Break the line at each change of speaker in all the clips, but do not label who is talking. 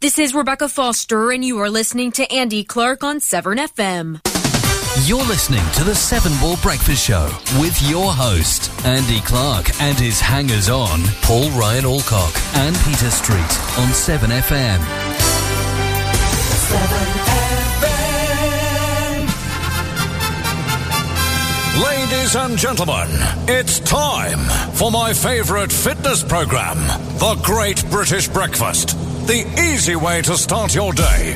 This is Rebecca Foster, and you are listening to Andy Clark on Severn FM.
You're listening to the Seven Ball Breakfast Show with your host, Andy Clark, and his hangers on, Paul Ryan Alcock and Peter Street on 7FM.
7FM.
Ladies and gentlemen, it's time for my favorite fitness program, The Great British Breakfast. The easy way to start your day.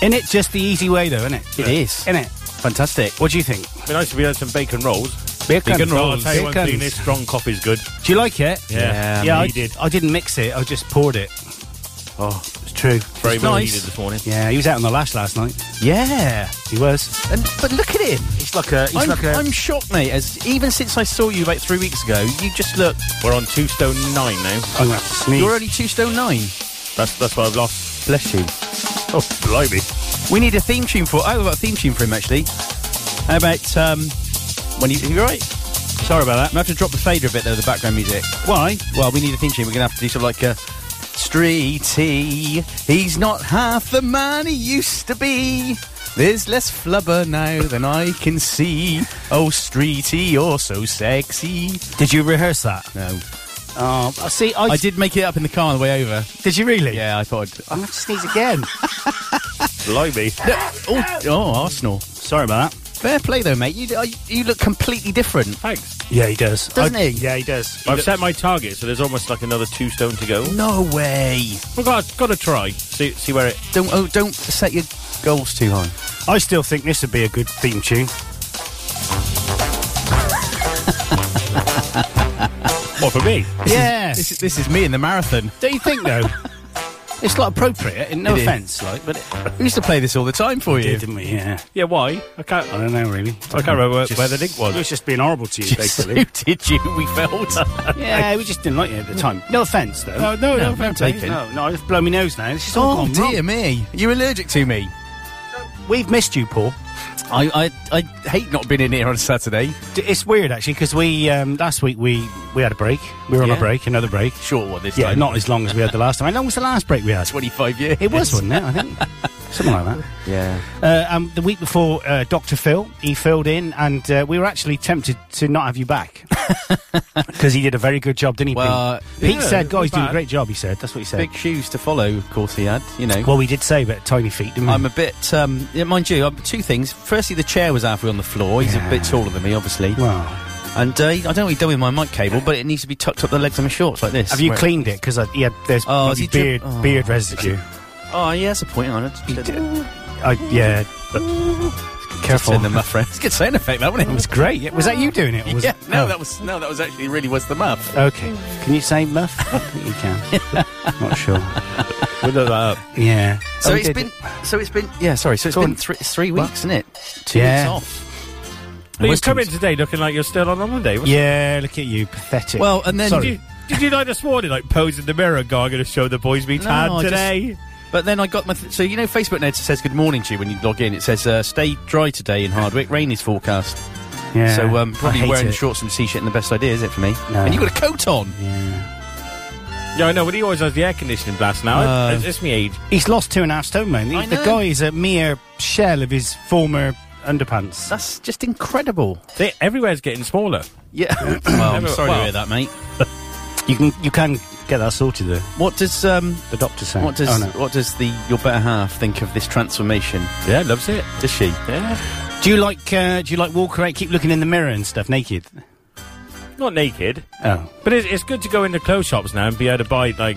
Isn't it just the easy way, though, isn't it?
It is.
Isn't it? Fantastic. What do you think?
It'd be nice if we had some bacon rolls.
Bacon
I'll
rolls,
tell you one
bacons.
thing, this strong coffee's good.
Do you like it?
Yeah.
Yeah, I,
Needed.
I didn't mix it. I just poured it.
Oh,
It's true.
very
It's
well
nice.
needed this morning.
Yeah, he was out on the lash last night.
Yeah.
He was.
And, but look at him.
He's like a. He's
I'm,
like a.
I'm shocked, mate. As even since I saw you about three weeks ago, you just look. We're on two stone nine now.
I'm gonna have to sneeze.
You're only two stone nine. That's that's what I've lost.
Bless you.
Oh, blimey.
We need a theme tune for. Oh, I've got a theme tune for him actually. How about um, when you? You all right?
Sorry about
I'm gonna have to drop the fader a bit though. The background music.
that. Why?
Well, we need a theme tune. We're gonna have to do something like a streety. He's not half the man he used to be. There's less flubber now than I can see. Oh, streety, you're so sexy.
Did you rehearse that?
No,
Oh, I see. I,
I did make it up in the car on the way over.
Did you really? Oh,
Yeah, I thought. I'd,
I'm gonna have to sneeze again.
Blimey.
oh, oh, Arsenal.
Sorry about that.
Fair play though, mate. You you look completely different.
Thanks.
Yeah, he does.
Doesn't
I-
he?
Yeah, he does.
I've set my target, so there's almost like another two stone to go.
No way.
Well, God, gotta try. See, see where it.
Don't oh, don't set your goals too high.
I still think this would be a good theme tune.
What for me?
Yeah.
This is, this is me in the marathon.
Don't you think though? it's like appropriate. and No
It is.
offence, like, but it,
We used to play this all the time for you.
didn't we? Yeah.
Yeah. Why? I can't.
I don't know really.
I can't remember where the link
It was
was.
just being horrible to you,
So
basically.
did you? We felt.
yeah, we just didn't like you at the time. No offence, though.
No, no, no,
no,
Take
taken.
it. No, no, I just blow my nose now. This is all
Oh
gone
dear
wrong.
me! You're allergic to me.
We've missed you, Paul.
I, I I hate not being in here on Saturday.
D- It's weird actually because we um, last week we we had a break. We were on
Yeah.
a break, another break.
Sure, what this
Yeah,
time?
not as long as we had the last time. How long was the last break we had?
25 years.
It was, wasn't it? I think something like that.
Yeah.
Uh, um, the week before, uh, Doctor Phil he filled in, and uh, we were actually tempted to not have you back because he did a very good job, didn't he?
Well,
Pete, Pete
yeah,
said, "God, he's
not
doing a
bad.
great job." He said, "That's what he said."
Big shoes to follow. Of course, he had. You know.
Well, we did say about tiny feet, didn't we?
I'm a bit, um, yeah, mind you, um, two things. Firstly, the chair was halfway on the floor. He's
Yeah.
a bit taller than me, obviously.
well,
And uh, I don't know what he's done with my mic cable, but it needs to be tucked up the legs of my shorts like this.
have you
Where-
cleaned it? Because yeah, there's
Oh,
bloody
has he drip-
beard
oh.
beard residue.
Oh, yeah, that's a point. I just did it.
I, yeah, careful.
Turn the muff round. It's a good sound effect, that one.
It was great. Yeah, Was that you doing it? or was
yeah,
it-
no,
oh.
that was no, that was actually really was the muff.
Okay. Can you say muff? I think you can. Not sure.
We'll look that up.
Yeah.
So
Oh,
it's
did
been,
it.
so it's been, yeah, sorry. So it's
Go
been
on.
three, three weeks, isn't it? Two
Yeah.
weeks off.
But
Wisdom's-
you've come in today looking like you're still on holiday. What's
Yeah, look at you, pathetic.
Well, and then-
Sorry.
Did you, did you like this morning, like pose in the mirror, go, I'm going to show the boys me
No,
tan
I just-
today?
But then I got my. Th- so you know, Facebook now says good morning to you when you log in. It says uh, stay dry today in Hardwick. Rain is forecast.
Yeah,
so um,
I
probably
hate
wearing
it.
shorts and a t-shirt and the best idea is it for me?
No.
And you got a coat on.
Yeah, I know, but he always has the air conditioning blast now.
Uh,
it's, it's me age.
He's lost two and a half stone, man.
I
The, the
know.
guy is a mere shell of his former underpants.
That's just incredible.
They, everywhere's getting smaller.
Yeah. Um, well, I'm sorry
Well-
to hear that, mate.
You can you can get that sorted though.
What does um,
The doctor said.
what does
Oh, no.
what does the your better half think of this transformation?
Yeah, loves it.
Does she?
Yeah.
Do you like uh, do you like walk around, keep looking in the mirror and stuff naked?
Not naked,
Oh,
but it's, it's good to go into clothes shops now and be able to buy, like,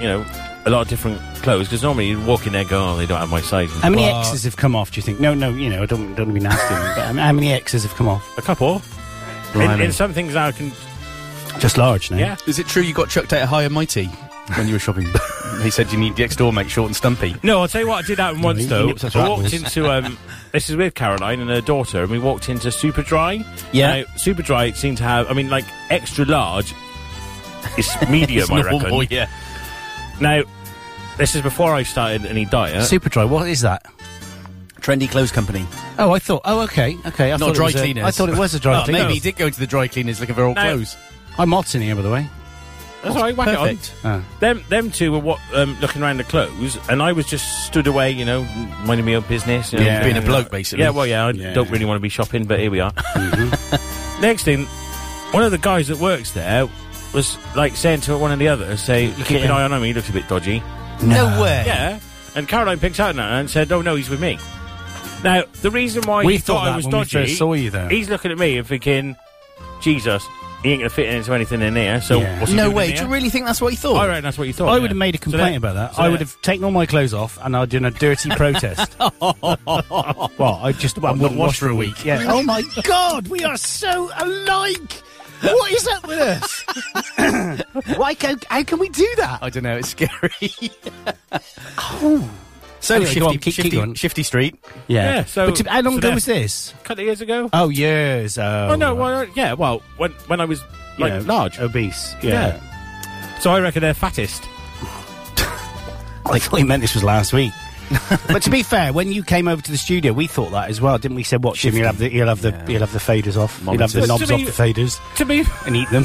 you know, a lot of different clothes because normally you walk in there and go, oh, they don't have my size.
how many
Well-
X's have come off? Do you think? No, no, you know, I don't don't be nasty. but um, how many X's have come off?
A couple. In,
Blimey.
in some things I can.
Just large now.
Yeah.
Is it true you got chucked out of High and Mighty when you were shopping? he said you need the door make short and stumpy.
No, I'll tell you what I did happen once
you
though.
nipped us
I walked
backwards.
into um, this is with Caroline and her daughter, and we walked into Superdry.
Yeah.
now, Superdry seemed to have. I mean, like extra large. It's medium,
It's
I
normal,
reckon.
yeah.
Now, this is before I started any diet.
Superdry. What is that?
Trendy clothes company.
Oh, I thought. Oh, okay, okay. I thought
Not
it
dry
was a-
cleaners.
I thought it was a dry
Oh,
cleaner.
Maybe he did go to the dry cleaners looking for old
No.
clothes.
I'm hot in here, by the way.
That's all right. Whack
Perfect. Ah.
it on. Them, them two were what, um, looking around the clothes, and I was just stood away, you know, minding my own business. You know,
Yeah. Being a
uh,
bloke, basically.
Yeah, well, yeah, I
Yeah. Mm-hmm.
don't really want to be shopping, but here we are. Next thing, one of the guys that works there was like saying to one of the others, "Say, keep an eye on him. He looks a bit dodgy."
No, way.
Yeah, and Caroline picked out on that and said, "Oh no, he's with me." Now the reason why
We
he
thought
thought,
that
I was
when we
dodgy,
first saw you there.
he's looking at me and thinking, "Jesus, he ain't gonna fit into anything in here." So
Yeah.
what's he
No
doing in
way. Do
here?
you really think that's what he thought?
I reckon Oh, that's what you thought.
I
yeah.
would have made a
So
complaint
then-
about that.
so
I
then-
would have taken all my clothes off and I'd done a dirty protest. well, I just I wouldn't wash for a week. Yeah. oh my God, we are so alike. What is up with us? Why? Can, how can we do that?
I don't know. It's scary. Oh. So
Anyway,
shifty,
go on, keep- keep
shifty,
going.
shifty street.
Yeah.
Yeah, so-
but to- how long
so
ago
that-
was this?
a couple of years ago.
Oh, years. Oh,
oh no, well, yeah, well, when when I was
you
like
know,
large,
obese.
yeah.
Yeah.
So I reckon they're fattest.
I thought he meant this was last week. but to be fair, when you came over to the studio, we thought that as well, didn't we? Said, "What, Jim? You'll have the, you'll have the, you'll have the faders off. You'll
Monitors.
have the knobs
To
off
be-
the faders,
To be
and eat them."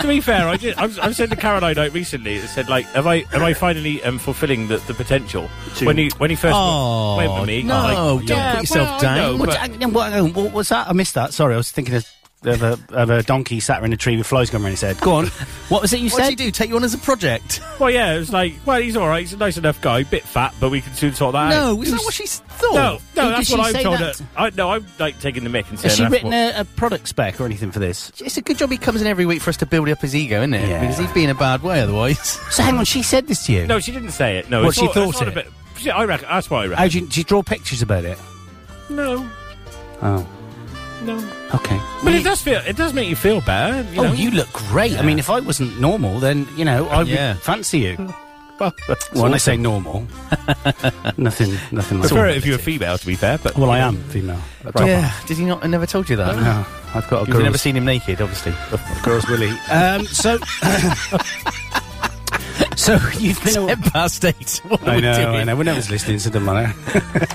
to be fair, I did. I've, I've said to Caroline like recently. It said like, "Am I am I finally um, fulfilling the, the potential?" When he when he first
Oh,
went with me,
no,
like,
don't
yeah,
put yourself
well, I
down.
know,
What,
but-
I- what, um, what was that? I missed that. Sorry, I was thinking of, of, a, of a donkey sat in a tree with flies going around his head. Go on. What was it you
What did he
said?
do? Take you on as a project?
Well, yeah, it was like, well, he's all right. He's a nice enough guy, bit fat, but we can soon sort that out.
No, is that what she thought?
No, no,
Who
that's
did she
what I'm
say
told.
that
her. I, no, I'm like taking the mick and saying
Has she
that's
written
what-
a, a product spec or anything for this?
It's a good job he comes in every week for us to build up his ego, isn't it?
Yeah.
Because he'd be in a bad way otherwise.
So hang on, she said this to you.
No, she didn't say it. No,
Well,
it's
she
all- it's
thought
all a
it.
bit- she- I reckon that's what I reckon.
How do you, did you draw pictures about it?
no,
Oh,
no.
okay.
But it does feel. It does make you feel bad. You
Oh,
know?
you look great. I mean, if I wasn't normal, then you know I
Yeah.
would fancy you. well, when I say normal, nothing, nothing. Like
prefer it if you were female, to be fair. But
Well, I am female.
Yeah. Did he not? I never told you that.
No, I've got a
You've
girl's,
never seen him naked, obviously.
girl's willy. Um, so, so you've been. aw-
Ten past eight. What are
I
we
know,
doing?
I know. When I was listening, so it doesn't matter.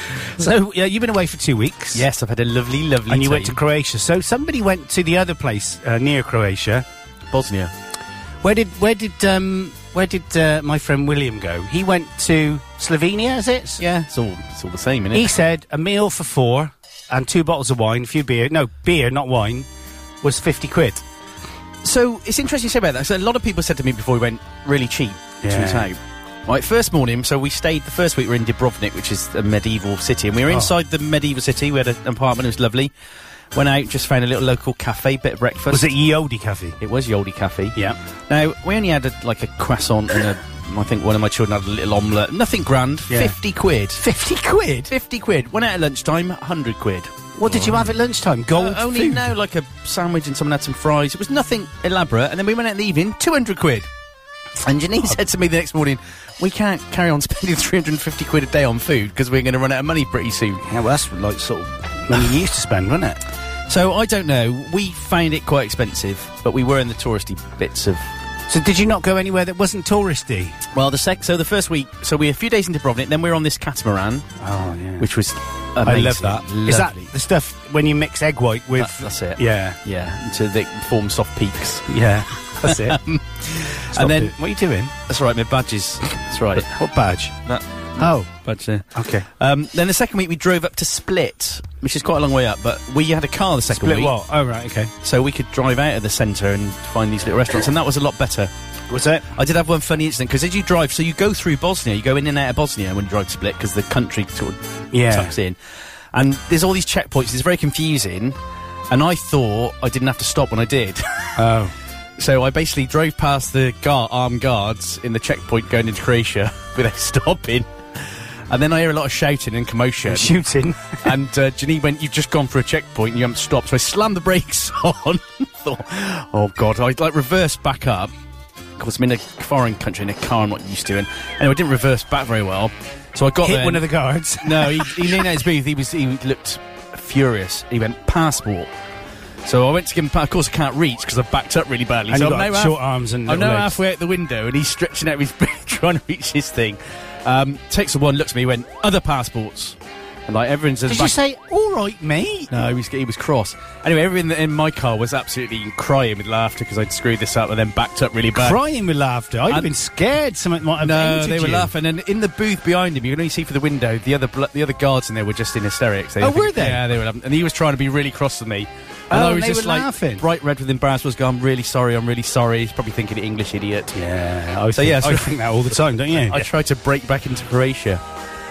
so yeah, you've been away for two weeks.
Yes, I've had a lovely, lovely.
And you went to
time.
Croatia. So somebody went to the other place uh, near Croatia.
Bosnia.
Where did where did um where did uh, my friend William go? He went to Slovenia, is it?
Yeah, it's all it's all the same, isn't it?
He said a meal for four and two bottles of wine, a few beer. No beer, not wine. Was fifty quid.
So it's interesting you say about that. So a lot of people said to me before we went really cheap to
Yeah.
his home. Right, first morning. So we stayed. The first week we were in Dubrovnik, which is a medieval city, and we were
Oh.
inside the medieval city. We had an apartment. It was lovely. Went out, just found a little local cafe, bit of breakfast.
Was it Yodi Cafe?
It was Yoldi Cafe.
Yeah.
Now we only had a, like a croissant and a. I think one of my children had a little omelette. Nothing grand.
Yeah.
Fifty quid.
Fifty quid.
Fifty quid. Went out at lunchtime. Hundred quid.
What did you have at lunchtime? Gold
Uh, only
food.
now, like a sandwich and someone had some fries. It was nothing elaborate. And then we went out in the evening, 200 quid. And Janine said to me the next morning, We can't carry on spending 350 quid a day on food because we're going to run out of money pretty soon.
Yeah, well, that's like sort of money you used to spend, wasn't it?
So I don't know. We found it quite expensive, but we were in the touristy bits of.
So did you not go anywhere that wasn't touristy?
Well, the sec. So the first week, so we were a few days in Dubrovnik, then we were on this catamaran,
Oh yeah.
which was
I
amazing.
love that. Is
Lovely.
that the stuff when you mix egg white with?
That- that's it.
Yeah.
Yeah, to they form soft peaks.
Yeah. That's it.
and then
what are you doing?
that's right, my badges. That's right.
What badge?
that
Oh,
badge there.
okay.
Um, then the second week we drove up to Split, which is quite a long way up, but we had a car the second
Split
week,
what? Oh, right, okay.
so we could drive out of the centre and find these little restaurants, and that was a lot better.
Was it?
I did have one funny incident because as you drive, so you go through Bosnia, you go in and out of Bosnia when you drive to Split because the country sort of
Yeah.
tucks in, and there's all these checkpoints. It's very confusing, and I thought I didn't have to stop when I did.
Oh.
So I basically drove past the guard, armed guards in the checkpoint going into Croatia without stopping. And then I hear a lot of shouting and commotion.
Shooting.
and uh, Janine went, You've just gone for a checkpoint and you haven't stopped. So I slammed the brakes on. Thought, oh, God. I like reversed back up. Of course, I'm in a foreign country in a car I'm not used to. And anyway, I didn't reverse back very well. So I got
Hit
there
one
and-
of the guards.
no, he, he leaned out his booth. He was he looked furious. He went passport. So I went to give him. pa- Of course, I can't reach because I backed up really badly.
And
so
you've
I'm
got
now
short arms and
I'm
little
now
legs.
halfway out the window, and he's stretching out his booth trying to reach his thing. Um, takes the one, looks at me, went other passports. And like everyone says,
Did you say, all right, mate?
no, he was, he was cross. Anyway, everyone in my car was absolutely crying with laughter because I'd screwed this up and then backed up really bad.
Crying with laughter. I'd have
And-
been scared something might have
No,
entered
Uh, they were
you.
laughing, and in the booth behind him, you can only see through the window. The other bl- the other guards in there were just in hysterics. They
Oh,
I think-
were they?
Yeah, they were. laughing. And he was trying to be really cross with me, and
Oh,
I was
they
just
were
like
laughing.
bright red with embarrassment. Was going, I'm really sorry. I'm really sorry. He's probably thinking English idiot.
Yeah, I
So,
think,
yeah,
I
so-
think that all the time, don't you?
I tried to break back into Croatia.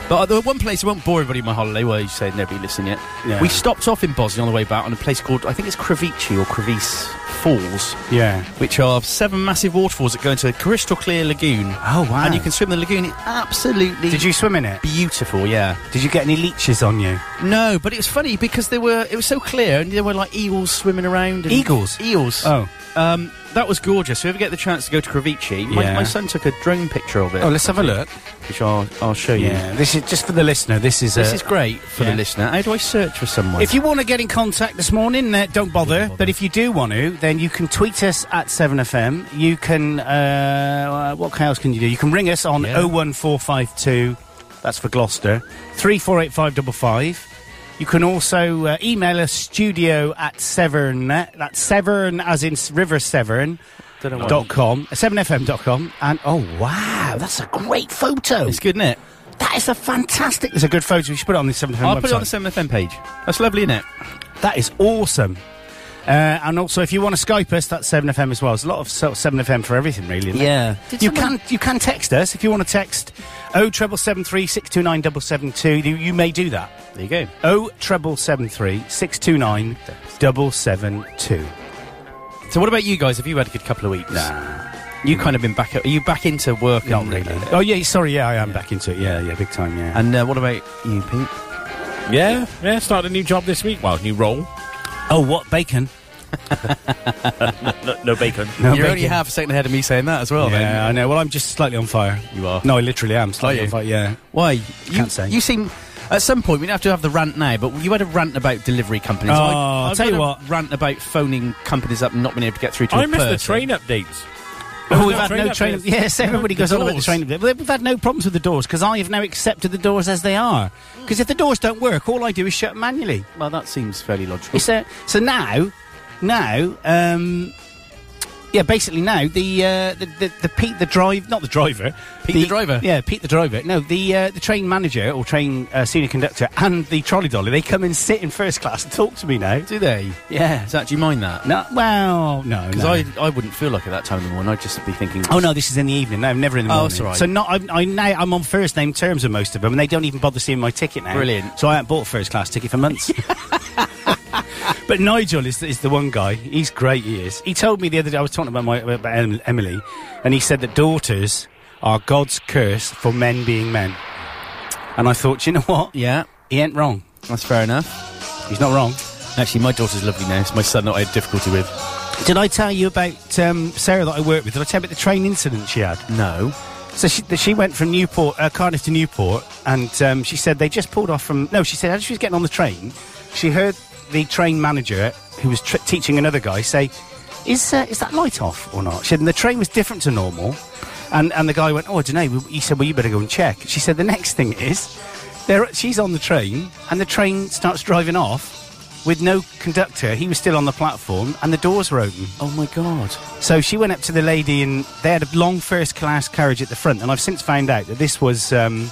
But the one place, I won't bore everybody on my holiday, well, you said nobody listening yet.
Yeah.
We stopped off in Bosnia on the way back on a place called, I think it's Kravici or Kravice Falls,
yeah.
which are seven massive waterfalls that go into a crystal clear lagoon.
Oh, wow.
And you can swim in the lagoon. It's absolutely
Did you swim in it?
beautiful, yeah.
Did you get any leeches on you?
No, but it was funny because they were. It was so clear, and there were like eels swimming around. And
Eagles?
eels.
Oh.
um, that was gorgeous. If you ever get the chance to go to Kravici, my,
Yeah.
my son took a drone picture of it,
Oh, let's have a look.
which I'll, I'll show you.
Yeah, this is just for the listener. This is,
This
uh,
is great for
yeah.
the listener. How do I search for someone?
If you want to get in contact this morning, uh, don't bother. But if you do want to, then you can tweet us at 7FM. You can, uh, uh, what else can you do? You can ring us on
Yeah.
01452, that's for Gloucester, 348555. You can also uh, email us studio at Severn, uh, that's Severn as in s- River Severn.
Don't know why.
Dot com, 7fm.com, and oh wow, that's a great photo.
it's good, isn't it?
That is a fantastic. It's a good photo. We should put it on the 7FM
I'll
website.
put it on the 7FM page. That's lovely, isn't it?
That is awesome. Uh, and also, if you want to Skype us, that's 7FM as well. There's a lot of so- 7FM for everything, really. isn't there?
Yeah. Did
You
someone-
can you can text us if you want to text 0773 629 772. You- You may do that.
There you go.
0773 629 772.
So, what about you guys? Have you had a good couple of weeks? Nah. You kind of been back. Are you back into work?
Not
and-
really. Oh, yeah, sorry, yeah, I am back into it. Yeah, yeah, big time, yeah.
And uh, what about you, Pete?
Yeah, yeah. Started a new job this week. Well, new role.
oh, what? Bacon?
No, no bacon.
No,
You're only
bacon.
half a second ahead of me saying that as well. then.
Yeah, I know. Well, I'm just slightly on fire.
You are.
No, I literally am slightly
Are you?
on fire, yeah.
Why? You,
Can't say.
You seem. At some point, we don't have to have the rant now, but you had a rant about delivery companies.
Oh,
I-
I'll
I've
tell
got
you
a
what.
Rant about phoning companies up and not being able to get through to
I
a
missed the
person.
train updates. There's
Oh, we've
no
had
train
no
up
train.
there.
Yes, everybody goes on about the
doors.
train. But We've had no problems with the doors because I have now accepted the doors as they are. Because if the doors don't work, all I do is shut 'em manually.
Well, that seems fairly logical.
It's a, so now, now, um, yeah, basically now the, uh, the the the Pete the drive, not the driver,
Pete the driver?
yeah, Pete the driver. No, the uh, the train manager or train uh, senior conductor and the trolley dolly, they come and sit in first class and talk to me now.
Do they?
Yeah.
Zach, do you mind that?
No, well, no,
Because
no.
I, I wouldn't feel like at that time in the morning. I'd just be thinking.
Oh no, this is in the evening. No, never in the
Oh,
morning.
that's all right.
So not, I'm, I now I'm on first name terms with most of them, and they don't even bother seeing my ticket now.
Brilliant.
So I haven't bought a first class ticket for months. but Nigel is, is the one guy. He's great. He is. He told me the other day I was talking about my about Em- Emily, and he said that daughters are God's curse for men being men. And I thought, you know what?
Yeah,
He ain't wrong.
that's fair enough.
He's not wrong.
Actually, my daughter's lovely now. It's my son that I had difficulty with.
Did I tell you about um, Sarah that I worked with? Did I tell you about the train incident she had?
No.
So she, th- she went from Newport, uh, Cardiff to Newport, and um, she said they just pulled off from. No, she said as she was getting on the train, she heard the train manager who was tr- teaching another guy say, "Is uh, is that light off or not?" She said and the train was different to normal, and and the guy went, "Oh, I don't know." He said, "Well, you better go and check." She said, "The next thing is, there she's on the train, and the train starts driving off." With no conductor, he was still on the platform, and the doors were open.
Oh my god.
So she went up to the lady, and they had a long first class carriage at the front. And I've since found out that this was um,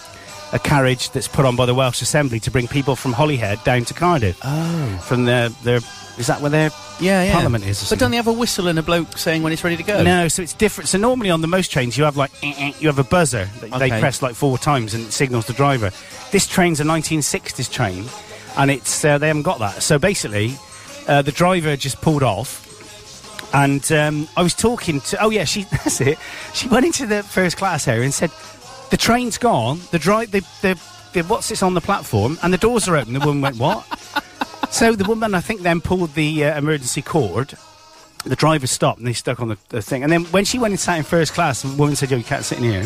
a carriage that's put on by the Welsh Assembly to bring people from Holyhead down to Cardiff. Oh. From their, their is that where their
Yeah, yeah.
parliament is? or
But don't
something?
they have a whistle and a bloke saying when it's ready to go?
No, so it's different. So normally on the most trains you have like eh, eh, you have a buzzer that they
Okay.
press like four times and it signals the driver. This train's a 1960s train, and it's uh, they haven't got that. So basically, uh, the driver just pulled off. And um, I was talking to. Oh yeah, she. That's it. She went into the first class area and said, "The train's gone. The drive. The the, the what's this on the platform? And the doors are open." The woman went, "What?" so the woman, I think, then pulled the uh, emergency cord. The driver stopped and they stuck on the, the thing. And then when she went and sat in first class, the woman said, "Yo, you can't sit in here."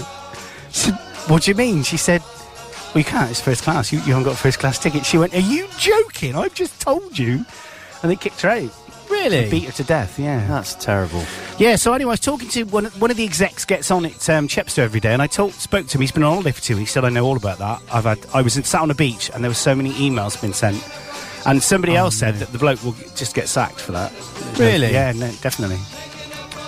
She said, "What do you mean?" She said, "Well, you can't. It's first class. You, you haven't got a first class ticket." She went, "Are you joking? I've just told you." And they kicked her out.
Really?
Beat her to death. Yeah.
That's terrible.
Yeah, so anyway, I was talking to one one of the execs gets on at um, Chepstow every day, and I talk, spoke to him. He's been on holiday for two weeks. He said, I know all about that. I've had, I was in, sat on a beach, and there were so many emails been sent. And somebody else said that the bloke will just get sacked for that.
Oh, Really?
Yeah, no, definitely.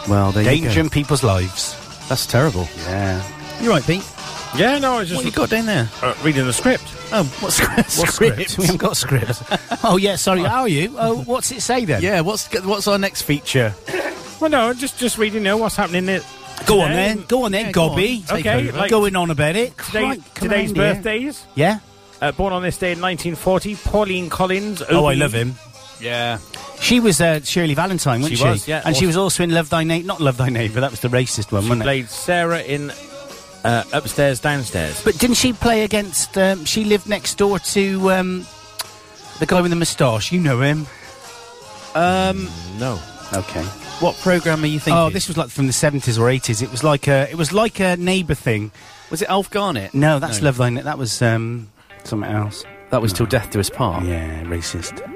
Well, there
Danger
you
in people's lives.
go. That's terrible.
Yeah.
You're right, Pete.
Yeah, no, I was just
What you got down there?
uh, reading the script.
Oh, what's
What script? We haven't got a script. oh, yeah, sorry. How are you? Oh, what's it say then?
Yeah, what's what's our next feature?
Well, no, just just reading. You know what's happening there.
Go on
Today-
then. Go on then,
Yeah, go on.
Gobby.
Take Okay, over. like-
going on about it.
Today,
Crikey, come
today's
on, yeah.
birthdays.
Yeah.
Uh, born on this day in 1940, Pauline Collins.
Oh, I
Obi-
love him.
Yeah.
She was uh, Shirley Valentine, wasn't
She
she?
was, yeah.
And she was also in Love Thy Neighbor. Not Love Thy Neighbor, that was the racist one, wasn't it?
Played Sarah in uh, Upstairs, Downstairs.
But didn't she play against. Um, she lived next door to um, the guy with the moustache. You know him.
No.
um, Okay.
What program are you thinking?
Oh, this was like from the 70s or 80s. It was like a, it was like a neighbour thing.
was it. Alf Garnett.
No, that's Love Thy Neighbor. That was um, something else.
That was till death do us part.
Yeah, racist.
Th-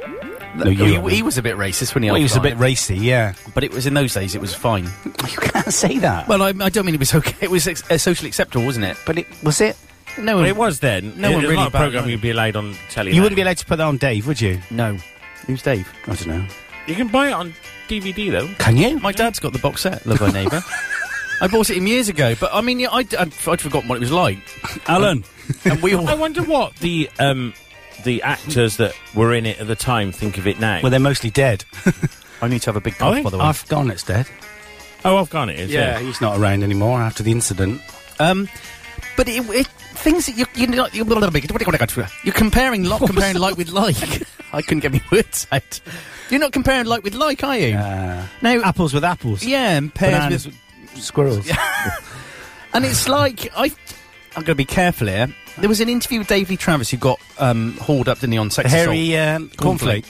No, you
he-
are
he,
right.
was a bit racist when he.
Well, he was a bit
Ra-
racy, yeah.
but it was in those days. It was fine.
You can't say that.
Well, I, I don't mean it was okay. It was ex- uh, socially acceptable, wasn't it?
but it was it.
No,
Well, it was then.
No
it,
one
it's
really
not a
bad,
program
right?
you'd be allowed on telly.
You
now.
wouldn't be allowed to put that on Dave, would you?
No. Who's Dave?
I don't know.
You can buy it on DVD though.
Can you?
My dad's got the box set. Love thy neighbour. I bought it him years ago, but I mean, yeah, I'd, I'd, I'd forgotten what it was like.
Alan.
And we
I
all.
wonder what the um, the actors that were in it at the time think of it now.
Well, they're mostly dead.
I need to have a big
Oh,
cough, by the way.
I've gone, it's dead.
oh, I've gone. It is.
Yeah, he's not around anymore after the incident.
Um, but it, it, things that you, you're not. You're, you're comparing like, comparing like with like. I couldn't get my words out. You're not comparing like with like, are you?
Uh,
no.
apples with apples.
yeah, and pears
Bananas
with.
with squirrels.
And it's like I. I'm going to be careful here. There was an interview with Dave Lee Travis who got um, hauled up, didn't he, on sex assault?
Hairy um, cornflake.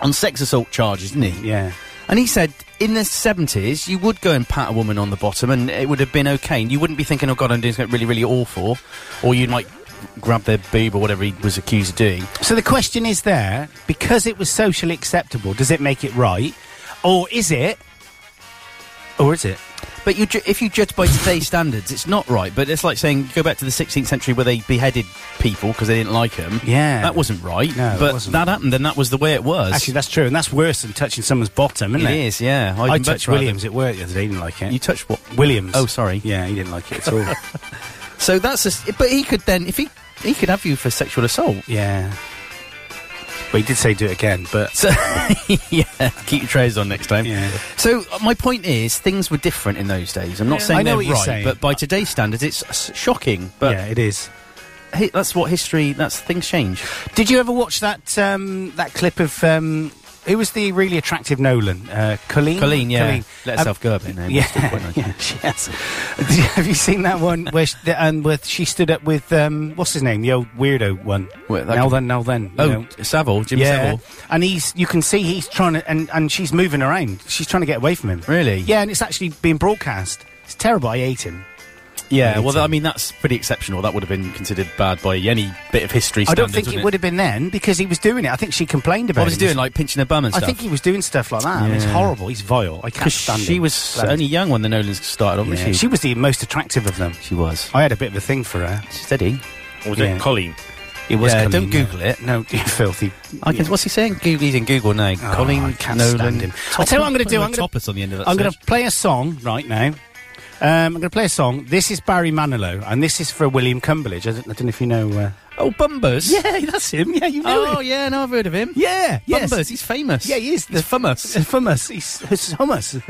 On sex assault charges, didn't he?
Yeah.
And he said in the 70s, you would go and pat a woman on the bottom and it would have been okay. And you wouldn't be thinking, oh God, I'm doing something really, really awful. Or you might grab their boob or whatever he was accused of doing.
So the question is there because it was socially acceptable, does it make it right? Or is it. Or is it?
But you ju- if you judge by today's standards, it's not right. But it's like saying, go back to the 16th century where they beheaded people because they didn't like them.
Yeah.
That wasn't right.
No, it
but
wasn't.
that happened and that was the way it was.
Actually, that's true, and that's worse than touching someone's bottom, isn't it?
it is, yeah.
I,
I'd much
touched
rather-
Williams at work the other day, he didn't like it.
You touched what?
Williams.
Oh, sorry.
Yeah, he didn't like it at all.
So that's just. But he could then, if he. He could have you for sexual assault.
yeah. But he did say do it again, but.
So, yeah, keep your trousers on next time.
Yeah.
So uh, my point is, things were different in those days. I'm not saying
I know
they're
what you're
right,
saying.
but by today's standards, it's s- shocking. But
yeah, it is.
hi- that's what history. That's things change.
Did you ever watch that um, that clip of um, who was the really attractive Nolan? Uh, Colleen.
Colleen, yeah, let
Um,
herself go a bit. Now.
Yeah,
It's still quite nice.
yeah, she has. Did you- Have you seen that one where she, the- um, where she stood up with um, what's his name, the old weirdo one?
Wait, that
now
could-
then, now then. you
Oh,
know.
Savile, Jim
yeah.
Savile.
And he's you can see he's trying to and, and she's moving around. She's trying to get away from him.
Really?
Yeah, and it's actually being broadcast. It's terrible. I hate him.
Yeah, well, I mean, that's pretty exceptional. That would have been considered bad by any bit of history.
I
Standards,
don't think it,
wouldn't
would have been then because he was doing it. I think she complained about
What was
it.
he doing? Like pinching her bum and
I
stuff.
think he was doing stuff like that. I mean, it's
Yeah.
horrible. He's vile. I can't
because
stand
she
him.
was
Bloody-
only young when the Nolans started,
Yeah,
wasn't
She,
she?
was the most attractive of them.
She was
I had a bit of a thing for her.
steady.
Or was
Yeah.
it Colleen?
Yeah,
It Colleen,
don't
yeah.
Google it.
No, you filthy.
I guess, what's he saying? Google, he's in Google now.
Oh,
Colin
I can't
Nolan.
stand him. I tell you what I'm going to do. I'm going
Topless on the end of that.
I'm going to play a song right now. Um, I'm going to play a song. This is Barry Manilow, and this is for William Cumberledge. I don't, I don't know if you know. Uh...
Oh, Bumbers.
that's him. Yeah, you
Oh, yeah. No, I've heard of him.
Yeah, yes.
Bumbers. He's famous.
Yeah, he is.
He's
Uh,
famous.
Hummus. He's, it's hummus.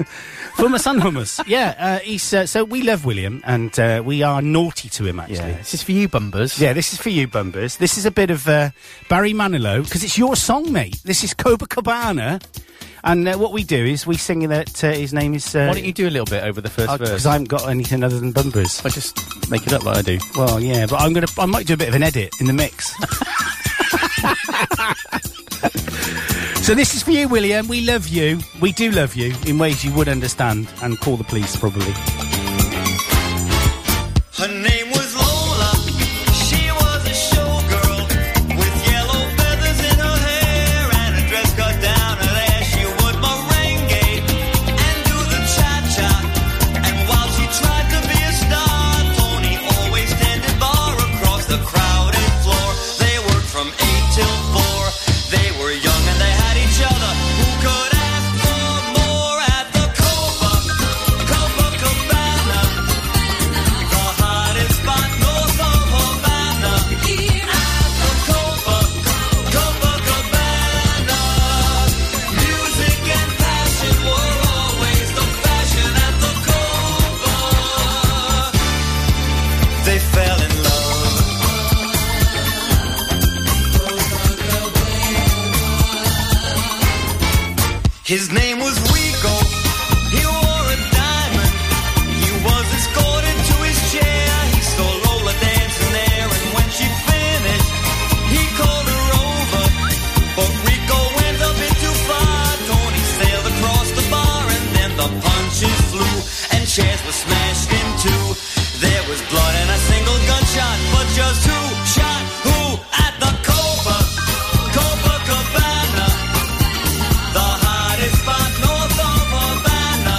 hummus and hummus. Yeah, uh, he's, uh, so we love William, and uh, we are naughty to him, actually.
Yeah. This is for you, Bumbers.
Yeah, this is for you, Bumbers. This is a bit of uh, Barry Manilow because it's your song, mate. This is Copacabana, and uh, what we do is we sing that uh, his name is. Uh,
Why don't you do a little bit over the first
Because
verse?
Oh, I haven't got anything other than Bumbers.
I just make it up like I do.
Well, yeah, but I'm gonna. I might do a bit of an edit in the mix. so this is for you, William. We love you. We do love you in ways you would understand, and call the police probably.
Her name was Lola. She was a showgirl with yellow feathers in her hair and a dress cut down her there. She would merengue and do the cha they fell in love. His name was Rico. He wore a diamond. He was escorted to his chair. He saw Lola dancing there, and when she finished, he called her over. But Rico went a bit too far. Tony sailed across the bar, and then the punches flew, and chairs were smashed in two. There was blood and a single gunshot, but just who shot who at the Copa? Copa Cabana. The hottest spot north of Havana.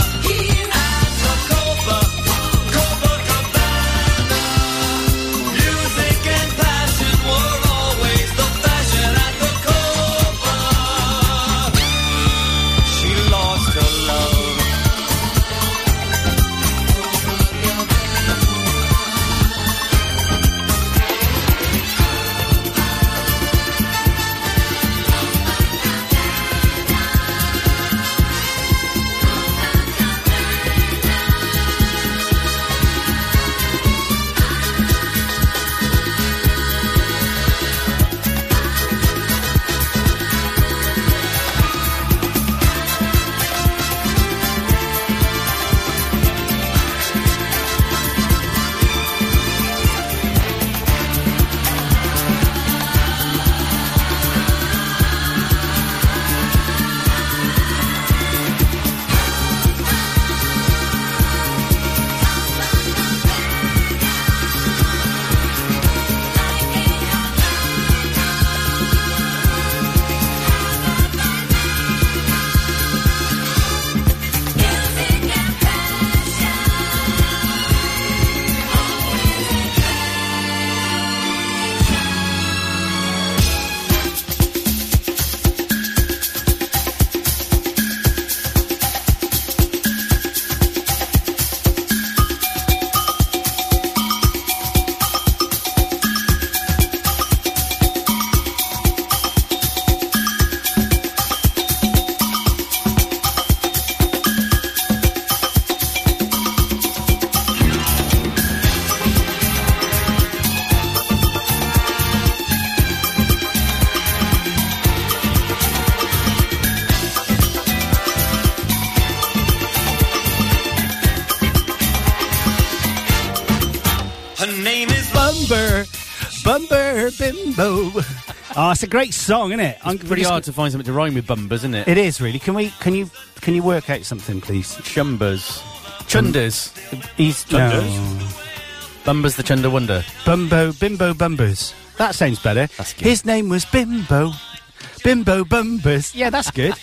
At the Copa, Copacabana. Music and passion were always the fashion at the Copa. She lost her love. Her name is
Bumper, bumper, bimbo. Oh, it's a great song, isn't it?
It's pretty hard to find something to rhyme with bumbers, isn't it?
It is really. Can we? Can you? Can you work out something, please?
Chumbers. Chunders.
He's no.
Bumbers the Chunder Wonder.
Bumbo, Bimbo Bumbers. That sounds better.
That's good.
His name was Bimbo. Bimbo Bumbers. Yeah, that's good.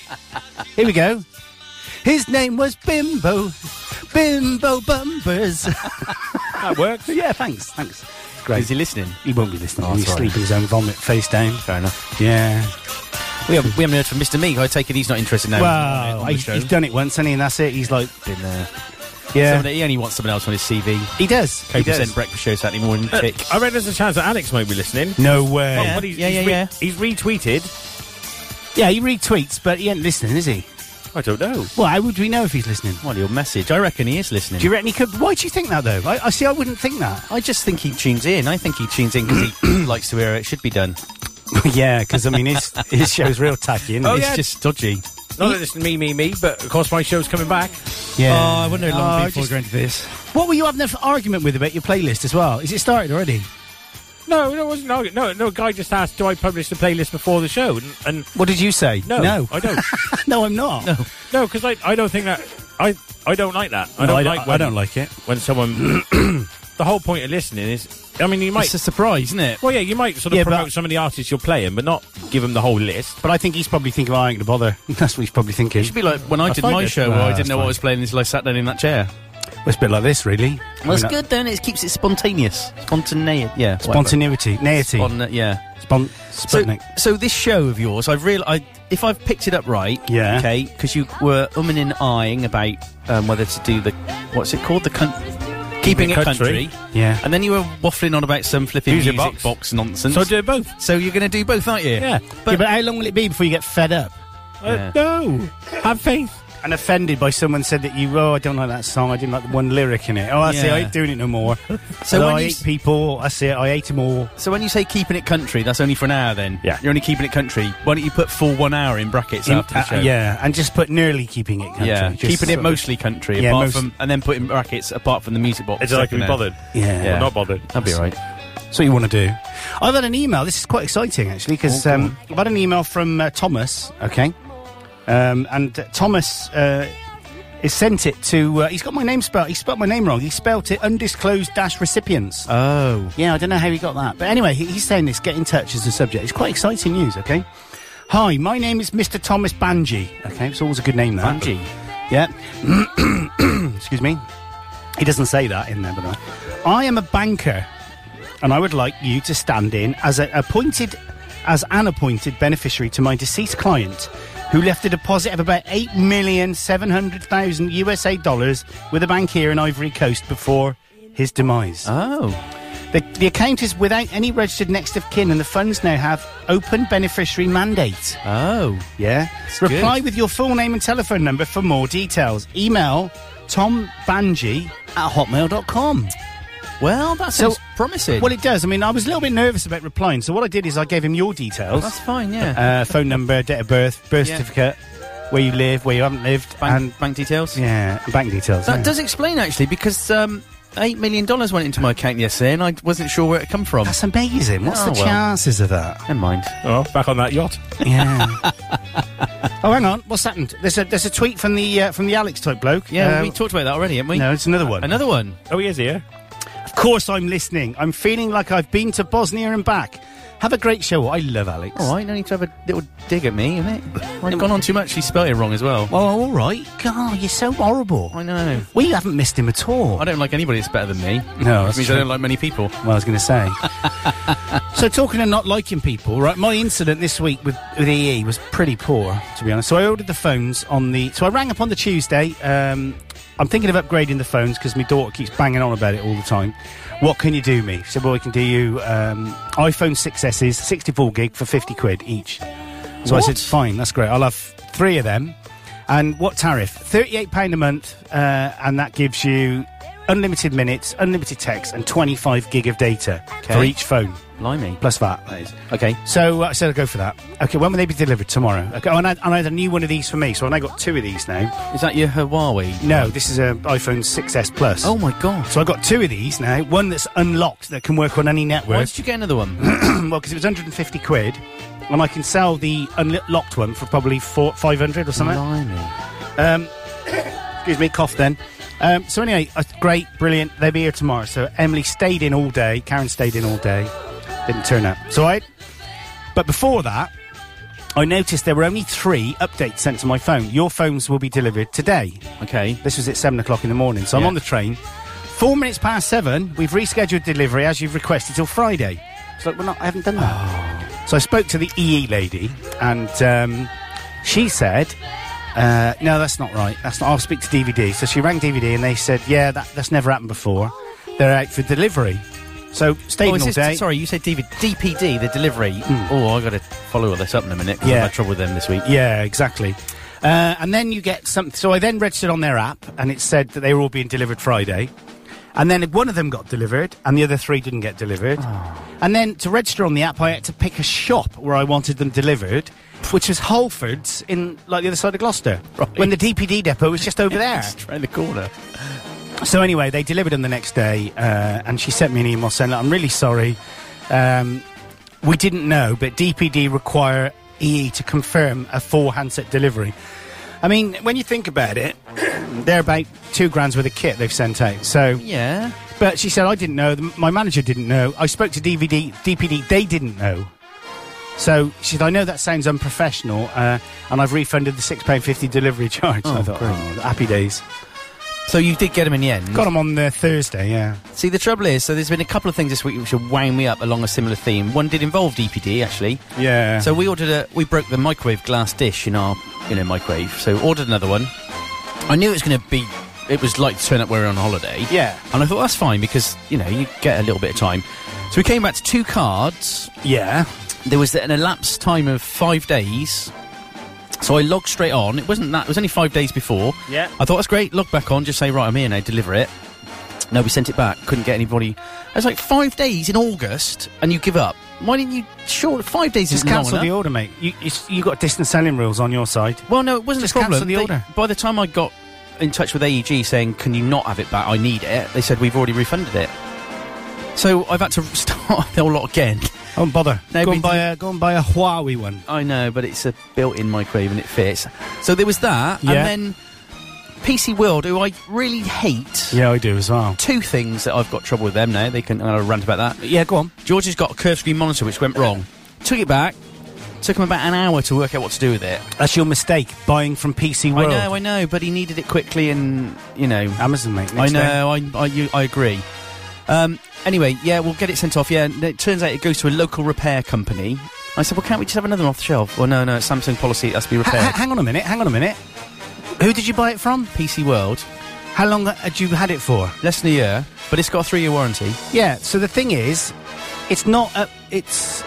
Here we go. His name was Bimbo. Bimbo Bumbers.
That works.
yeah, thanks, thanks. Great.
Is he listening?
He won't be listening.
Oh,
He's
sorry.
sleeping his own vomit, face down.
Fair enough.
Yeah.
We haven't, we haven't heard from Mr. Meek. I take it he's not interested now.
well,
on the
he's,
show.
he's done it once, hasn't he? And that's it. He's like,
Been there.
yeah.
Someone- he only wants someone else on his CV.
He does. He
Coke
does.
Percent breakfast show Saturday morning. Tick.
I read there's a chance that Alex might be listening.
No way.
Oh,
Yeah.
but he's,
Yeah,
he's
yeah,
re-
yeah.
he's retweeted.
he retweets, but he ain't listening, is he?
I don't know.
Well, how would we know if he's listening?
Well, your message. I reckon he is listening.
Do you reckon he could? Why do you think that, though? I, I see. I wouldn't think that.
I just think he tunes in. I think he tunes in because he likes to hear it. should be done.
yeah, because I mean, his his show's real tacky, isn't
Oh,
it?
it's
yeah.
just dodgy.
Not that it's me, me, me, but of course my show's coming back.
Yeah.
Oh, I wonder how long
Oh, I
people
just-
are going to this.
What were you having an argument with about your playlist as well? Is it started already?
No, no, it wasn't. No, no, no. A guy just asked, "Do I publish the playlist before the show?" And, and
What did you say?
no,
no,
I don't.
no, I'm not. No,
no, because I, I don't think that I, I don't like that. I don't like. when,
like it.
when someone. the whole point of listening is, I mean, you might.
It's a surprise, isn't it?
Well, yeah, you might sort of
Yeah, but-
promote some of the artists you're playing, but not give them the whole list.
But I think he's probably thinking, well, I ain't gonna bother. That's what he's probably thinking.
It should be like when I did
find
my
it-
show
No,
where I
that's
didn't know what I
fine.
was playing until I sat down in that chair.
Well, it's a bit like this, really.
Well, it's
I mean, uh,
good, then. It keeps it spontaneous. Spontaneous. Yeah.
Spontaneity, naity,
whatever. Spon- yeah.
spon,
So,
sputnik.
so this show of yours, I've real, I if I've picked it up right,
Yeah.
okay, because you were umming and eyeing about um, whether to do the what's it called, the con- keeping it country.
Country.
Yeah.
and then you were waffling on about some flipping
Music
music,
box.
box. nonsense.
So I do both.
So you're going to do both, aren't you?
Yeah.
yeah, but how long will it be before you get fed up?
Uh,
Yeah.
no, have faith.
and offended by someone said that you, oh, I don't like that song. I didn't like the one lyric in it. Oh, I see.
Yeah.
I ain't doing it no more.
So
so
when
I
you
hate
s-
people. I see. I hate them all.
So when you say keeping it country, that's only for an hour then?
Yeah.
You're only keeping it country. Why don't you put full one hour in brackets
In-
after the
uh,
show?
yeah, and just put nearly keeping it country.
Yeah,
Just
keeping
sort
it
of-
mostly country,
Yeah,
apart
most-
from, and then putting brackets apart from the music box.
It's like I can be
second
bothered.
Yeah.
Or not bothered.
That'd be all right.
That's what you want to do. I've had an email. This is quite exciting, actually, because um, I've had an email from uh, Thomas, okay? Um, and uh, Thomas uh, has sent it to. Uh, he's got my name spelled. He spelled my name wrong. He spelt it undisclosed dash recipients.
Oh,
Yeah, I don't know how he got that. But anyway, he, he's saying this. Get in touch is the subject. It's quite exciting news, okay? Hi, my name is Mr. Thomas Banji. Okay, it's always a good name, that. Banji. Yeah. Excuse me. He doesn't say that in there, by the way. I am a banker, and I would like you to stand in as a appointed, as an appointed beneficiary to my deceased client, who left a deposit of about eight million seven hundred thousand USA dollars with a bank here in Ivory Coast before his demise.
oh,
The, the account is without any registered next of kin, and the funds now have open beneficiary mandate.
oh,
Yeah.
That's
Reply
good.
with your full name and telephone number for more details. Email tombanji at hotmail.com.
well, that
So-
sounds promising.
Well, it does. I mean, I was a little bit nervous about replying, so what I did is I gave him your details
that's fine. Yeah,
uh, phone number, date of birth, birth
Yeah.
certificate, where you live, where you haven't lived,
bank, bank details.
and yeah, and bank details.
That
yeah.
does explain actually because um, eight million dollars went into my account yesterday, and I wasn't sure where it come from.
That's amazing. What's
Oh,
the
well.
chances of that?
Never mind.
Oh, back on that yacht.
Yeah. oh, hang on. What's happened? There's a there's a tweet from the uh, from the Alex type bloke.
Yeah,
Uh,
we talked about that already, haven't we?
no, it's another one.
Another one.
Oh, he is here.
Of course, I'm listening. I'm feeling like I've been to Bosnia and back. Have a great show. I love Alex.
All right, no need to have a little dig at me, isn't it? I've gone on too much. She spelled it wrong as well.
Oh, all right. God, you're so horrible.
I know.
We haven't missed him at all.
I don't like anybody that's better than me.
No,
Which
that's
means
true.
I don't like many people.
Well, I was going to say. so, talking of not liking people, right? My incident this week with, with EE was pretty poor, to be honest. So, I ordered the phones on the. So, I rang up on the Tuesday. Um, I'm thinking of upgrading the phones because my daughter keeps banging on about it all the time. What can you do me? She said, Well, I can do you um, iPhone 6Ss, 64 gig for 50 quid each. So, I said,
What?
Fine, that's great. I'll have three of them. And what tariff? £38 a month, uh, and that gives you unlimited minutes, unlimited text, and 25 gig of data for
Okay.
each phone,
Blimey.
plus that, that is.
Okay.
So uh, I said I'd go for that. Okay, when will they be delivered? Tomorrow. Okay, oh, and, I, and I had a new one of these for me, so I now got two of these now.
Is that your Huawei?
No, this is an iPhone 6S Plus.
Oh my god.
So I got two of these now, one that's unlocked that can work on any network.
Why did you get another one?
well, because it was 150 quid, and I can sell the unlocked one for probably four, 500 or something. Um,
Blimey.
Excuse me, cough then. Um, so anyway, uh, great, brilliant. They'll be here tomorrow. So Emily stayed in all day. Karen stayed in all day. Didn't turn up. So I. But before that, I noticed there were only three updates sent to my phone. Your phones will be delivered today.
Okay.
This was at seven o'clock in the morning. So I'm
Yeah.
on the train. Four minutes past seven. We've rescheduled delivery as you've requested till Friday. It's like, well, not, I haven't done that.
Oh.
So I spoke to the EE lady, and um, she said, uh, "No, that's not right. That's not. I'll speak to DVD." So she rang DVD, and they said, "Yeah, that, that's never happened before. They're out for delivery." So stayed
Oh,
in
is
all
this,
day.
sorry, you said DVD, DPD, the delivery.
Hmm.
Oh, I got to follow all this up in a minute. 'cause
Yeah.
I've had trouble with them this week.
Yeah, exactly. Uh, and then you get something. So I then registered on their app, and it said that they were all being delivered Friday. And then one of them got delivered, and the other three didn't get delivered.
Oh.
And then to register on the app, I had to pick a shop where I wanted them delivered, which was Holford's in like the other side of Gloucester,
Right.
when the DPD depot was just over there.
It's around the corner.
So anyway, they delivered them the next day, uh, and she sent me an email saying, "Look, "I'm really sorry, um, we didn't know, but DPD require EE to confirm a full handset delivery." I mean, when you think about it, they're about two grand's worth of kit they've sent out. So,
Yeah.
but she said, "I didn't know. The- My manager didn't know. I spoke to DVD, DPD. They didn't know." So she said, "I know that sounds unprofessional, uh, and I've refunded the six pound fifty delivery charge." I thought, oh, happy days.
So you did get them in the end.
Got them on the Thursday, yeah.
See, the trouble is, so there's been a couple of things this week which have wound me up along a similar theme. One did involve DPD, actually.
Yeah.
So we ordered a, we broke the microwave glass dish in our, you know, microwave. So ordered another one. I knew it was going to be, it was like to turn up where we are on holiday.
Yeah.
And I thought that's fine because you know you get a little bit of time. So we came back to two cards.
yeah.
There was an elapsed time of five days So I logged straight on. It wasn't that. It was only five days before.
Yeah.
I thought that's great. Log back on. Just say right, I'm here now. Deliver it. No, we sent it back. Couldn't get anybody. I was like five days in August, and you give up. Why didn't you? Sure, five days
Just
is
cancel
long
the
enough.
order, mate. You, you, you got distance selling rules on your side.
Well, no, it wasn't
Just
a problem.
cancel the
They-
order.
by the time I got in touch with AEG saying, "Can you not have it back? I need it," they said we've already refunded it. So I've had to start the whole lot again.
Don't bother.
No,
go
we
and buy a go and buy a Huawei one.
I know, but it's a built-in microwave and it fits. So there was that,
Yeah.
and then PC World, who I really hate.
Yeah, I do as well.
Two things that I've got trouble with them now. They can I'll rant about that.
Yeah, go on.
George has got a curved screen monitor which went wrong. Took it back. Took him about an hour to work out what to do with it.
That's your mistake. Buying from PC World.
I know, I know, but he needed it quickly, and you know,
Amazon, mate.
I
next day.
know, I, I, you, I agree. Um, anyway, yeah, we'll get it sent off. Yeah, and it turns out it goes to a local repair company. I said, well, can't we just have another one off the shelf? Well, no, no, it's Samsung policy, it has to be
Ha-
repaired.
ha- hang on a minute. Hang on a minute. Who did you buy it from?
PC World,
How long had you had it for?
less than a year, but it's got a three-year warranty.
Yeah. So the thing is, it's not. A, it's.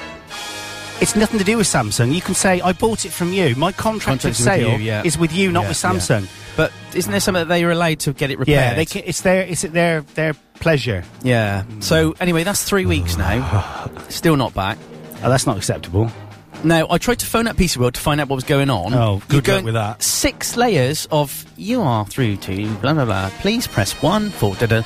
It's nothing to do with Samsung. You can say I bought it from you. My contract
Contract's
of
with
sale
you, yeah.
is with you, not
Yeah,
with Samsung.
But isn't there something that they are allowed to get it repaired?
Yeah, they can, it's their it's at their their pleasure.
Yeah. So anyway, that's three weeks now. Still not back.
Oh, that's not acceptable.
Now, I tried to phone up PC World to find out what was going on.
Oh,
You're
good luck
going
with that.
Six layers of you are through to blah blah blah. Please press one for da da.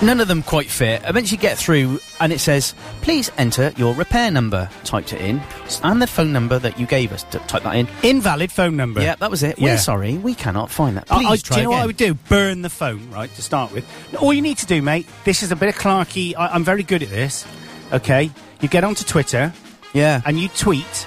None of them quite fit. Eventually, get through, and it says, "Please enter your repair number." Typed it in, and the phone number that you gave us. D- Type that in.
Invalid phone number.
Yeah, that was it.
Yeah.
We're sorry, we cannot find that.
I-
Please
I,
try
do you know
again.
what I would do? Burn the phone, right, to start with. All you need to do, mate, this is a bit of Clarky. I, I'm very good at this, okay? You get onto Twitter
Yeah,
and you tweet.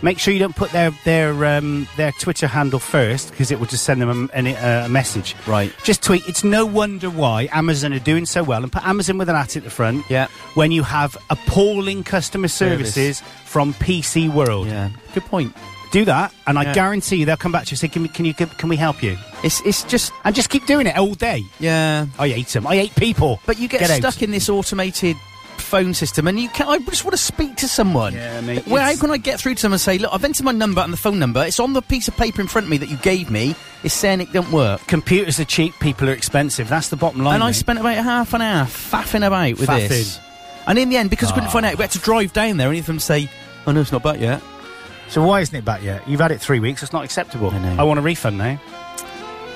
Make sure you don't put their their um, their Twitter handle first because it will just send them a, an, uh, a message.
Right.
Just tweet. It's no wonder why Amazon are doing so well, and put Amazon with an at at the front.
Yeah.
When you have appalling customer
Service.
services from PC World,
yeah. Good point.
do that, and I
Yeah.
guarantee you they'll come back to you and say, "Can, we, can you can we help you?"
It's it's just
And just keep doing it all day.
yeah.
I hate them. I hate people.
But you get,
Get out.
stuck in this automated phone system, and you can I just want to speak to someone.
Yeah, mate,
Well, how
it's-
can I get through to someone and say, look, I've entered my number and the phone number. It's on the piece of paper in front of me that you gave me. It's saying it don't work.
Computers are cheap. People are expensive. That's the bottom line.
and I
mate.
spent about half an hour faffing about with this.
Faffing.
And in the end, because we couldn't find out, we had to drive down there and either of them say, oh, no, it's not back yet.
so why isn't it back yet? You've had it three weeks. It's not acceptable.
I know.
want a refund now.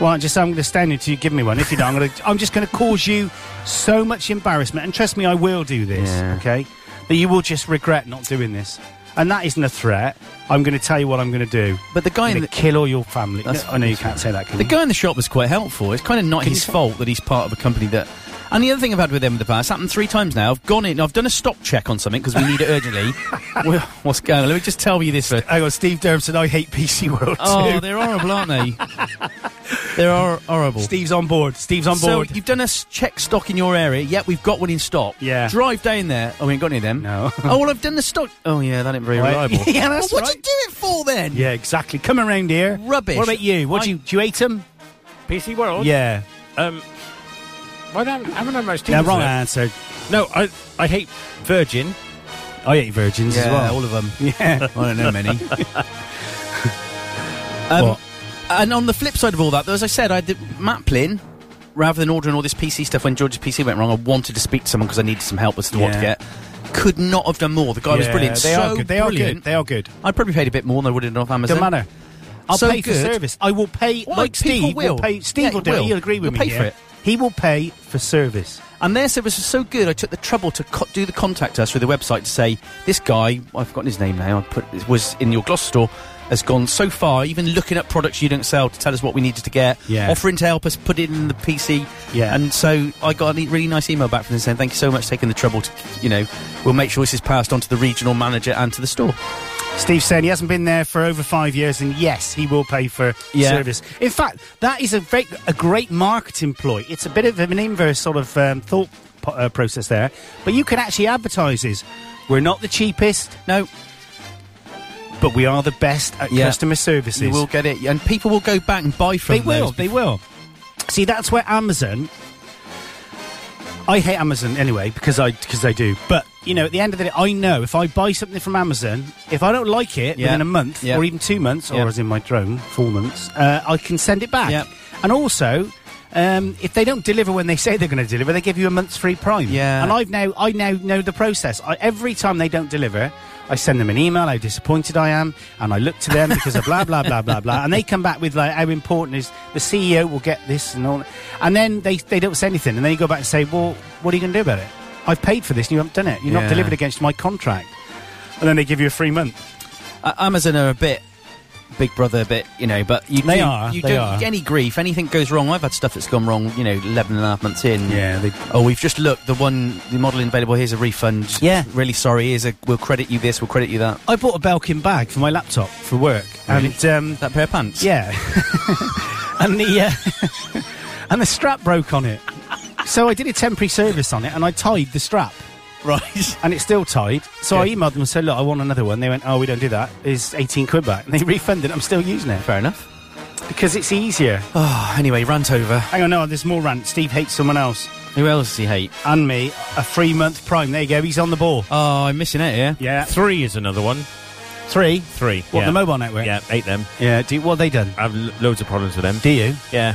Well, I'm just I'm going to stand here till you give me one. If you don't, I'm, going to, I'm just going to cause you so much embarrassment. And trust me, I will do this.
Yeah.
Okay, that you will just regret not doing this. And that isn't a threat. I'm going to tell you what I'm going to do.
But the guy
I'm
in
going
the...
to kill all your family.
That's-
No, I know you can't say that. Can
The
you?
guy in the shop was quite helpful. It's kind of not
Can
his
you say-
fault that he's part of a company that. And the other thing I've had with them in the past happened three times now. I've gone in, I've done a stop check on something because we need it urgently. Well, What's going on? Let me just tell you this. uh,
Hang on, Steve Durham said I hate PC World
Oh,
too.
they're horrible, aren't they? they're hor- horrible.
Steve's on board. Steve's on
So
board.
you've done a s- check stock in your area. Yep, we've got one in stock.
Yeah.
Drive down there. Oh, we ain't got any of them.
No.
oh well, I've done the stock. Oh yeah, that ain't very
Right.
reliable.
Yeah, that's
well, What
right.
you do it for then?
Yeah, exactly. Come around here.
Rubbish.
What about you? What
I-
do you do? You eat them?
PC World?
Yeah.
Um, well, I haven't, I haven't had much
Yeah,
dealings
wrong
with it.
answer.
No, I, I hate Virgin.
I hate virgins as
Yeah,
well.
all of them.
yeah.
I don't know many. um,
What?
And on the flip side of all that, though, as I said, I did Maplin. Rather than ordering all this PC stuff when George's PC went wrong, I wanted to speak to someone because I needed some help as to what to
Yeah.
get. Could not have done more. The guy was
Yeah,
brilliant.
They
so
are good. They
brilliant.
are good. They are good.
I'd probably paid a bit more than I would have done off Amazon.
Don't matter. I'll
So
pay for
good.
service. I will pay.
Well,
like
people
Steve
will.
pay. Steve
Yeah,
will
he
do it.
will.
He'll agree with
He'll pay
me.
for
yeah.
it.
He will pay for service.
And their service was so good, I took the trouble to co- do the contact us through the website to say, this guy, I've forgotten his name now, I put it was in your Gloucester store, has gone so far, even looking at products you don't sell to tell us what we needed to get,
Yeah.
offering to help us put it in the PC.
Yeah.
And so I got a ne- really nice email back from them saying, thank you so much for taking the trouble to, you know, we'll make sure this is passed on to the regional manager and to the store.
Steve's saying he hasn't been there for over five years, and yes, he will pay for
Yeah.
service. In fact, that is a great, a great marketing ploy. It's a bit of an inverse sort of um, thought po- uh, process there, but you can actually advertise this. We're not the cheapest,
No,
but we are the best at
Yeah.
customer services.
you will get it. And people will go back and buy from
they will.
those.
They will. See, that's where Amazon. I hate Amazon anyway because I because they do, but you know, at the end of the day, I know if I buy something from Amazon, if I don't like it
Yeah.
within a month
Yeah.
or even two months,
Yeah.
or as in my drone, four months, uh, I can send it back.
Yeah.
And also, um, if they don't deliver when they say they're going to deliver, they give you a month's free Prime.
Yeah.
And I've now, I now know the process. I, every time they don't deliver, I send them an email how disappointed I am, and I look to them because of blah blah blah blah blah, and they come back with like how important is the CEO will get this and all, that. and then they they don't say anything, and then you go back and say, well, what are you going to do about it? I've paid for this, and you haven't done it. You're
Yeah.
not delivered against my contract, and then they give you a free month.
Uh, Amazon are a bit Big Brother, a bit you know, but you
They
do,
are,
You
they
don't
are.
get any grief. Anything goes wrong, I've had stuff that's gone wrong. You know, 11 and a half months in.
Yeah, they-
Oh, we've just looked. The one, the model available. Here's a refund.
Yeah.
Really sorry. Here's a. We'll credit you this. We'll credit you that.
I bought a Belkin bag for my laptop for work, and um,
That pair of pants.
Yeah. and the uh, and the strap broke on it. So I did a temporary service on it and I tied the strap
Right.
and it's still tied. So I
Okay.
emailed them and said, Look, I want another one. They went, Oh, we don't do that. It's 18 quid back. And they refunded it. I'm still using it
Fair enough.
because it's easier.
Oh, anyway, rant over.
Hang on, no, there's more rant. Steve hates someone else
Who else does he hate?
and me. A three month prime. There you go. He's on the ball.
Oh, I'm missing out here.
Yeah.
Three is another one.
Three.
Three.
What,
yeah.
the mobile network?
Yeah, ate them.
Yeah. Do, what have they done?
I have l- loads of problems with them.
Do you?
Yeah.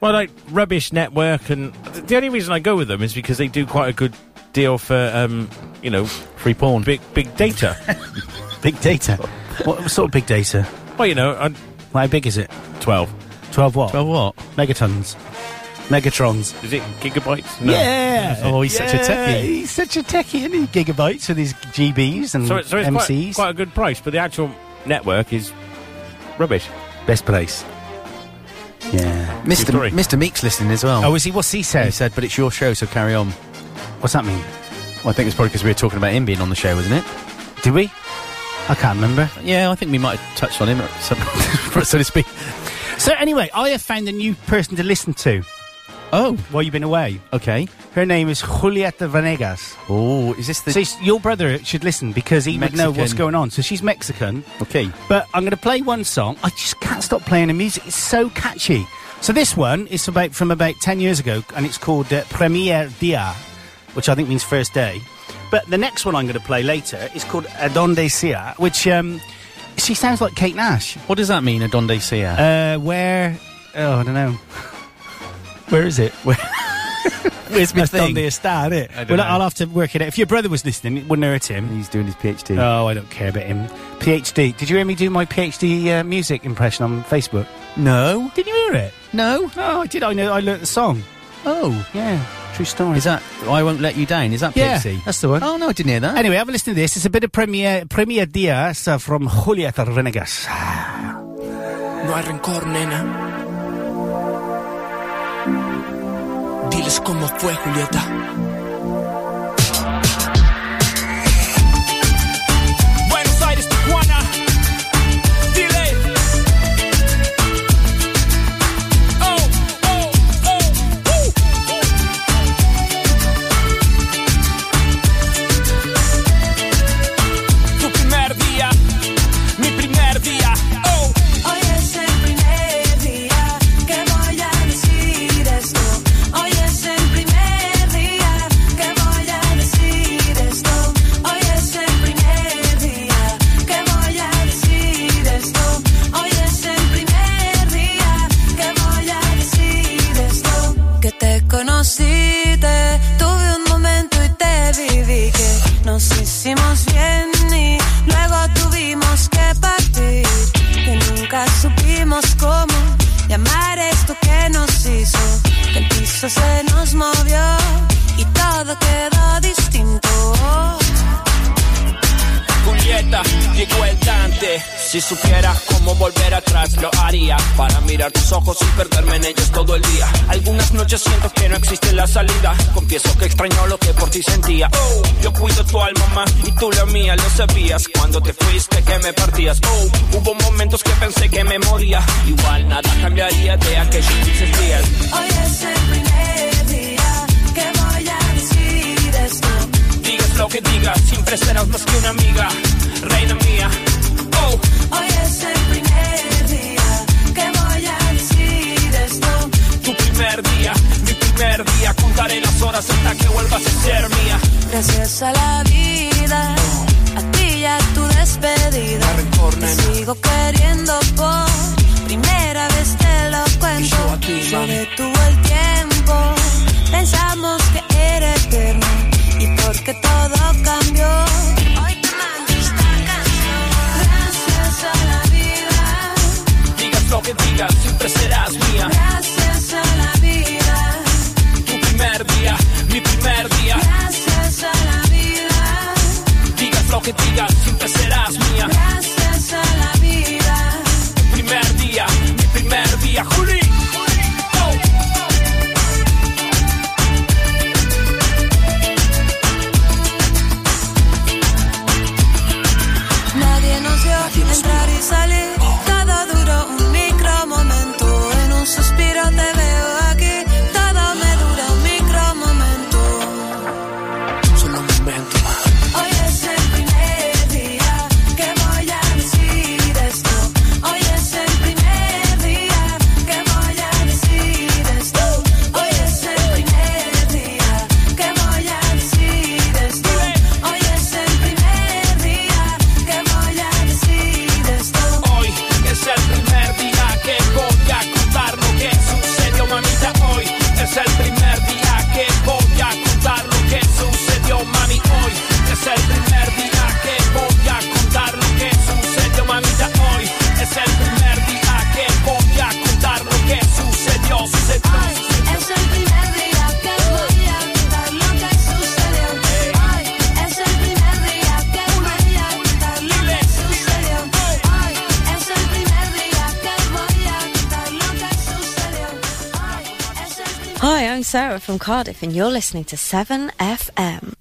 Well, like rubbish network, and th- the only reason I go with them is because they do quite a good deal for, um, you know,
Free porn.
big big data.
Big data. what sort of big data?
well, you know, i
How big is it?
12.
12 what?
Well, what?
Megatons. Megatrons.
Is it gigabytes? No.
Yeah.
Oh, he's such a techie.
He's such a techie, isn't he? Gigabytes with his GBs and
So, it- so it's quite,
MCs.
quite a good price, but the actual network is rubbish.
Best place. Yeah.
Mr.
story.
Mr. Meeks listening as well.
Oh, is he? What's he
he
said?
said, but it's your show, so carry on.
What's that mean?
Well, I think it's probably because we were talking about him being on the show, wasn't it?
Did we? I can't remember.
Yeah, I think we might have touched on him, so, so to speak.
So anyway, I have found a new person to listen to
Oh,
while you've been away.
okay.
Her name is Julieta Venegas.
Oh, is this the
So s- your brother should listen because he would know what's
Mexican.
going on. So she's Mexican.
okay?
But I'm going to play one song. I just can't stop playing the music. It's so catchy. So this one is about from about ten years ago, and it's called uh, Premier Dia, which I think means first day. But the next one I'm going to play later is called Adonde Sia, which um, she sounds like Kate Nash.
What does that mean, a donde sia?
Uh, where? Oh, I don't know. Where is it? Where?
Where's my thing?
Adonde Sia, isn't it?
I don't
Well,
know.
I'll have to work it out. If your brother was listening, it wouldn't hurt him.
He's doing his PhD.
Oh, I don't care about him. PhD. Did you hear me do my PhD uh, music impression on Facebook?
no,
Did you hear it?
no.
Oh, I did. I know. I learnt the song.
Oh,
Yeah, true story.
is that I won't let you down? Is that
yeah?
Pixie?
That's the one.
Oh no, I didn't hear that.
Anyway, have a listen to this. It's a bit of Premier Premier Diaz uh, from Julieta Venegas.
No hay rencor, nena. Diles cómo fue, Julieta.
Buenos Aires, Tijuana. Dile. Oh, oh, oh, oh, oh. Tu primer día, mi primer día. Oh,
Hoy es el primer día que voy a decir esto. Hoy es el primer día que voy a decir esto. Hoy es el primer día que voy a decir esto. Hoy es el primer día que voy a decir esto. Que te conocí, te tuve un momento y te viví. Que nos hicimos bien y luego tuvimos que partir. Que nunca supimos cómo llamar esto que nos hizo. Que el piso se nos movió y todo quedó distinto.
Julieta, llegó el Dante. Si supieras cómo volver atrás, lo haría. Para mirar tus ojos y perderme en ellos todo el día. Algunas noches siento que no existe la salida. Confieso que extraño lo que por ti sentía. Oh, yo cuido tu alma más y tú la mía, lo sabías. Cuando te fuiste que me partías. Oh, hubo momentos que pensé que me moría. Igual nada cambiaría de aquellos dulces días.
Hoy es el primer día que voy a decir esto.
Digas lo que digas, siempre serás más que una amiga. Reina mía. Oh.
Hoy es el primer día que voy a decir esto.
tu primer día, mi primer día. Contaré las horas hasta que vuelvas a ser mía.
gracias a la vida, a ti ya tu despedida. Te sigo queriendo por primera vez te lo cuento. Se detuvo el tiempo, pensamos que era eterno y porque todo cambió. Hoy te mando esta canción, gracias a la vida.
Digas lo que digas, siempre serás mía.
Gracias a la vida,
Tu primer día, mi primer día.
gracias a la vida,
Digas lo que digas, siempre serás mía.
gracias a la vida.
Tu primer día, mi primer día. Juli. Oh.
Nadie nos dio entrar y salir. Todo duró un micro momento. En un suspiro te veo aquí. Todo me dura un micro momento.
Solo un momento más.
Hoy es el primer día que voy a decir esto. Hoy es el primer día que voy a decir esto. Hoy es el primer día que voy a decir esto. Hoy es el primer día que voy a decir esto.
Hoy es el primer día que voy a contar lo que sucedió, mamita. Hoy es el primer día que voy a contar lo que sucedió, mami. Hoy es el primer día que voy a contar lo que sucedió, mamita. Hoy es el primer día que voy a contar lo que sucedió, sucedió.
Hoy es el primer día que voy a contar lo que sucedió. Hoy es el primer día que voy a contar lo que sucedió. Hoy es el primer día que voy a contar lo que sucedió. Hoy es el primer
Hi, I'm Sarah from Cardiff, and you're listening to 7FM.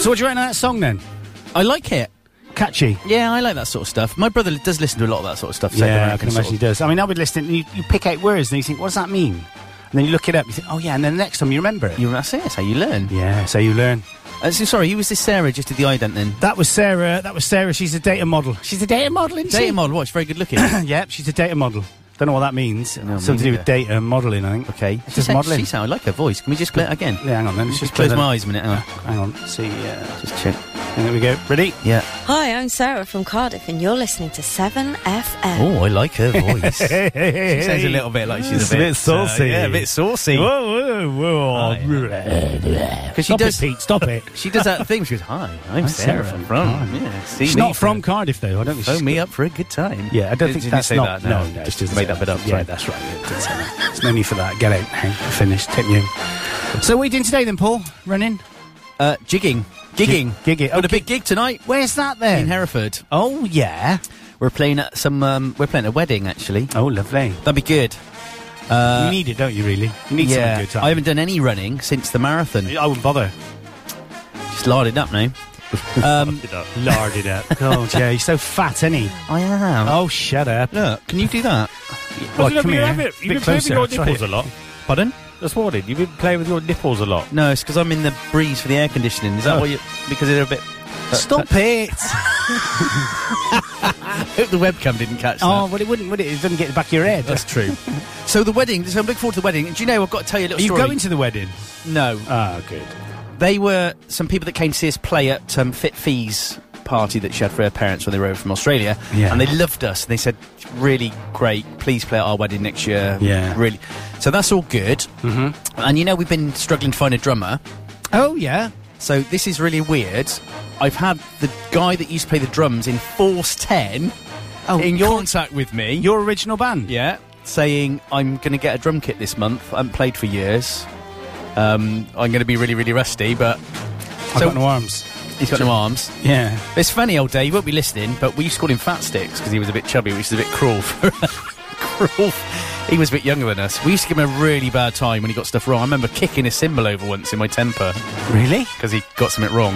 So what do you reckon of that song then?
I like it.
Catchy.
Yeah, I like that sort of stuff. My brother does listen to a lot of that sort of stuff. South
yeah, I
American
can imagine
sort
he
of-
does. I mean, I'll be listening. And you, you pick out words, and you think, what does that mean? And then you look it up. You think, oh yeah. And then the next time you remember it.
You, that's it. That's how you learn.
yeah. So you learn.
Uh, so sorry, who was this Sarah just did the ident then?
That was Sarah. That was Sarah. She's a data model. She's a data model, isn't
Data model. Watch, very good looking.
she? yep. She's a data model. Don't know what that means.
No, me
Something to do with
neither.
data modeling, I think.
okay.
It's
She
just
sound-
modelling.
She sound. I like her voice. Can we just play it again?
Yeah, hang on then. Let's
Just
just
close
play
my
that.
eyes a minute. Hang on.
Hang on. See. Uh,
Just check.
and there we go. Ready?
Yeah.
Hi, I'm Sarah from Cardiff, and you're listening to 7FM.
Oh, I like her voice.
Hey, hey, hey,
She sounds a
hey.
little bit like she's
It's
a
a
bit,
bit saucy.
uh, yeah, a bit saucy.
Whoa, whoa, whoa.
Because she
Oh, Stop
does.
it, Pete. Stop it.
She does that thing. She goes, "Hi, I'm,
I'm
Sarah,
Sarah from
from
Cardiff."
yeah, see
She's
me
not
for-
from Cardiff, though. I don't think she's
Phone me up for a good time.
Yeah, I don't
Did-
think
did
that's
you say
not.
that.
No, no, it's just
made that bit up.
Yeah,
sorry.
that's right. yeah, that's right. There's no need for that. Get out, Hank. Finish. Take me home. So, what are you doing today, then, Paul? Running?
Uh, jigging, gigging,
Gig- gigging.
Got a
Okay.
big gig tonight
Where's that then?
in Hereford.
Oh yeah.
We're playing at some. Um, we're playing at a wedding actually.
Oh, lovely.
That'd be good.
you need it, don't you? Really? You need
Uh, yeah,
some good time.
I haven't done any running since the marathon.
I wouldn't bother.
Just larded up now. Um,
Lard it up. God, yeah. He's so fat, isn't he?
I am.
Oh, shut up.
Look, can you do that?
Well,
Well,
come
you
here.
have it.
Bit
You've been playing with
closer.
your
Try
nipples
it.
a lot.
Pardon?
That's what I did. You've been playing with your nipples a lot.
No, it's because I'm in the breeze for the air conditioning. Is that
Oh.
why you? Because they're a bit.
Stop it!
Hope the webcam didn't catch that.
oh, well, it wouldn't, would it? It doesn't get the back of your head.
That's true. so the wedding. So I'm looking forward to the wedding. Do you know? I've got to tell you a
Are
little
you
story.
going to the wedding?
No,
Ah, good.
they were some people that came to see us play at um, Fit Fee's party that she had for her parents when they were over from Australia,
Yeah.
and they loved us. And they said, "Really great, please play at our wedding next year."
Yeah.
really. So that's all good. Mm-hmm. And you know, we've been struggling to find a drummer.
Oh, yeah.
So this is really weird. I've had the guy that used to play the drums in Force Ten
Oh,
in contact with me.
Your original band?
Yeah, saying I'm going to get a drum kit this month. I haven't played for years. Um, I'm going to be really, really rusty, but
I've
So-
got no arms.
he's got no arms.
Yeah.
It's funny, old Dave. He won't be listening, but we used to call him Fat Sticks because he was a bit chubby, which is a bit cruel. For cruel. He was a bit younger than us. We used to give him a really bad time when he got stuff wrong. I remember kicking a cymbal over once in my temper
Really?
because he got something wrong.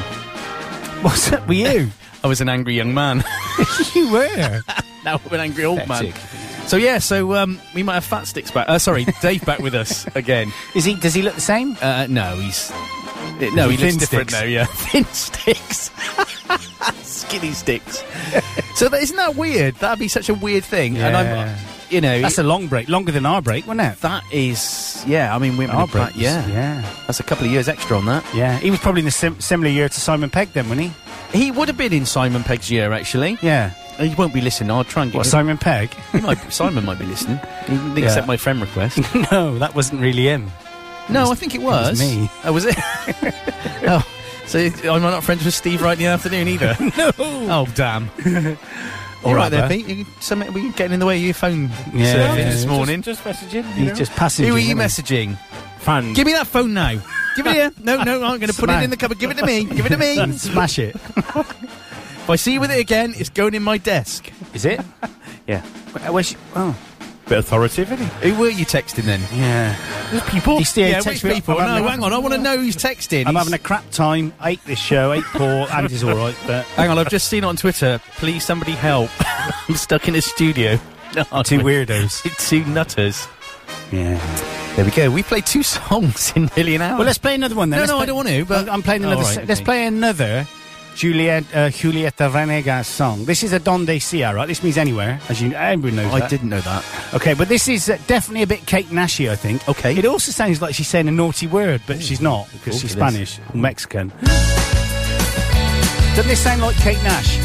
What's up with you?
I was an angry young man.
you were.
now I'm an angry old man.
Pathetic.
So yeah, so um, we might have Fat Sticks back. Uh, sorry, Dave back with us again.
Is he? Does he look the same?
Uh, no, he's. No, he
Thin
looks different
sticks.
now, yeah. Thin sticks. Skinny sticks. so that, isn't that weird? That'd be such a weird thing. And
Yeah.
I'm, you know,
That's a long break, longer than our break, wasn't it?
That is, yeah. I mean, we
our break.
yeah,
yeah.
That's a couple of years extra on that.
Yeah, he was probably in a sim- similar year to Simon Pegg then, wasn't
he? He would have been in Simon Pegg's year, actually.
Yeah.
He won't be listening. I'll try and get
What,
him-
Simon Pegg?
He might- Simon might be listening. He didn't
Yeah.
accept my friend request.
no, that wasn't really him.
No, I think it was.
me.
Oh, was it? oh, so I'm not friends with Steve right in the afternoon either.
no.
Oh, damn. All
All
right
right,
there,
bud.
Pete. You, some, were you getting in the way of your phone
Yeah,
service
yeah,
this
yeah.
morning?
Just, just messaging.
you
He's
know?
just passaging,
Who are you
isn't
messaging?
Fan.
Give me that phone now. Give it here. No, no, I'm going to put it
Smash.
in the cupboard. Give it to me. Give it to me.
Smash it.
If I see you with it again, it's going in my desk.
Is it?
Yeah.
I wish. Oh,
Bit authoritative, isn't
Who were you texting then?
yeah.
People.
He still
yeah,
texts
which
me.
people?
I'm having
No,
a-
hang on. I want to know who's texting.
I'm
He's-
having a crap time. I hate this show. I hate poor. Andy's all right, but
Hang on, I've just seen it on Twitter. Please, somebody help. I'm stuck in a studio. No,
two weirdos.
two nutters.
Yeah.
There we go. We played two songs in nearly an hour.
Well, let's play another one then.
Oh. No,
Let's
no, I
play-
don't want to, but-
I'm- I'm playing
Oh,
another.
all
se-
right,
Let's
okay.
play another Juliet uh, Julieta Venegas song. This is a Donde Sia, right? This means anywhere, as you everyone knows.
I
that.
didn't know that.
Okay, but this is uh, definitely a bit Kate Nashy, I think.
Okay.
It also sounds like she's saying a naughty word, but she's not
course
because she's
it is.
Spanish or Mexican. Doesn't this sound like Kate Nash?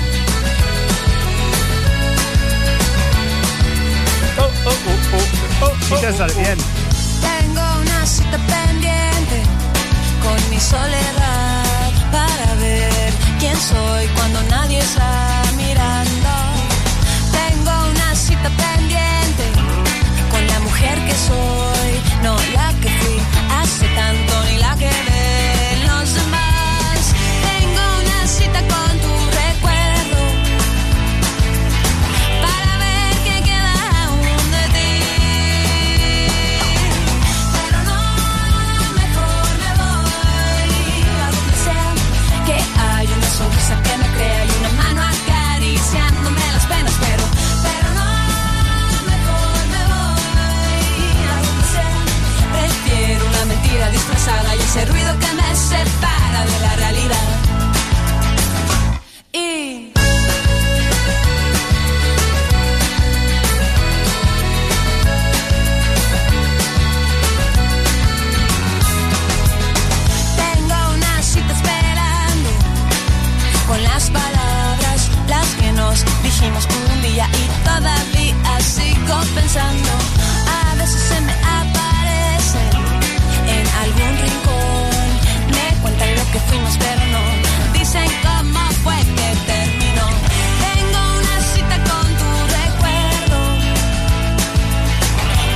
Oh,
She does that at the end.
Tengo una cita pendiente con mi soledad para ver quién soy cuando nadie está mirando. Tengo una cita pendiente con la mujer que soy, no la que fui hace tanto ni la que ven los demás. Tengo una cita con tu recuerdo para ver qué queda aún de ti. Pero no, mejor me voy a donde sea que hay una sonrisa que me crea y una mano acariciándome las penas. Pero, pero no, mejor me voy a donde sea. Prefiero una mentira disfrazada y ese ruido que me separa de la realidad. Y Tengo una cita esperando con las palabras, las que nos dijimos un día y todavía sigo pensando. A veces se me aparecen en algún rincón, me cuentan lo que fuimos pero no dicen cómo fue que terminó. Tengo una cita con tu recuerdo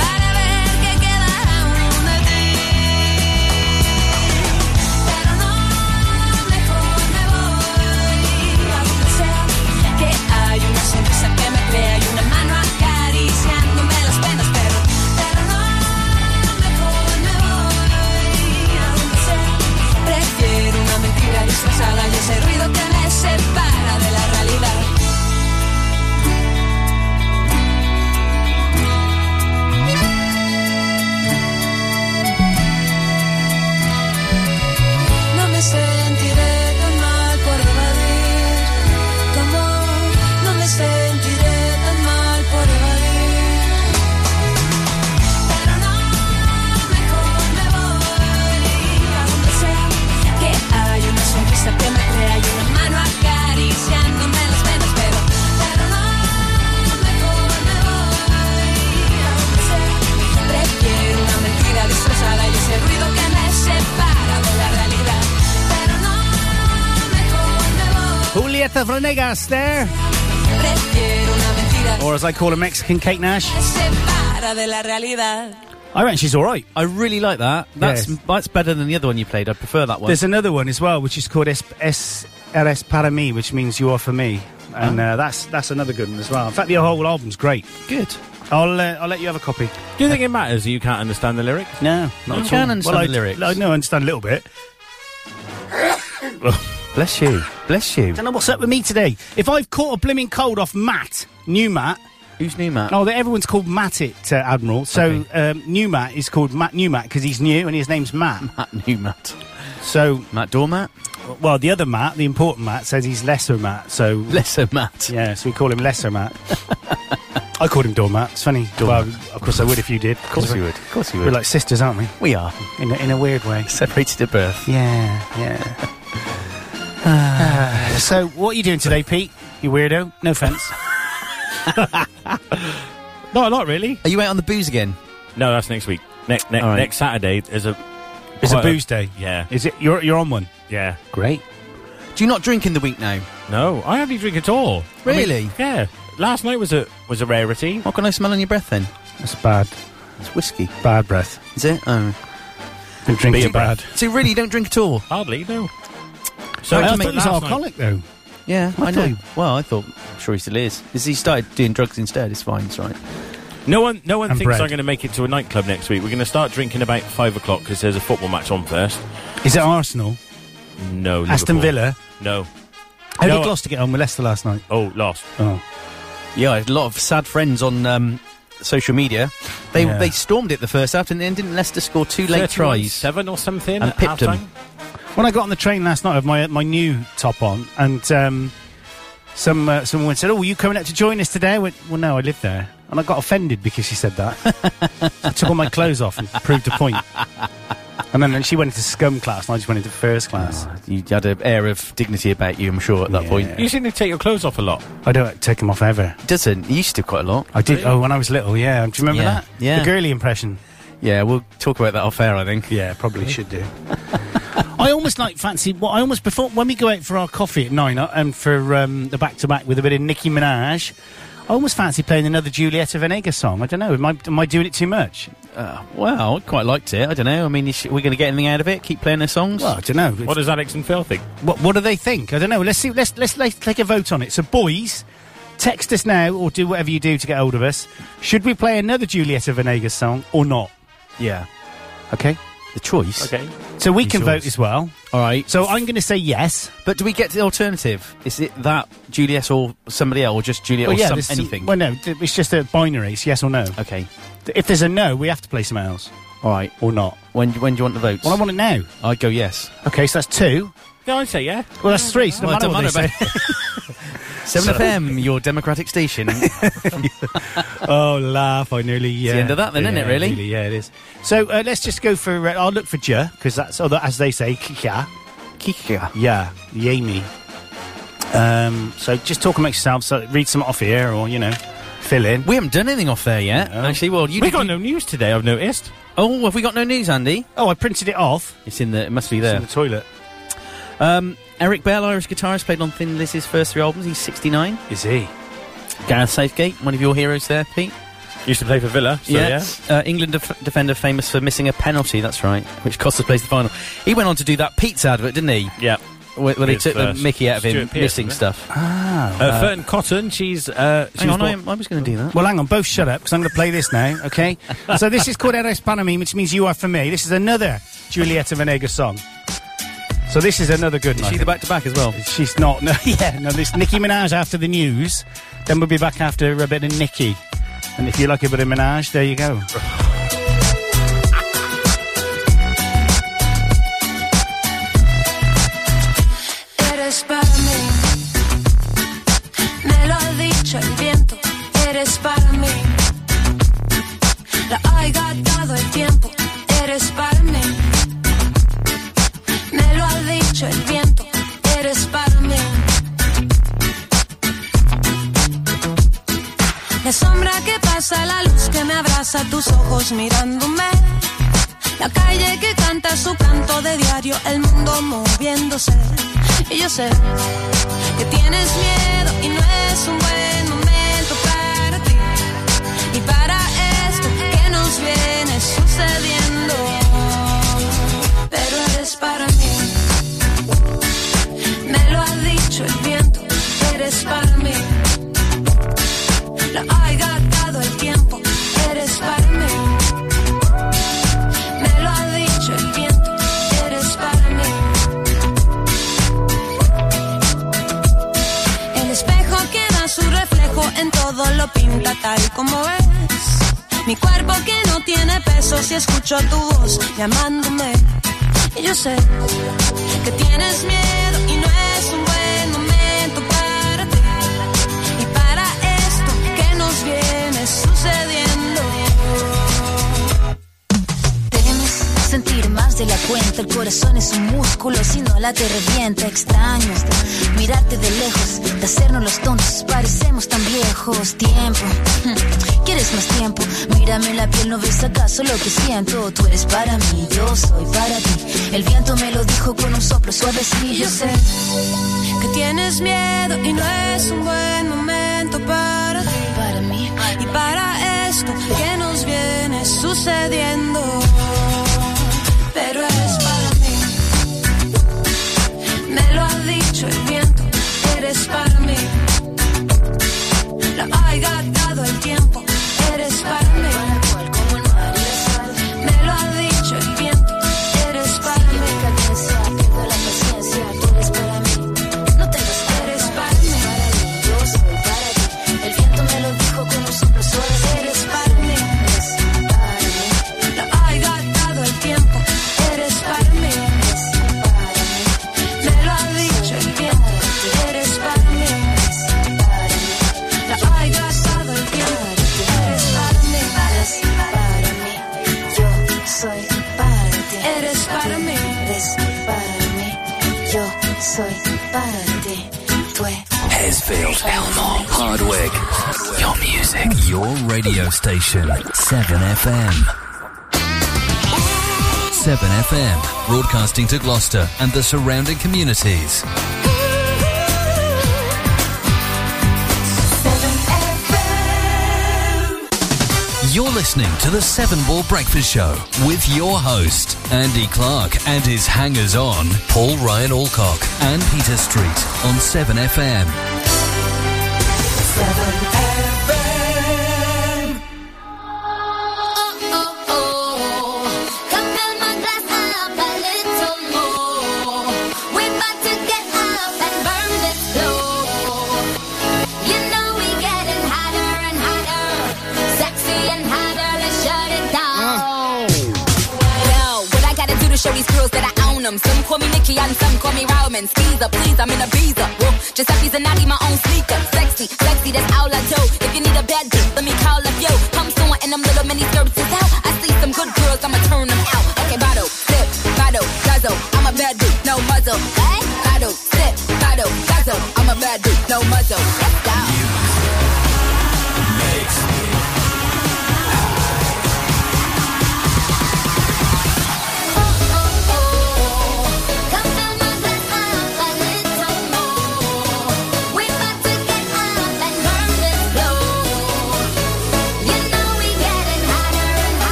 para ver qué queda aún de ti. Pero no, mejor me voy a donde sea que hay una sonrisa que me crea y una mano acariciándome las penas. Pero, pero no, mejor me voy a donde sea. Prefiero una mentira disfrazada y ese ruido que me separa de la realidad. No me sentiré tan mal por evadir tu amor. No me sentiré tan mal por evadir. Pero no, mejor me voy a donde sea que hay una sonrisa que me crea y una mano acariciándome las penas. Pero, pero no, mejor me voy a donde sea. Prefiero una mentira disfrazada y ese ruido que me separa de la realidad. Pero no, mejor me voy.
Julieta Venegas there,
Prefiero una mentira
or as I call a Mexican Kate Nash.
que me separa de la realidad.
I reckon she's all right.
I really like that. That's
Yes.
that's better than the other one you played. I prefer that one.
There's another one as well, which is called S- SRS Para Mi, which means you are for me, and uh, that's that's another good one as well. In fact, the whole album's great.
good.
I'll uh, I'll let you have a copy.
Do you think it matters that you can't understand the lyrics?
No,
not You at can all. understand
I,
the lyrics.
I know, I understand a little bit.
Bless you. Bless you.
Don't know what's up with me today. If I've caught a blooming cold off Matt, new Matt.
Who's new, Matt?
Oh, that everyone's called Matt it, uh, Admiral. So um, new Matt is called Matt New Matt because he's new and his name's Matt.
Matt, new Matt.
So
Matt Doormat.
well, the other Matt, the important Matt, says he's lesser Matt. So
lesser Matt.
Yeah, so we call him lesser Matt. I called him doormat. It's funny. Well, of course I would if you did. Of
course you would. Of course you
We're
would.
like sisters, aren't we?
We are.
In a, in a weird way.
Separated at birth.
Yeah, yeah. Ah, so, what are you doing today, Pete? You weirdo. No offence.
No, not really.
Are you out on the booze again?
No, that's next week. Next ne-
All right.
next Saturday is a
It's a
quite
booze day.
Yeah,
Is it? You're you're on one.
yeah.
Great. Do you not drink in the week now?
No, I hardly drink at all. I mean,
Really?
yeah. Last night was a was a rarity.
What can I smell on your breath then?
That's bad.
It's whiskey.
Bad breath.
Is it? Oh.
Been drinking
Beer
bad.
So really, you don't drink at all?
Hardly no. So
I
just
thought
like
he was
last night-
alcoholic though.
Yeah, I,
I
know.
thought-
Well, I thought, I'm sure he still is. Is he started doing drugs instead? It's fine, it's right.
No one, no one
And
thinks
bread.
I'm going to make it to a nightclub next week. We're going to start drinking about five o'clock because there's a football match on first.
Is it Arsenal?
No,
Aston
Liverpool.
Villa.
No.
How
No,
did Gloucester get on with Leicester last night?
Oh, lost.
Oh,
Yeah, I had a lot of sad friends on um, social media. They
Yeah.
they stormed it the first half, and then didn't Leicester score two late
31-7
tries?
or something.
And
at
pipped 'em.
halftime.
when I got on the train last night with my my new top on, and um, some uh, some woman said, "Oh, were you coming out to join us today?" I went, "Well, no, I live there," and I got offended because she said that. so I took all my clothes off and proved a point. And then she went into scum class, and I just went into first class.
Ah, You had an air of dignity about you, I'm sure, at that
Yeah.
point.
You seem to take your clothes off a lot.
I don't take them off ever.
It doesn't. You used to quite a lot.
I did. Oh, when I was little, yeah. Do you remember
Yeah,
that?
yeah.
The girly impression.
Yeah, we'll talk about that off air, I think.
Yeah, probably should do. I almost like fancy. What I almost before when we go out for our coffee at nine uh, and for um, the back to back with a bit of Nicki Minaj. I almost fancy playing another Julieta Venegas song. I don't know. Am I, am I doing it too much?
Uh, well, I quite liked it. I don't know. I mean, is, we're going to get anything out of it? Keep playing their songs?
Well, I don't know.
What does Alex and Phil think?
What, what do they think? I don't know. Let's see. Let's, let's let's take a vote on it. So, boys, text us now or do whatever you do to get hold of us. Should we play another Julieta Venegas song or not?
yeah.
Okay.
The choice.
Okay.
So we can
yours.
vote as well.
All right.
So I'm going to say yes.
But do we get the alternative? Is it that Juliet or somebody else, or just Juliet or some,
there's some-
anything?
well, no, th- it's just a binary. It's yes or no.
okay.
If there's a no, we have to play something else
All right.
or not.
When when do you want the votes?
Well, I want it now.
I go yes.
Okay, so that's two.
Yeah, I'd say yeah.
Well, that's three. So no
Well, it
matter what
don't
they
matter
say.
Seven FM, your democratic station. That's
oh, laugh! I nearly. Yeah.
the end of that then,
yeah,
isn't it, really?
Yeah, it is. So uh, let's just go for. Uh, I'll look for J because that's although, as they say, yeah, yeah, yamey. Um, so just talk amongst yourselves. So read some off here, or you know, fill in.
we haven't done anything off there yet.
No.
Actually, well, you
We
did-
got no news today. I've noticed.
Oh, have we got no news, Andy?
Oh, I printed it off.
It's in the. It must be
It's
there.
in the toilet.
Um, Eric Bell, Irish guitarist, played on Thin Lizzy's first three albums. He's 69.
Is he?
Gareth Southgate, one of your heroes there, Pete.
Used to play for Villa. So yeah.
Uh, England def- defender famous for missing a penalty, that's right, which cost us place the final. He went on to do that pizza advert, didn't he?
Yeah.
Where, where they
His
took the
first.
mickey out of him,
uh, Stuart Pearce,
missing
wasn't it?
stuff.
Uh, Fern Cotton. She's. Uh, she
Ah, Hang
was
on, I,
born-
am- I was going to do that.
Well, hang on, both shut up because I'm going to play this now, okay? so this is called Eres Para Mi, which means you are for me. This is another Julieta Venegas song. So this is another good one.
See the back to back as well.
She's not. No, yeah, no, this Nicki Minaj after the news. Then we'll be back after a bit of Nicki. And if you like a bit of Minaj, there you go.
Eres para mí, me lo ha dicho el viento, eres para mí. La ha gastado el tiempo, eres para mí. Me lo ha dicho el viento, eres para mí. La sombra que pasa, la luz que me abraza, tus ojos mirándome. La calle que canta su canto de diario, el mundo moviéndose. Y yo sé que tienes miedo y no es un buen momento para ti. Y para esto que nos viene sucediendo. Pero eres para mí. Me lo ha dicho el viento, eres para mí. Lo ha gastado el tiempo, eres para mí. Me lo ha dicho el viento, eres para mí. El espejo que da su reflejo en todo lo pinta tal como es. Mi cuerpo que no tiene peso si escucho tu voz llamándome. Y yo sé que tienes miedo y no es un buen momento para ti. Y para esto que nos viene sucediendo.
Temes sentir más de la cuenta, el corazón es un músculo, si no la te revienta, extraño mirarte de lejos, de hacernos los tontos, parecemos tan viejos, tiempo, hmm, quieres más tiempo, mírame la piel, no ves acaso lo que siento, tú eres para mí, yo soy para ti, el viento me lo dijo con un soplo suave, sí,
Y yo sé que tienes miedo y no es un buen momento para ti. Para mí. Y para esto que nos viene sucediendo. Pero es para mí. Me lo ha dicho el viento, eres para mí. Lo ha dado el tiempo, eres para mí. Me lo ha dicho el viento, eres para mí. Tengo la paciencia, tú eres para mí. No te lo eres para mí. Yo soy para ti. El viento me lo dijo con un soplo suave. Eres para mí. Lo ha dado el tiempo, eres para mí. Me lo ha dicho el tiempo, eres para mí. La ha gastado el tiempo, eres para mí. para mí, yo soy para ti. Eres para mí. Eres para mí, yo soy para ti. Tú
Hesfield, Elmore, Hardwick. Your music. Your radio station. 7FM. 7FM, broadcasting to Gloucester and the surrounding communities. You're listening to the Seven Ball Breakfast Show with your host, Andy Clark, and his hangers on, Paul Ryan Alcock and Peter Street on 7FM.
Yo, what I gotta do to show these girls that I own them. Some call me Nicki and some call me Railman. Skeezer, please, I'm in a visa. Woo, Giuseppe's and Naughty, my own sneaker. Sexy, sexy, that's all I do. If you need a bad bitch, let me call up yo. Come soon and them little mini skirts is out. I see some good girls, I'ma turn them out. Okay, bottle, sip, bottle, guzzle. I'm a bad dude, no muzzle. What? Bottle, sip, bottle, guzzle. I'm a bad dude, no muzzle. Let's go.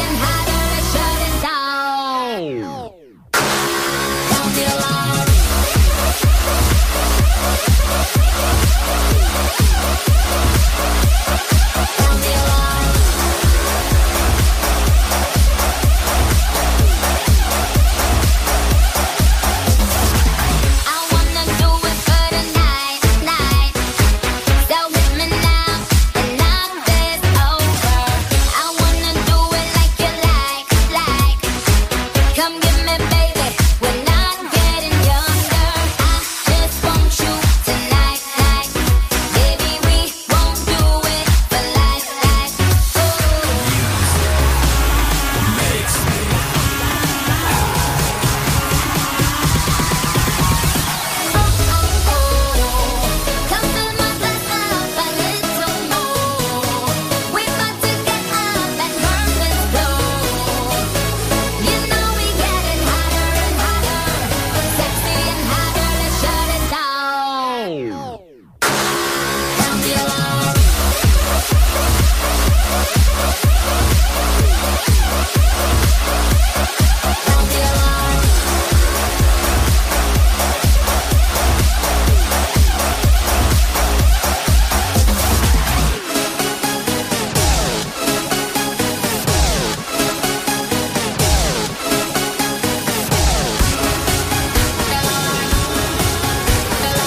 eres para mí.
Mm.
oh,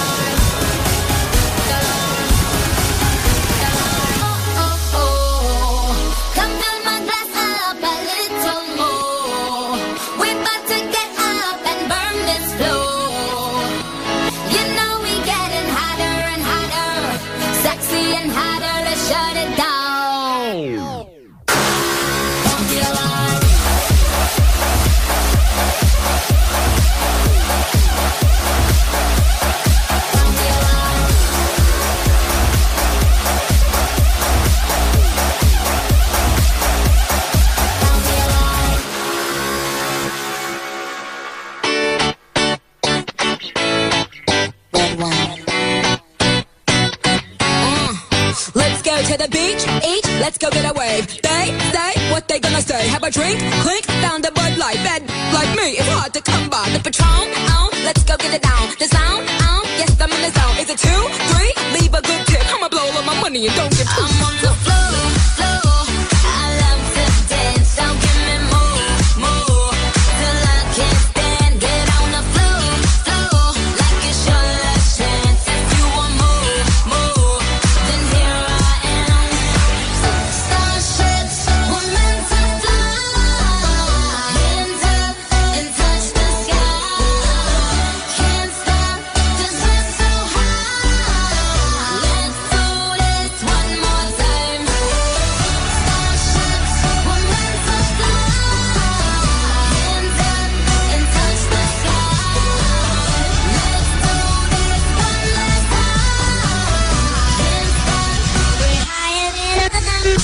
Go to the beach, eat, let's go get a wave. They say what they gonna say. Have a drink, clink, found a Bud Light. Bad like me, it's hard to come by. The Patron, on, let's go get it down. The sound, on, yes, I'm in the zone. Is it two, three? Leave a good tip. I'ma blow all my money and don't give two. I'm on the floor, floor. I love to dance, don't give me more, more. Till I can't stand, get on the floor, floor. Like it's your last chance. If you want more, more, then here I am. Starships were meant to fly. Hands up and touch the sky. Can't stop, 'cause we're so high. Let's do this one more time. Starships were meant to fly. Hands up and touch the sky. Let's do this one last time. Can't stop, we're higher than down.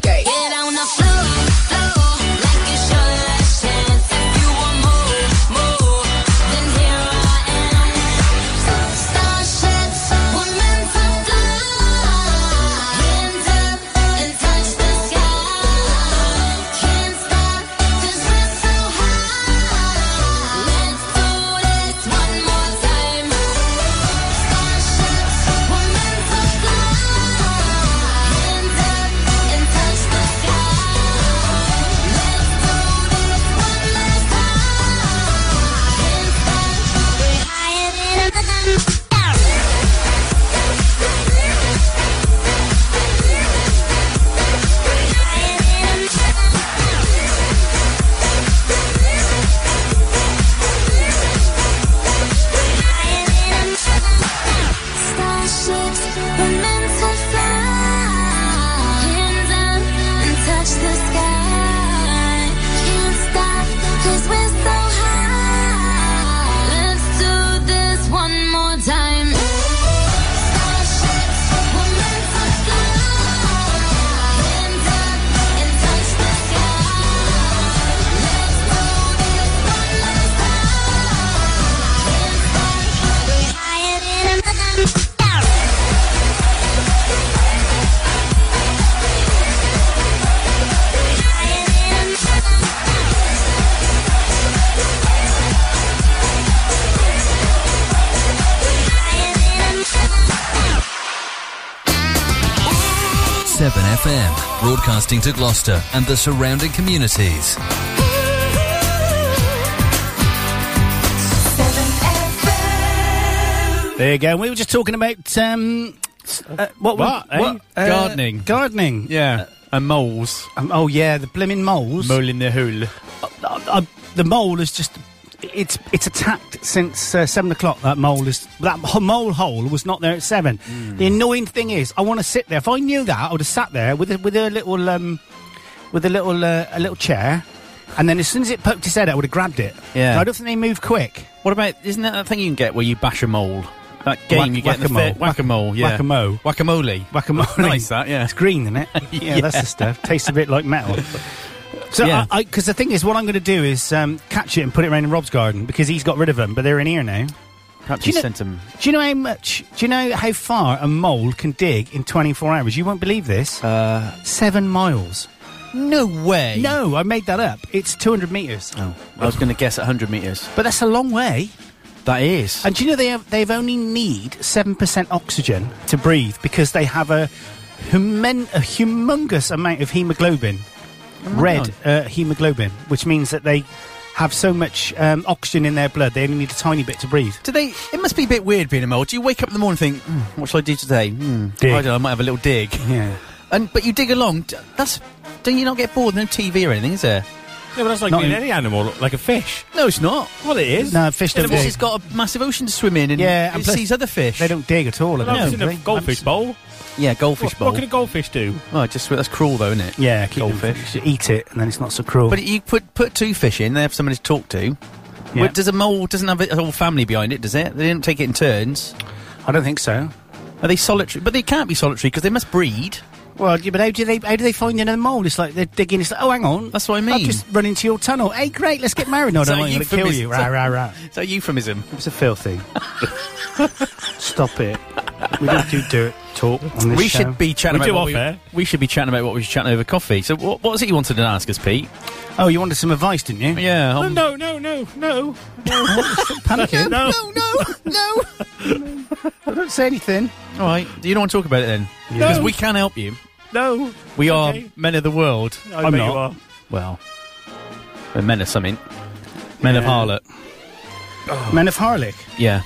Get on the floor, floor, like it's your last chance. If you want more, more, then here I am. Starships were meant to fly. Hands up and touch the sky. Can't stop, 'cause we're so high. Let's do this one more time. Starships were meant to fly. Hands up and touch the sky. Let's do this one last time. Can't stop, we're higher than Starships were meant to fly. Hands up and touch the sky. Can't stop, cause we're so high. Let's do this one more time. Starships were meant to fly. Hands up and touch the sky. Let's do this one last time. Can't stop, we're higher than down.
Seven FM, broadcasting to Gloucester and the surrounding communities.
7FM. There you go. We were just talking about um, s- uh, what, we-
What, eh?
uh,
Gardening.
gardening. Yeah, and moles. Um, oh yeah, the blimmin' moles. Mole in the hole. the mole is just. It's it's attacked since uh, seven o'clock. That mole is that ho- mole hole was not there at seven. The annoying thing is, I want to sit there. If I knew that, I would have sat there with a, with a little um, with a little uh, a little chair, and then as soon as it poked its head, out, I would have grabbed it.
Yeah.
I don't think they move quick.
What about? Isn't that that thing you can get where you bash a mole? That game
Whack-
you get in the
whack-a-mole.
fair- whack-a-mole, yeah,
Whack-a-mole.
whack-a-mole,
Guacamole.
Nice that, yeah.
It's green, isn't it? yeah,
Yeah.
that's the stuff. Tastes a bit like metal. So,
Yeah.
I because the thing is, what I'm going to do is um, catch it and put it around in Rob's garden because he's got rid of them, but they're in here now.
Perhaps
Do
you
you know-
sent him.
Do you know how much? Do you know how far a mole can dig in 24 hours? You won't believe this. Uh, Seven miles. No way. No, I made that up. It's 200 meters. Oh,
I was going to guess at 100 meters.
but that's a long way.
That is.
And do you know they have, they've only need seven percent oxygen to breathe because they have a, humen, a humongous amount of hemoglobin,
Oh
red uh, hemoglobin, which means that they have so much um, oxygen in their blood they only need a tiny bit to breathe.
Do they? It must be a bit weird being a mole. Do you wake up in the morning and think, "Hmm, "What shall I do today?" Hmm, I don't know. I might have a little dig.
Yeah.
And but you dig along. d- That's. Don't you not get bored? No TV or anything, is there?
No, but that's like
Not
being
in-
any animal, like a fish.
No, it's not.
Well, it is.
No, fish
Yeah,
don't
but
dig.
It's got a massive ocean to swim in, and
Yeah,
it sees other fish.
They don't dig at all. I
Well, I
don't
was in a
think.
goldfish
bowl.
Yeah, goldfish
What-
bowl.
what can a
goldfish do?
Oh, it just that's cruel, though, isn't it?
Yeah, keep goldfish. eat it, and then it's not so cruel.
But you put put two fish in, they have somebody to talk to. But does a mole doesn't have a whole family behind it, does it? They didn't take it in turns.
I don't think so.
Are they solitary? But they can't be solitary because they must breed.
Well, yeah, but how do they how do they find another mole? It's like they're digging. It's like, oh, hang on, that's
what I
I've
mean.
just run into your tunnel. Hey, great, let's get married. No,
Is
no,
that
I'm going to kill
euphemism?
you. Rah, rah, rah.
Is that a euphemism?
It's a filthy. Stop it. We don't do dirt talk on this
we
show.
should be chatting. about what we- we, should be chatting about what we should chatting over coffee. So, what, what was it you wanted to ask us, Pete?
Oh, you wanted some advice, didn't you?
Yeah. um, on-
No, no, no, no, no.
Panicking?
No,
no, no. I don't say anything.
All right. You don't want to talk about it then,
Yeah.
because
No.
we can help you.
No.
We are
Okay.
men of the world.
I I'm bet you not. are.
Well, we're men of something. Men of
Yeah.
harlot.
Men of Harlech.
Yeah.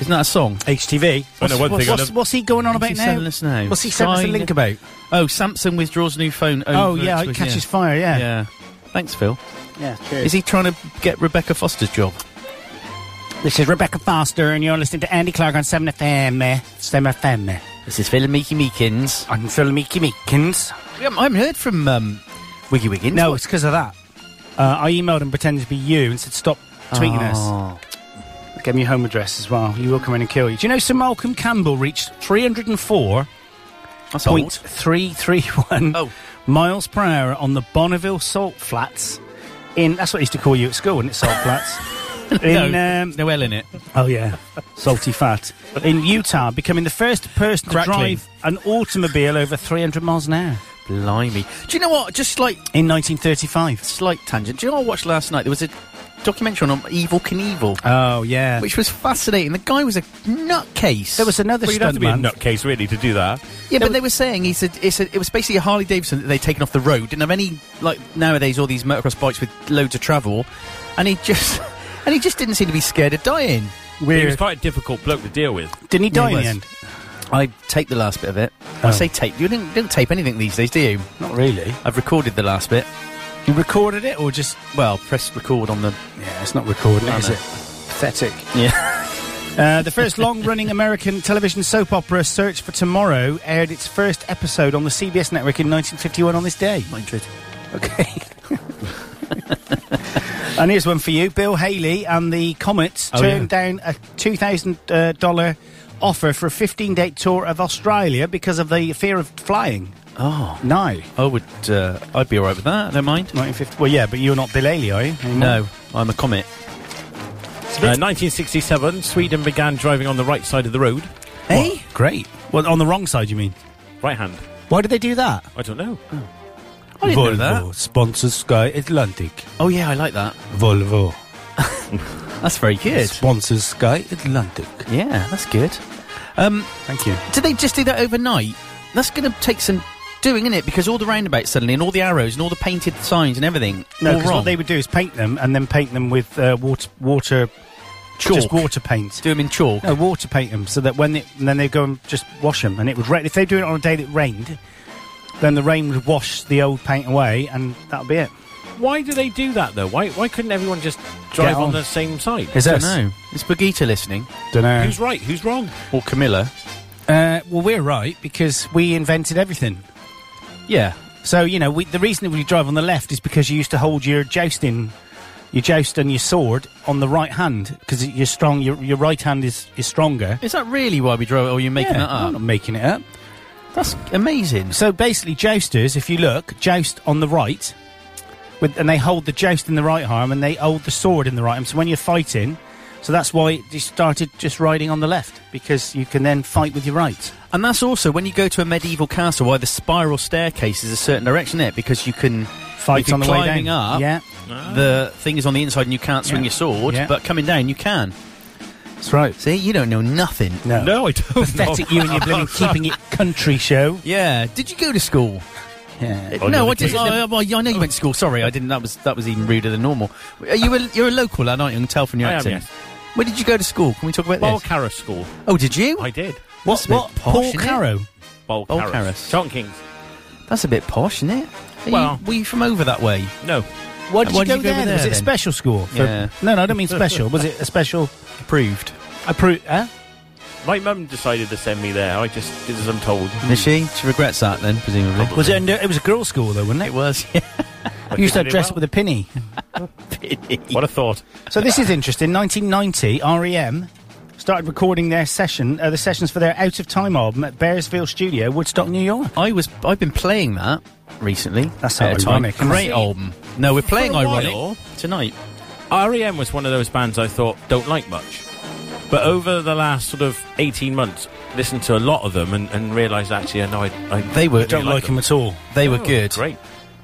Isn't that a song?
HTV.
Oh,
What's,
What's,
what's- what's-
what's he going on about
What's he
now?
sending us now?
What's he sending us a
Sign-
link about?
Oh, Samsung withdraws new phone.
Oh,
over
yeah, it
Xbox,
catches fire, yeah.
Yeah. Thanks, Phil.
Yeah,
Is he trying to get Rebecca Foster's job?
This is Rebecca Foster, and you're listening to Andy Clark on 7FM. 7FM.
This is Phil Meeky Meekins.
eh. I'm Phil Meeky Meekins.
We haven't, I haven't heard from um, Wiggy Wiggins.
No, it's because of that. Uh, I emailed and pretended to be you and said, stop tweeting
Oh.
us. Gave me your home address as well. You will come in and kill you. Do you know Sir Malcolm Campbell reached 304
That's
point
old. Oh.
three three one miles per hour on the Bonneville Salt Flats. In that's what I used to call you at school, wasn't it? Salt Flats. in
no,
um,
there's no L in it.
oh yeah, salty fat in Utah, becoming the first person
Crackling.
to drive an automobile over three hundred miles an hour
Blimey. Do you know what? Just like
in nineteen thirty five.
slight tangent. Do you know what I watched last night? There was a documentary on um, Evil Knievel,
Oh yeah,
which was fascinating. The guy was a nutcase.
there was another
Well, you'd have to be a
stuntman.
nutcase, really, to do that.
Yeah, but they were saying he said it's a, it was basically a Harley Davidson that they'd taken off the road. Didn't have any like nowadays all these motocross bikes with loads of travel, and he just and he just didn't seem to be scared of dying.
He was
Weird.
quite a difficult bloke to deal with.
Didn't he die
He
in
was.
the end?
I taped the last bit of it. I
Oh.
say tape. You didn't, didn't tape anything these days, do you?
Not really.
I've recorded the last bit.
You recorded it or just?
Well, press record on the
Yeah, it's not recording,
No,
it, is
no.
it? Pathetic.
yeah.
Uh, the first long-running American television soap opera, Search for Tomorrow, aired its first episode on the CBS network in 1951 on this day.
Mindred.
Okay. and here's one for you. Bill Haley and the Comets
Oh,
turned down a $2,000 offer for a 15-day tour of Australia because of the fear of flying.
Oh,
No.
I would. Uh, I'd be all right with that. I don't mind.
1950. Well, yeah, but you're not Bill Haley, are you? Anymore?
No, I'm a comet.
Uh, 1967, Sweden began driving on the right side of the road.
Hey? Great. Eh? Well, on the wrong side, you mean?
Right hand.
Why did they do that?
I don't know.
I didn't know that.
Ah. sponsors Sky Atlantic.
Oh yeah, I like that.
Volvo.
That's very good.
Sponsors Sky Atlantic.
Yeah, that's good. Um,
Thank you.
Did they just do that overnight? That's going to take some doing, isn't it? Because all the roundabouts suddenly, and all the arrows, and all the painted signs, and everything.
No,
all
because
wrong.
what they would do is paint them and then paint them with uh, water, water, just
Chalk.
water paint.
do them in chalk.
No, water paint them so that when it, and then they go and just wash them, and it would rain. If they do it on a day that rained, then the rain would wash the old paint away, and that'll be it.
Why do they do that, though? Why Why couldn't everyone just drive on.
on.
the same side?
Is
I
that
don't know. Is Brigitte listening?
Don't know.
Who's right? Who's wrong?
Or Camilla?
Uh, well, we're right because we invented everything.
Yeah.
So you know, we, the reason that we drive on the left is because you used to hold your jousting, your joust and your sword on the right hand because you're strong. Your, your right hand is, is stronger.
Is that really why we drove? Or are you making
Yeah,
that up?
I'm not making it up.
That's amazing.
So basically, jousters, if you look, joust on the right, with, and they hold the joust in the right arm and they hold the sword in the right arm. So when you're fighting, so that's why you started just riding on the left because you can then fight with your right.
And that's also when you go to a medieval castle, why the spiral staircase is a certain direction, isn't it? Because you can
Fight
if you're
on the way
climbing
down.
up.
Yeah,
The thing is on the inside, and you can't swing
Yeah.
your sword.
Yeah.
But coming down, you can.
that's right.
See, you don't know nothing.
No,
No, I don't.
pathetic you and your blooming keeping it country show.
Yeah. Did you go to school?
Yeah.
Oh,
no,
no,
I did.
the
I, well, yeah, I know you went to school. Sorry, I didn't. That was that was even ruder than normal. Are you a, you're a local lad, aren't you? I can tell from your
I am,
accent.
yes.
Where did you go to school? Can we talk about
Bol
this?
Carris School.
Oh, did you?
I did.
What?
a bit
What?
posh,
Paul
isn't it?
Caro.
Bol
Bol
Carris.
Carris.
John Kings.
That's a bit posh, isn't it? Are
Well-
you, were you from over that way?
No.
Why did
Why
you
did
go
you go
there?
over there
Was it
then?
special school? for-
Yeah.
No, no, I don't mean special. Was it a special?
Approved.
Approved? Huh?
My mum decided to send me there. I just did as I'm told.
Is she? She regrets that then, presumably.
Was it? Under, it was a girls' school though, wasn't it? It
was. Yeah.
You used to dress with a pinny.
What a thought.
So this is interesting. 1990, REM E started recording their session, uh, the sessions for their Out of Time album at Bearsfield Studio, Woodstock, New York.
I was. I've been playing that recently.
That's so
Out of Time.
ironic. isn't
Great
it?
album. No, we're playing
For a
ironic
while.
tonight.
REM E was one of those bands I thought don't like much. But over the last sort of 18 months, listened to a lot of them and, and realised actually, I know I, I
They were.
don't like them
at all.
They were
Oh,
good.
Great.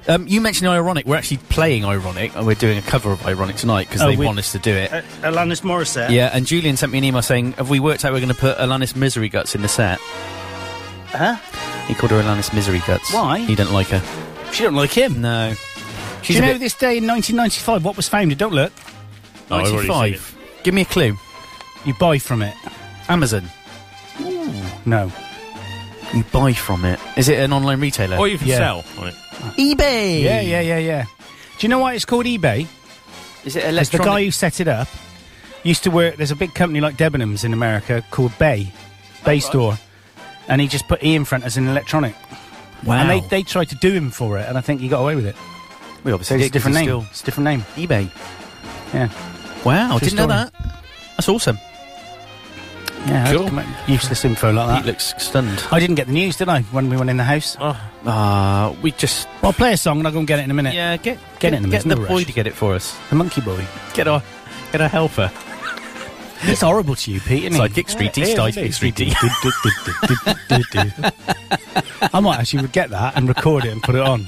Um, you mentioned ironic. We're actually playing ironic, and we're doing a cover of ironic tonight because
Oh,
they
we-
want us to do it.
Uh, Alanis Morissette.
yeah, and Julian sent me an email saying, "Have we worked out we're going to put Alanis Misery Guts in the set?"
Huh?
He called her Alanis Misery Guts.
Why?
He didn't like her.
She don't like him.
No.
Do
She's
you
a
know
bit
this day in 1995 what was founded? Don't look.
Oh, I've already seen it.
95. Give me a clue.
You buy from it.
Amazon.
No.
You buy from it. Is it an online retailer?
Or you can
Yeah.
sell on it.
eBay.
Yeah, yeah, yeah, yeah. Do you know why it's called eBay?
Is it
'Cause
electronic?
The guy who set it up used to work. There's a big company like Debenhams in America called Bay, Bay Store, and he just put E in front as an electronic.
Wow.
And they, they tried to do him for it, and I think he got away with it.
we
So
obviously
it's
did
a different
'cause
name.
it's
It's a different name.
Still eBay.
Yeah.
Wow,
True
didn't know
story.
that. That's awesome.
Yeah.
Cool.
come out- Useless info like
He
that.
looks stunned.
I didn't get the news, did I? When we went in the house.
Uh, we just
Well, play a song, and I'll go and get it in a minute.
yeah get
Get it in the
get
middle,
the
no
boy
rush.
to get it for us.
The Monkey Boy.
Get our get our helper.
He's horrible to you, Pete. Isn't he?
Sidekick Street East, Sidekick Street East.
I might actually get that and record it and put it on.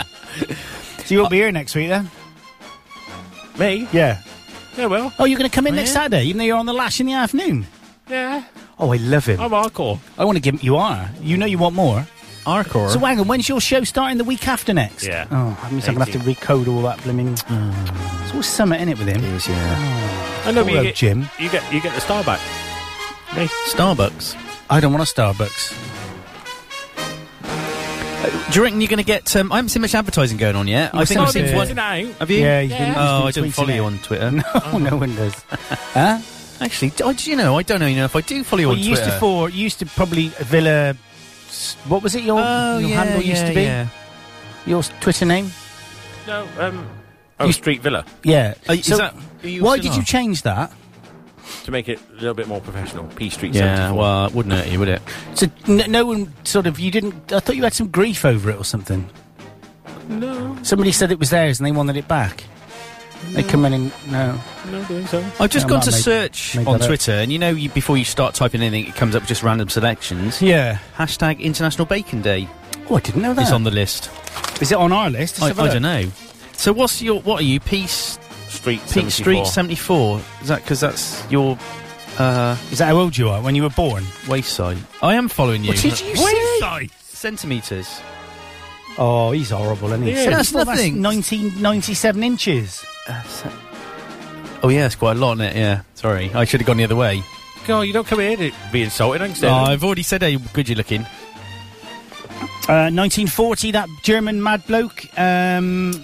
So you won't be here next week then?
Me?
Yeah.
Yeah, well.
Oh, you're going to come in next
Yeah.
Saturday, even though you're on the lash in the afternoon.
Yeah.
Oh, I love him.
I'm hardcore.
I want to give him. You are. You know you want more.
Arcor.
So hang on, when's your show starting the week after next?
Yeah.
Oh, that means I'm going to have to recode all that blimmin'.
Mm.
It's all summer in it with him.
yeah.
I know but
Hello,
you get,
Jim.
You get you get the star back.
Starbucks.
I don't want a Starbucks.
Uh, Do you reckon you're going to get? Um, I haven't seen much advertising going on yet. I think I've
started
seen
it.
one.
Now.
Have you?
Yeah, he's been-
oh,
he's been
I don't
tweeting
follow
it.
you on Twitter.
Oh, no one does. huh?
Actually, do I, do you know, I don't know you know if I do follow you
Well,
on
you used
Twitter.
to for you used to probably Villa. s- What was it your,
oh,
your
yeah,
handle used
yeah,
to be?
yeah.
Your s- Twitter name?
No, um, oh, Street Villa
Yeah.
Are you- is
So
that- are you
why
still
did you
are?
change that?
to make it a little bit more professional. P Street.
Yeah,
74.
well, it wouldn't hurt you, would it?
So n- no one sort of you didn't. I thought you had some grief over it or something. No. Somebody said it was theirs and they wanted it back. They come in and no.
I've just
Yeah,
gone
well,
to
maybe-
search
maybe
on
that-
Twitter, and you know, you, before you start typing anything, it comes up with just random selections.
Yeah.
Hashtag International Bacon Day
Oh, I didn't know that.
is on the list.
Is it on our list? Let's
I,
have a look.
don't know. So what's your? What are you? Peace
Street.
Peak
74.
Street seventy four. Is that because that's your uh,
Is that how old you are when you were born?
wayside? I am following you.
What did you say?
Centimeters.
Oh, he's horrible, isn't he?
Yeah, that's
Well,
nothing.
1997 inches.
Uh, Oh yeah, it's quite a lot, isn't it? Yeah. Sorry, I should have gone the other way.
God, you don't come here to be insulted. I can say
Oh,
that.
I've already said how good you're looking.
Uh, 1940, that German mad bloke, um,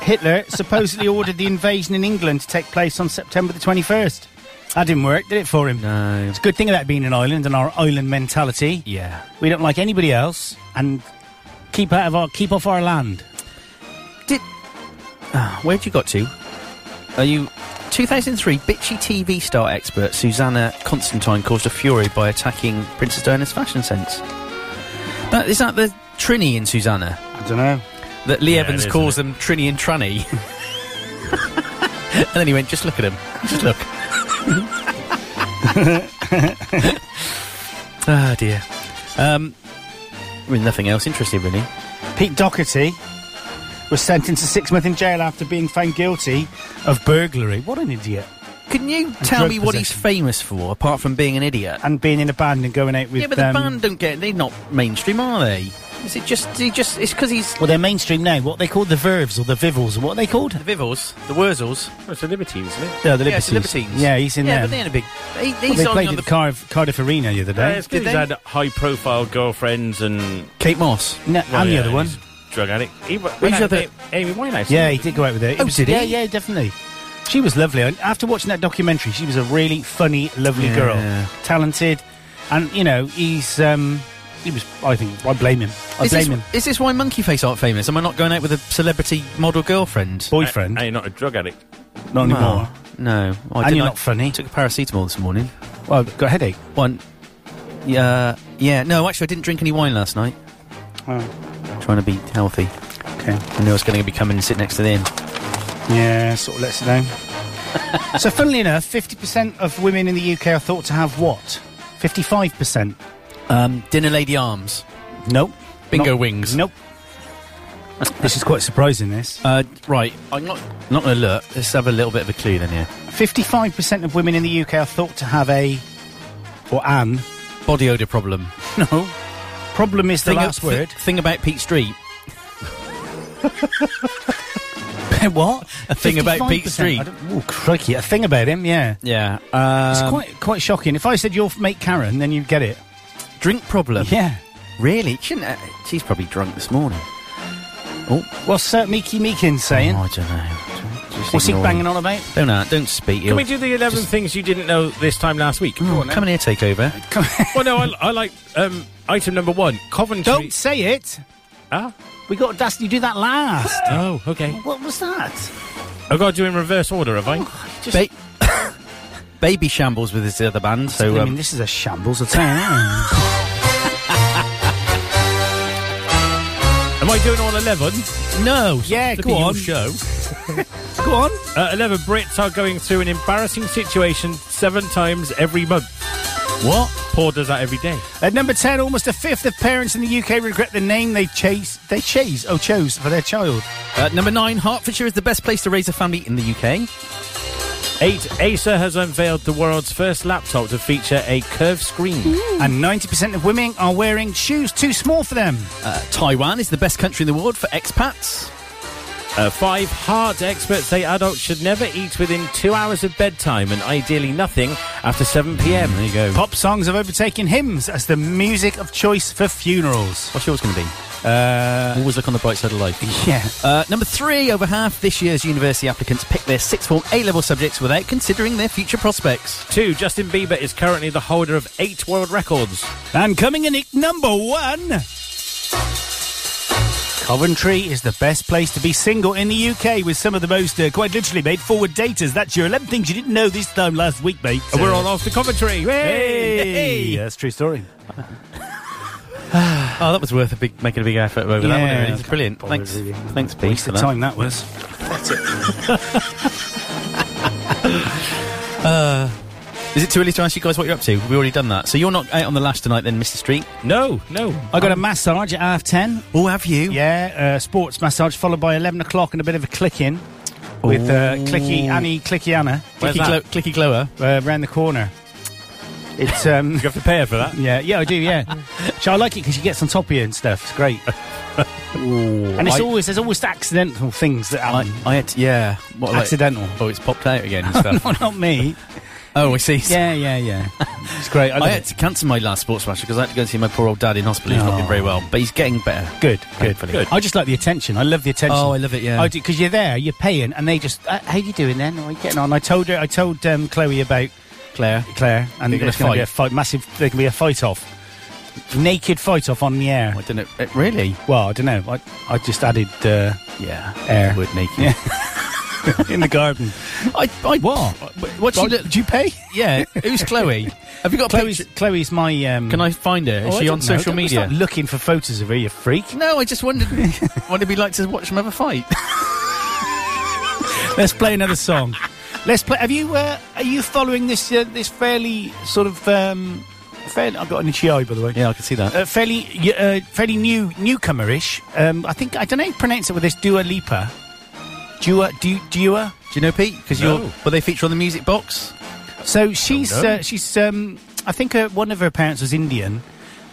Hitler, supposedly ordered the invasion in England to take place on September the 21st. That didn't work, did it for him?
No.
It's a good thing about being an island and our island mentality.
Yeah.
We don't like anybody else and keep out of our keep off our land.
Did Ah, where'd you got to? Are you 2003 bitchy TV star expert Susanna Constantine caused a fury by attacking Princess Diana's fashion sense? That is that the Trini in Susanna
I don't know.
that Lee
Yeah, it
Evans
is,
calls them Trini and Tranny, and then he went, "Just look at him, just look." ah dear. Um, with nothing else interesting really.
Pete Doherty was sentenced to six months in jail after being found guilty of burglary. What an idiot!
Can you tell
drug
me what he's
possession.
famous for apart from being an idiot?
And being in a band and going out with
yeah, but the
um,
band don't get. They're not mainstream, are they? Is it just? He just? It's because he's
Well, they're mainstream now. What are they called? The Verves or the Vivils? What are they called?
the Vivils, the Wurzels.
Oh, it's the Libertines, isn't it?
Yeah, the
Yeah, it's the Libertines.
Yeah, he's in
yeah,
there.
but they're in a big. He, he's
Well, they
on
played
on
at
the
the Cardiff, Cardiff Arena the other
Yeah,
day.
it's 'cause
Did
he's
they?
had high-profile girlfriends and
Kate Moss.
No,
Well,
and
Oh, yeah,
Oh,
the other one.
he's- drug addict. He,
Who's
went out
the-
with Amy Winehouse.
Yeah, he did go out with her. It
Oh,
was-
did he?
Yeah, yeah, definitely. She was lovely. And after watching that documentary, she was a really funny, lovely girl,
Yeah.
talented, and you know he's um he was. I think I blame him. I
is,
blame
this,
him.
is this why Monkey Face aren't famous? Am I not going out with a celebrity model girlfriend?
Boyfriend?
And you're not a drug addict.
Not anymore.
No. Well, I
And
did-
you're
I
not funny.
took a paracetamol this morning.
Well, got a headache.
One. Yeah. yeah. No, actually, I didn't drink any wine last night. Trying to be healthy.
Okay.
I knew I was going to be coming and sit next to them.
Yeah, sort of lets it down. so, funnily enough, fifty percent of women in the UK are thought to have what? Fifty-five percent.
Um, dinner lady arms.
Nope.
Bingo
Not-
wings.
Nope. this is quite surprising. This.
Uh, right. I'm not not going to look. Let's have a little bit of a clue then here.
Fifty-five percent of women in the UK are thought to have a or an
body odor problem.
No. Problem is the
a-
last word.
thing about Pete Street.
what?
A thing about Pete
55%.
Street.
I don't- Oh, crikey. A thing about him, yeah.
Yeah. Um,
it's quite quite shocking. If I said your mate Karen, then you'd get it.
drink problem.
Yeah.
Really? Shouldn't uh, she's probably drunk this morning. Oh,
what's uh, Mickey Meekin saying?
I don't know. Just
What's he
ignore
banging
him.
on about?
Don't know. Uh, Don't speak.
Can we do the 11 things you didn't know this time last
Mm,
week?
Come in here, take over.
well, no, I, I like um, item number one Coventry.
Don't say it.
Ah?
We got dust. You do that last.
Oh, okay.
what was that?
I've got to do in reverse order, have I?
Ba- Oh, Baby shambles with his other band. So
I
um,
mean, this is a shambles of town.
Am I doing all 11?
no.
Yeah,
flipping
go
your
on.
Show.
Go on.
Uh, 11 Brits are going through an embarrassing situation seven times every month.
What?
Paul does that every day.
At number ten, almost a fifth of parents in the UK regret the name they chase. They chase. Oh, chose for their child.
Uh, number nine, Hertfordshire is the best place to raise a family in the UK.
Eight, Acer has unveiled the world's first laptop to feature a curved screen.
And ninety percent of women are wearing shoes too small for them.
Uh, Taiwan is the best country in the world for expats.
Uh, five, heart experts say adults should never eat within two hours of bedtime and ideally nothing after 7 pm.
There you go.
Pop songs have overtaken hymns as the music of choice for funerals.
What's yours going to be?
Uh,
Always look on the bright side of life.
yeah.
Uh, number three, over half this year's university applicants pick their sixth form A level subjects without considering their future prospects.
Two, Justin Bieber is currently the holder of eight world records.
And coming in at number one. Coventry is the best place to be single in the UK with some of the most, uh, quite literally, mate, forward daters. That's your 11 things you didn't know this time last week, mate.
And we're all off to Coventry.
Hey!
Hey!
Yeah, that's a true story.
Oh, that was worth a big, making a big effort over that one.
Yeah.
Really. It's brilliant. Thanks, thanks, Pete.
Waste
For
of
that.
time that was.
Uh, Is it too early to ask you guys what you're up to? We've already done that. So you're not out on the lash tonight, then, Mr. Street?
No, no.
I got a massage at half 10.
Oh, have you?
Yeah, uh, sports massage followed by 11 o'clock and a bit of a click-in with uh, Clicky Annie Clicky Anna
Clicky, glo- clicky glower.
uh, around the corner. It's um,
You have to pay her for that.
yeah, yeah, I do, yeah. so I like it because she gets on top of you and stuff. It's great, and it's
I- Mm.
always there's always accidental things that
I,
happen.
I had, yeah. What, like-
accidental.
oh, it's popped out again and stuff.
Well, not me.
Oh, I see.
Yeah, yeah, yeah. It's great. I,
I
love
had
it.
to cancel my last sports match because I had to go and see my poor old dad in hospital. He's not
Oh.
doing very well, but he's getting better.
Good, good,
Thankfully.
good. I just like the attention. I love the attention.
Oh, I love it, yeah.
I do because you're there, you're paying, and they just, uh, how you doing then? How you getting on? I told her, I told um, Chloe about
Claire.
Claire, and
They're gonna
there's going to be a
fight.
fight, massive. There can be a fight off, naked fight off on the air.
I don't know. eh, Really?
Well, I don't know. I, I just added uh,
Yeah.
Air.
Word naked.
Yeah. in the garden.
I, I, what? What's she look-
Did you pay?
Yeah. Who's Chloe? Have you got a
Chloe's
picture?
Chloe's my. Um,
Can I find her? Is
oh, I
she
don't
on
know.
social
Don't be
media?
start looking for photos of her, you freak.
No, I just wondered what it'd be like to watch them have a fight.
Let's play another song. Let's play. Have you? Uh, are you following this? Uh, this fairly sort of. Um, fairly, I've got an itchy eye, by the way.
Yeah, I can see that.
Uh, fairly, y- uh, fairly new newcomer-ish. Um, I think I don't know how to pronounce it with this Dua Lipa. Dua, du, Dua.
Do you know Pete? Because you're. Were they featured on the music box?
So she's
know.
uh, she's um, I think her, one of her parents was Indian,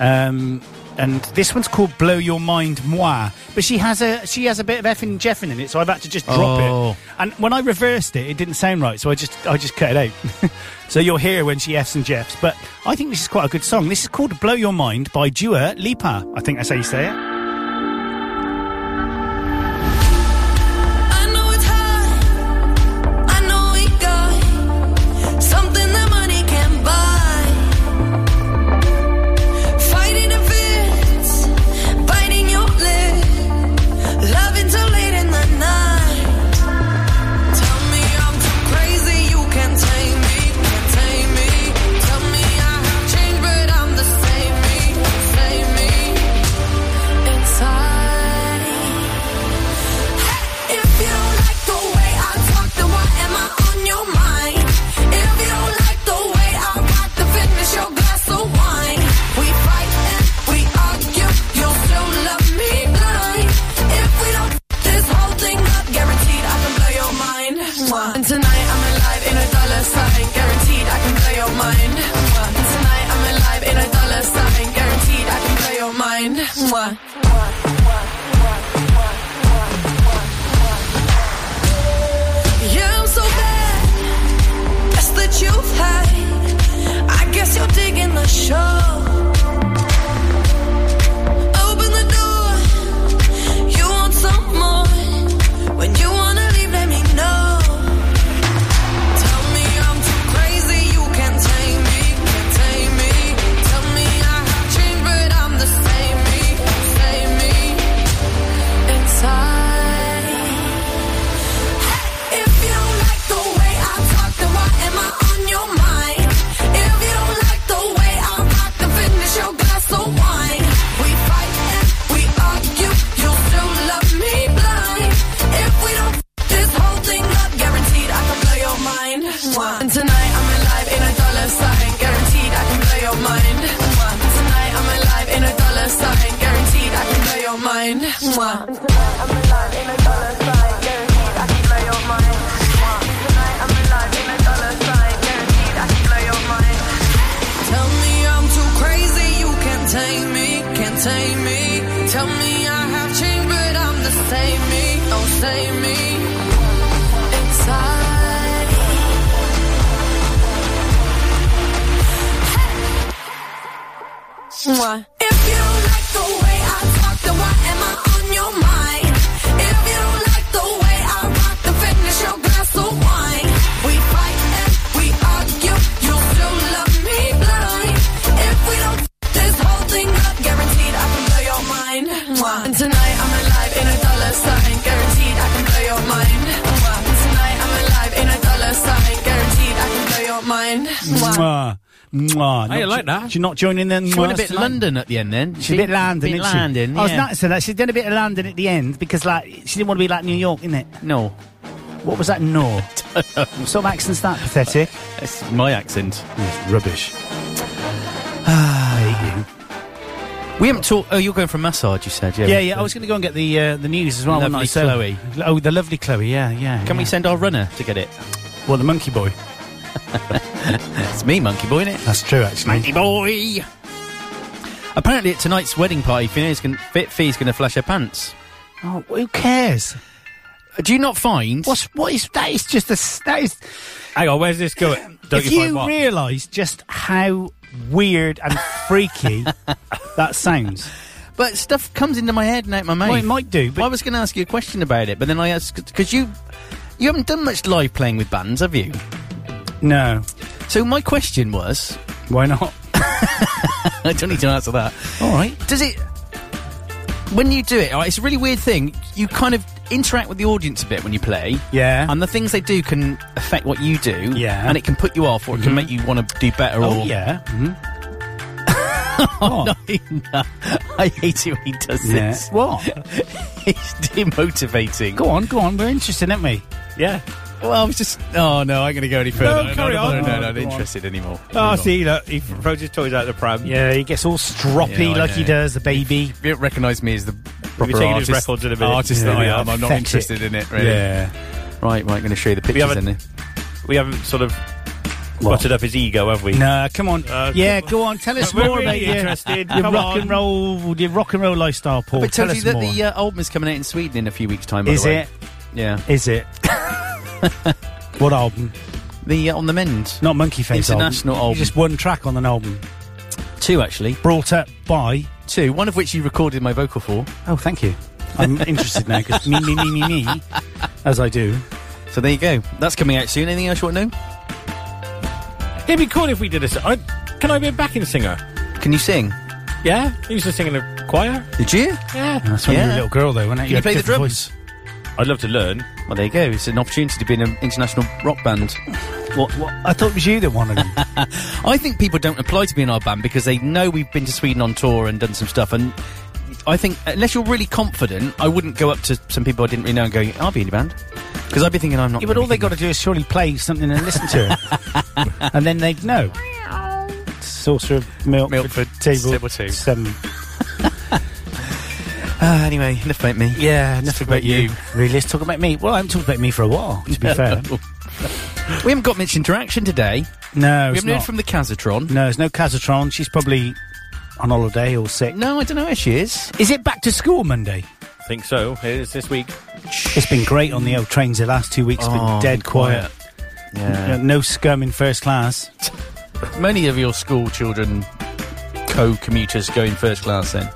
um, and this one's called "Blow Your Mind Moi." But she has a she has a bit of effing jeffing in it, so I've had to just drop
Oh.
it. And when I reversed it, it didn't sound right, so I just I just cut it out. so you'll hear when she f's and jeffs. But I think this is quite a good song. This is called "Blow Your Mind" by Dua Lipa. I think that's how you say it.
show. Open the door. You want some more. When you wanna leave, let me know. Tell me I'm too crazy. You can't tame me. Can't tame me. Tell me I have changed, but I'm the same me. Same me. Inside. If you don't like the way I talk, then why am I on your mind? If you don't like the way I rock, then finish your glass of wine. We fight and we argue, you'll still love me blind. If we don't f- this whole thing up, guaranteed I can blow your mind. Mwah. And tonight I'm alive in a dollar sign, guaranteed I can blow your mind. Mwah. Tonight I'm alive in a dollar sign, guaranteed I can blow your mind. Mwah. Tell me I'm too crazy, you can't tame me, can't tame me. Tell me I have changed, but I'm the same me, don't save me. Inside. Mwah. If you don't like the way I talk, then why am I on your mind? If you don't like the way I rock, then finish your glass of wine. We fight and we argue, you still love me blind. If we don't f- this whole thing up, guaranteed I can blow your mind. Mwah. And tonight I'm alive in a dollar sign, guaranteed I can blow your mind. Mwah. And tonight I'm alive in a dollar sign, guaranteed I can blow your mind. Mwah.
Mwah. Mwah.
Hey, I
Not-
like that.
She not joining then?
She went a bit London at the end then.
She's a bit London,
Bit
isn't she? Oh,
London,
I was
yeah.
noticing that. She's done a bit of London at the end because, like, she didn't want to be like New York, innit?
No.
What was that? No. what sort of accent's that? Pathetic.
It's my accent.
It's rubbish. Ah,
We haven't talked. Oh, you're going for a massage, you said. Yeah,
Yeah, yeah. I was going to go and get the uh, the news as well. wasn't
Lovely
I? So-
Chloe.
Oh, the lovely Chloe. Yeah, yeah.
Can we
yeah.
send our runner to get it?
Well, the monkey boy.
it's me, monkey boy, innit?
That's true, actually.
Monkey boy. Apparently, at tonight's wedding party, Finn's gonna, Fit Fee's going to flash her pants.
Oh, who cares?
Do you not find?
What's what is that? Is just a s- that is.
Hang on, where's this going? Don't
if
you find
you
what?
realise just how weird and freaky that sounds,
But stuff comes into my head and out my mouth.
Well, it might do, but-
I was going to ask you a question about it, but then I asked because you you haven't done much live playing with bands, have you?
no,
So my question was,
why not?
I don't need to answer that.
All right.
Does it when you do it? all right, It's a really weird thing. You kind of interact with the audience a bit when you play.
Yeah.
And the things they do can affect what you do.
Yeah. Mm-hmm.
And it can put you off, or it can make you want to do better.
Oh
or
yeah. Mhm.
Oh, no, no. I hate it when he does
Yeah.
this.
What?
It's demotivating.
Go on, go on. We're interested, aren't we?
Yeah.
Well, I was just. Oh no, I'm going to go any further.
carry
no, No, no,
on.
no,
Oh,
not
go on.
interested anymore.
Oh,
Move on.
see, look, he throws his toys out the pram.
Yeah, he gets all stroppy
Yeah, I
like he
know.
does the baby.
If you don't recognise me as the proper
taking his
artist,
records in a minute.
artist that
Yeah.
I am, I'm not
Pathetic.
interested in it. Really. Right, right. Going to show you the pictures
haven't-
in there.
We haven't sort of buttered up his ego, have we?
No, come on.
Uh,
yeah, go on. Tell us
We're
more
really
about your,
interested.
your
Come
rock
on.
and roll, your rock and roll lifestyle, Paul.
But it
Tell
tells
us
you that
more.
the uh, album is coming out in Sweden in a few weeks' time. By
Is
the uh, way.
it?
Yeah.
Is it? what album?
The uh, on the mend.
Not Monkey Face.
International album.
Just one track on an album.
Two actually.
Brought up by.
Two. One of which you recorded my vocal for.
Oh, thank you. I'm interested now because me, me, me, me, me, as I do.
So there you go. That's coming out soon. Anything else you want to know?
It'd be cool if we did a. s- I- can I be a backing singer?
Can you sing?
Yeah, he used to sing in a choir.
Did you?
Yeah,
That's when you were
Yeah.
a little girl, though, wasn't it?
Can you,
had
play the
different
drums?
I'd love to learn.
Well, there you go. It's an opportunity to be in an international rock band.
voice. What, what? I thought it was you that wanted them.
I think people don't apply to be in our band because they know we've been to Sweden on tour and done some stuff. And I think unless you're really confident, I wouldn't go up to some people I didn't really know and go, "I'll be in your band," because I'd be thinking I'm not.
yeah, but
gonna
all
be
they got
good
to do is surely play something and listen to it, and then they'd know. Saucer of milk,
Milk
for
for
table,
table two.
Seven.
enough." Ah, anyway, enough about me.
Yeah,
Let's
enough
talk
about
about
you.
you.
Really, let's talk about me. Well, I haven't talked about me for a while, to be fair.
we haven't got much interaction today. we
No, it's
haven't heard
not.
from the Kazatron.
no, there's no Kazatron. She's probably on holiday or sick.
No, I don't know where she is.
Is it back to school Monday?
I think so. It is this week.
It's been great on the old trains the last two weeks. It's
Oh,
been dead quiet.
Yeah.
No, no scum in first class.
Many of your school children co-commuters going first class then?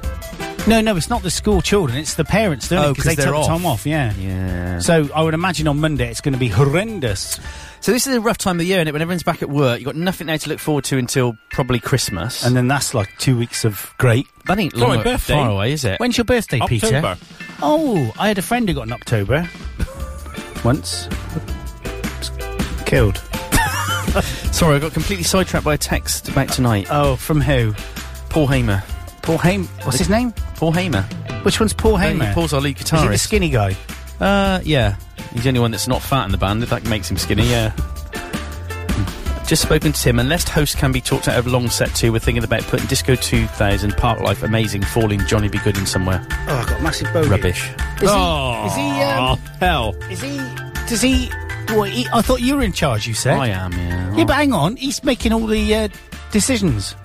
No, no, it's not the school children. It's the parents, don't
Oh,
because they
'cause
took
they're off.
time off. Yeah.
Yeah.
So I would imagine on Monday it's going to be horrendous.
So this is a rough time of year, and when everyone's back at work, you've got nothing now to look forward to until probably Christmas.
And then that's like two weeks of great.
That ain't long o- far away, is it?
When's your birthday,
October.
Peter? Oh, I had a friend who got in October once. Killed.
Sorry, I got completely sidetracked by a text about tonight.
Oh, from who?
Paul Hamer.
Paul Hamer. What's his name?
Paul Hamer.
Which one's Paul Hamer?
Paul's our lead
Is he the
guitarist.
skinny guy?
Uh, yeah. He's the only one that's not fat in the band. That makes him skinny, yeah. Just spoken to Tim. Unless host can be talked out of long set two, we're thinking about putting Disco 2000, Park Life, Amazing, Falling, Johnny Be Good in somewhere.
Oh, I got massive bogey.
Rubbish.
Is he? Is he? Um,
hell.
is he? Does he? Well, he, I thought you were in charge. You said
I am, yeah.
Yeah, but hang on, he's making all the uh, decisions.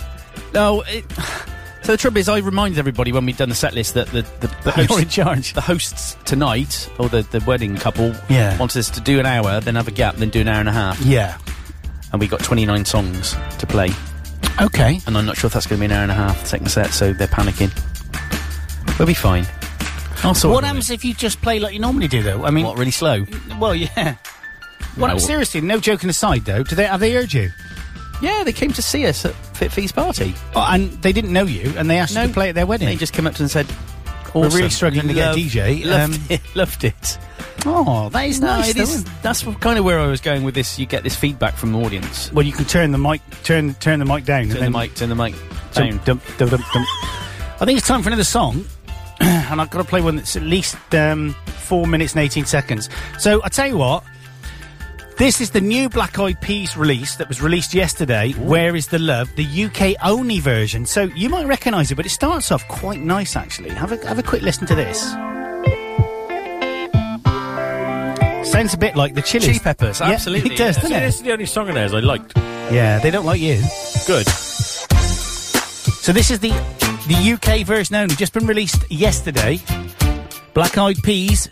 No, it, so the trouble is, I reminded everybody when we'd done the set list that the the, the host,
in charge.
The hosts tonight, or the, the wedding couple,
Yeah.
wanted us to do an hour, then have a gap, then do an hour and a half.
Yeah.
and we got 29 songs to play,
Okay.
and I'm not sure if that's going to be an hour and a half the second set, so they're panicking. We'll be fine. Also,
what happens if you just play like you normally do, though? I mean,
what really slow?
well, yeah. What
No.
seriously? No joking aside, though. Do they have they heard you?
Yeah, they came to see us at Fit Fee's party.
Oh, and they didn't know you, and they asked you to play at their wedding.
They just came up to us and said,
We're
"Awesome.
really struggling to get
Love-
a DJ.
Loved
Um,
it. Loved it.
Oh, that is
No,
nice.
it
though,
is-
isn't
that's kind of where I was going with this. You get this feedback from the audience.
it? Well, you can turn the mic, turn turn the mic down,
Turn
and then
the mic, turn the mic down.
Dum, dum, dum, dum, dum. I think it's time for another song, and I've got to play one that's at least um, four minutes and eighteen seconds. So I tell you what, this is the new Black Eyed Peas release that was released yesterday. Where is the love? The UK only version. So you might recognise it, but it starts off quite nice actually. Have a have a quick listen to this. Sounds a bit like the Chili
Chili Peppers,
Yeah,
absolutely.
it does,
Yeah.
doesn't
So
it?
This is the only song in theirs I liked.
Yeah, they don't like you.
Good.
So this is the the UK version only, just been released yesterday. Black Eyed Peas,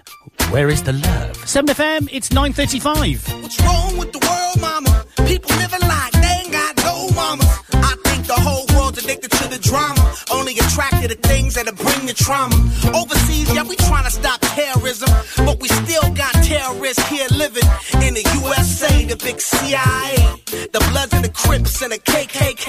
Where is the Love? 7 FM, it's 9.35.
What's wrong with the world, mama? People living like they ain't got no mama. I think the whole world's addicted to the drama. Only attracted to things that'll bring the trauma. Overseas, yeah, we trying to stop terrorism. But we still got terrorists here living in the USA, the big CIA. The Bloods and the Crips and the KKK.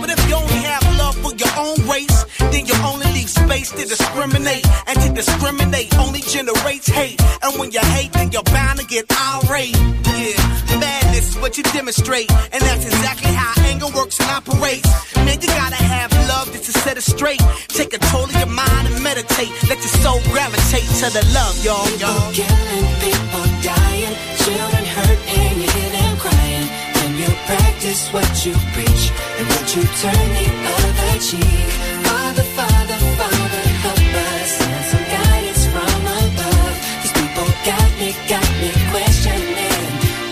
But if you only have love for your own race, then you only leave space to discriminate. And to discriminate only generates hate. And when you hate, then you're bound to get irate. Yeah, madness is what you demonstrate. And that's exactly how anger works and operates. Man, you gotta have love just to set it straight. Take control of your mind and meditate. Let your soul gravitate to the love, y'all, y'all.
Killing people dying, children hurt, and you hear them crying. When you practice what you preach, and what you turn the other cheek. Father, Father, Father, help us. Send some guidance from above. These people got me, got me questioning.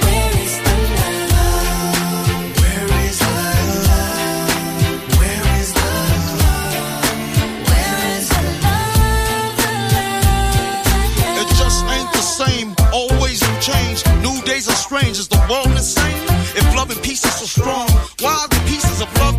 Where is the love? Where is the love? Where is the love? Where is the love?
It just ain't the same. Always in change. New days are strange. Is the world insane? If love and peace is so strong, why are the pieces of love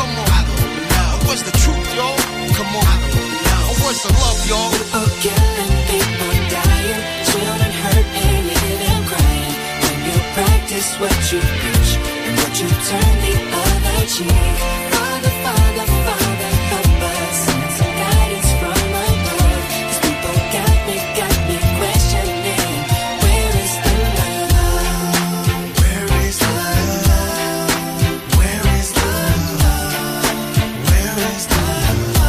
Come on. I don't know. What's the truth, y'all? Come on. I don't know. What's the love, y'all?
People killing, people dying, children hurt, and you hear them crying. When you practice what you preach, and what you turn the other cheek. Father, Father, Father, help us. Send some guidance from above. These people got me, got me questioning. Where is the love? Where is the love? Where is the love? Where is the love?
Where is the love?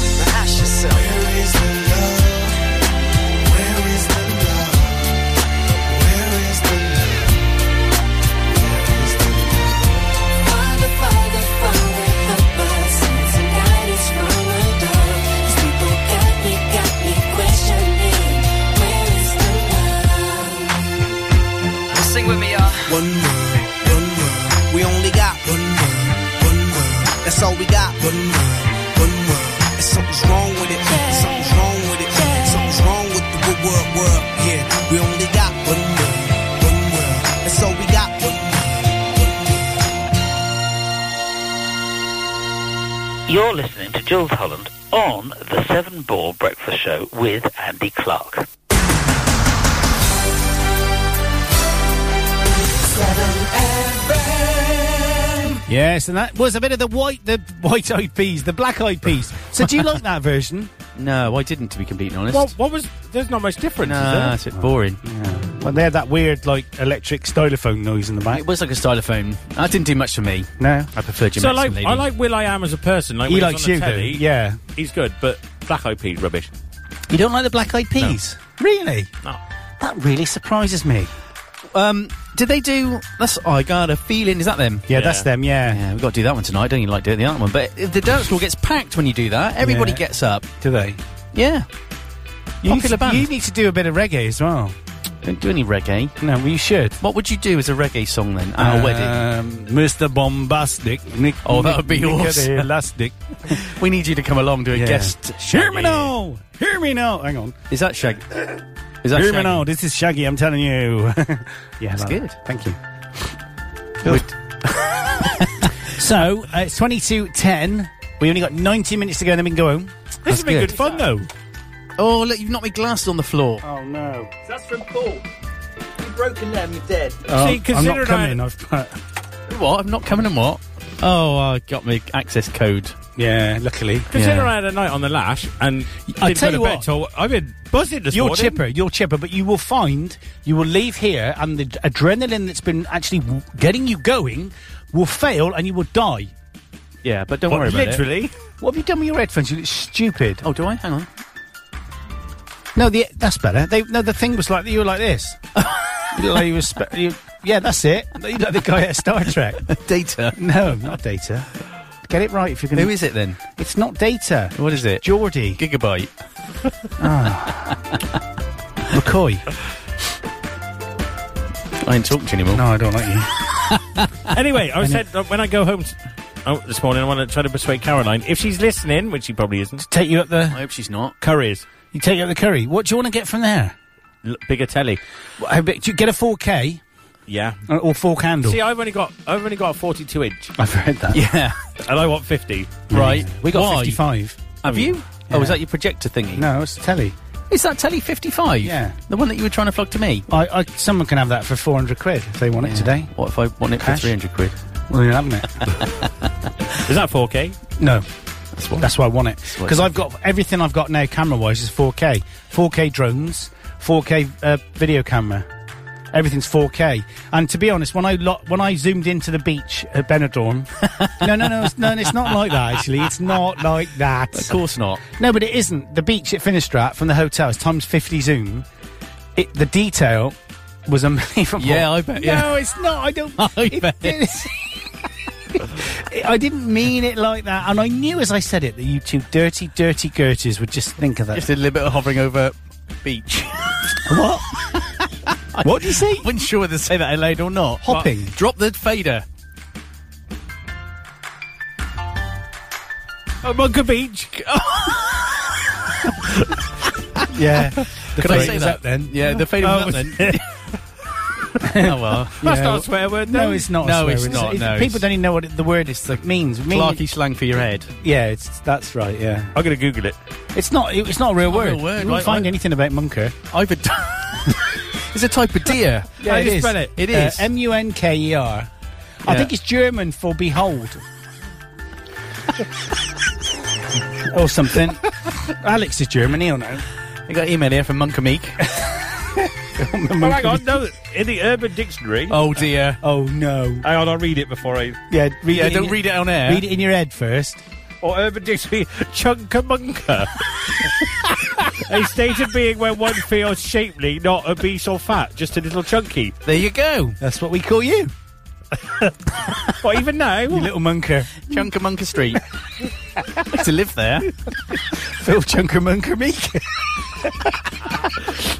Now ask yourself. Where is the love? Where is the love? Where is the love?
Father, Father, Father, help us. Some guidance from above. These people got me, got me questioning. Where is the love?
Sing with me, y'all.
One world, one world.
We only got
one world, one world.
That's all we got.
One world, one world. And something's wrong with it. Something's wrong with it. Something's wrong with the good world, world. Yeah, we only got one world, one world. That's all we got. One
You're listening to Jules Holland on the Seven Ball Breakfast Show with Andy Clark.
Yes, and that was a bit of the white, the white-eyed peas, the black-eyed peas. So do you like that version?
No, I didn't, to be completely honest.
Well, what was? There's not much difference.
Nah,
is there?
it's a bit boring.
Oh, Well, they had that weird like electric stylophone noise in the back.
It was like a stylophone. That didn't do much for me.
No,
I prefer Jim.
So I like, I like Will I Am as a person. Like
He
when
likes
he's on the
you, though,
telly,
yeah.
he's good, but Black Eyed Peas rubbish.
You don't like the Black Eyed Peas? Really?
No.
That really surprises me. Um, did they do? That's oh, I got a feeling. Is that them?
Yeah, that's them. Yeah.
Yeah, we've got to do that one tonight. Don't you like doing the other one? But if the dance floor gets packed when you do that. Everybody
Yeah.
gets up.
Do they?
Yeah.
You need,
Popular
to,
band.
you need to do a bit of reggae as well.
Don't do any reggae.
No, well, you should.
What would you do as a reggae song then? Our wedding.
Um, Mr. Bombastic. Nick,
Oh, that would be
Nick- Nick of
awesome.
the Elastic.
We need you to come along to a
Yeah.
guest.
Hear
Shaggy.
me now. Hear me now. Hang on.
Is that Shag? Is that
Hear me
Shaggy?
now. This is Shaggy. I'm telling you. yeah,
That's
like
good.
that. Thank you. so uh, it's 22:10. We only got 90 minutes to go, and then we can go home.
This has been good
fun, though.
Oh, look, you've knocked my glasses on the floor.
Oh no.
That's from Paul. You've broken them, you're dead.
See,
Oh, I'm not
considering
coming.
I-
I've put-
What? I'm not coming and what? Oh, I got my access code.
Yeah, luckily.
Considering I had a night on the lash and
I
didn't
tell
go to
you
bed
what.
till I've been buzzing this
You're
morning.
chipper, you're chipper, but you will find you will leave here and the d- adrenaline that's been actually w- getting you going will fail and you will die.
Yeah, but don't
What,
worry about
literally?
it.
What have you done with your headphones? You look stupid.
Oh, do I? Hang on.
No, the, that's better. They, no, the thing was like that. You were like this. you look like you were. Spe- you, yeah, that's it. You look like the guy at Star Trek.
data.
No, not data. Get it right if you're going.
Who is it then?
It's not data.
What is it?
Geordie.
Gigabyte.
Ah. McCoy.
I ain't talking to you anymore.
No, I don't like you.
anyway, I said uh, when I go home t- oh, this morning, I want to try to persuade Caroline if she's listening, which she probably isn't.
Take you up the
I hope she's not.
Curries,
You take out the curry. What do you want to get from there?
L- bigger telly.
What, how big- do you get a 4K
Yeah.
or- or 4 candle?
See, I've only got I've only got a 42 inch,
I've read that.
Yeah.
and I want 50.
Right.
We got
Why?
55.
Have you? Oh, is that your projector thingy?
No, it's telly.
Is that Telly 55?
Yeah.
The one that you were trying to plug to me?
I, I, someone can have that for 400 quid if they want it today.
What if I want it
Cash?
for 300 quid?
Well, they're having it.
Is that 4K?
No. That's
why-
why I want it.
why-
Because I've got everything I've got now camera wise is 4K. 4K drones, 4K uh, video camera. Everything's 4K. And to be honest, when I lo- when I zoomed into the beach at Benidorm, no, no, no, it's, no, it's not like that. Actually, it's not like that.
Of course not.
No, but it isn't. The beach at Finistrat from the hotel is times 50 zoom. It, the detail was unbelievable.
Yeah, I bet, yeah.
Oh. No, it's not. I don't.
I
it-
bet.
it's- I didn't mean it like that. And I knew as I said it that you two dirty, dirty Gerters would just think of that.
Just a little bit of hovering over beach.
what? what did you say?
wasn't sure whether to say that out loud or not.
Hopping.
But drop the fader.
Oh, At Bunker Beach.
Yeah.
Could I say that? Yeah, the fade
Oh,
of nut then. oh well,
That's not a swear word.
No,
No, it's not.
No,
a swear
it's
word.
not.
it-
no,
people don't even know what it, the word is like means. Mean-
Clarky slang for your head.
Yeah, it's that's right. Yeah,
I'm gonna Google it.
It's not. It, it's not a real
Not a
word.
real word,
You won't
right,
find
right.
anything about munker.
I've a. it's a type of deer.
yeah,
How
it
do you
is. Uh,
spell it? It is.
M U N K E R. I
Yeah.
think it's German for behold. or something. Alex is German, he'll know.
I got email here from Monk Meek.
Oh, hang on, no, in the Urban Dictionary.
Oh dear.
Oh no.
Hang on, I'll read it before I.
Yeah, read
Yeah,
it in
don't
your-
read it on air.
Read it in your head first.
Or Urban Dictionary, chunkamunka. a state of being where one feels shapely, not obese or fat, just a little chunky.
There you go.
That's what we call you.
what, even now? You
little munker.
Chunkamunka Street. to live there.
Phil Chunkamunka Meek.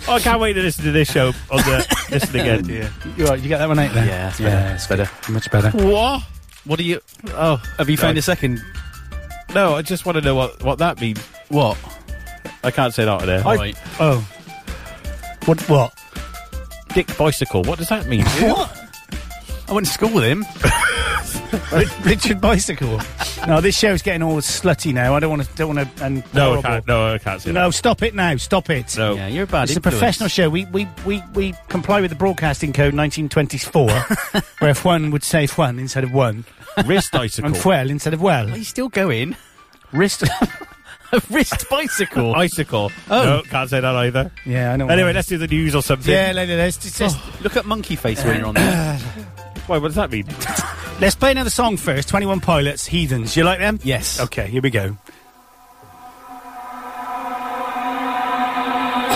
Oh, I can't wait to listen to this show on the listen again.
You, all right, you get that one out there?
Yeah, it's better.
it's better. Much better.
What? What are you? Oh, have you found a second?
No, I just want to know what, what that means.
What?
I can't say that on air.
I-
Oh. What? What?
Dick bicycle. What does that mean?
What?
I went to school with him.
Richard Bicycle. no, this show's getting all slutty now. I don't want to. Don't want to. And
No, I
horrible.
can't. No, I can't say
No, stop it now. Stop it.
that. No.
Yeah, you're a bad
It's a
influence.
professional show. We, we, we, we comply with the broadcasting code 1924, where if one would say Juan instead of one,
Wrist bicycle.
and Fuel instead of well.
Are you still going?
Wrist.
A wrist bicycle.
Icicle.
Oh.
No, can't say that either.
yeah, I know.
Anyway, let's do the news or something. Oh.
Yeah, let- let's, just, just-
Look at monkey face when you're on there.
Wait, what does that mean?
let's play another song first. 21 Pilots, Heathens. You like them?
yes.
Okay, here we go.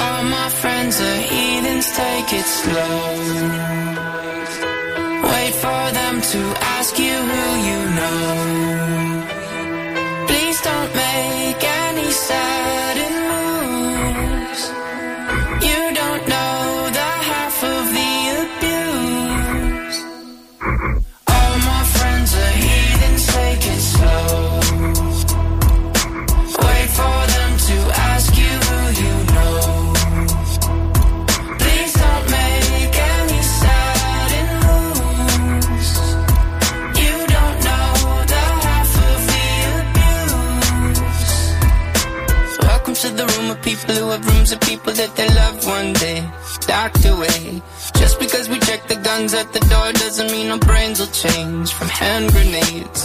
All my friends are heathens, take it slow. Wait for them to ask you who you know. Please don't make any sudden moves. You don't know the half of the abuse. All my friends are heathens, take it slow. Wait for them to ask you who you know. Please don't make any sudden moves. You don't know the half of the abuse.
Welcome to the room of people who have rooms of people that they love one day, docked away. Just because we check the guns at the door doesn't mean our brains will change from hand grenades.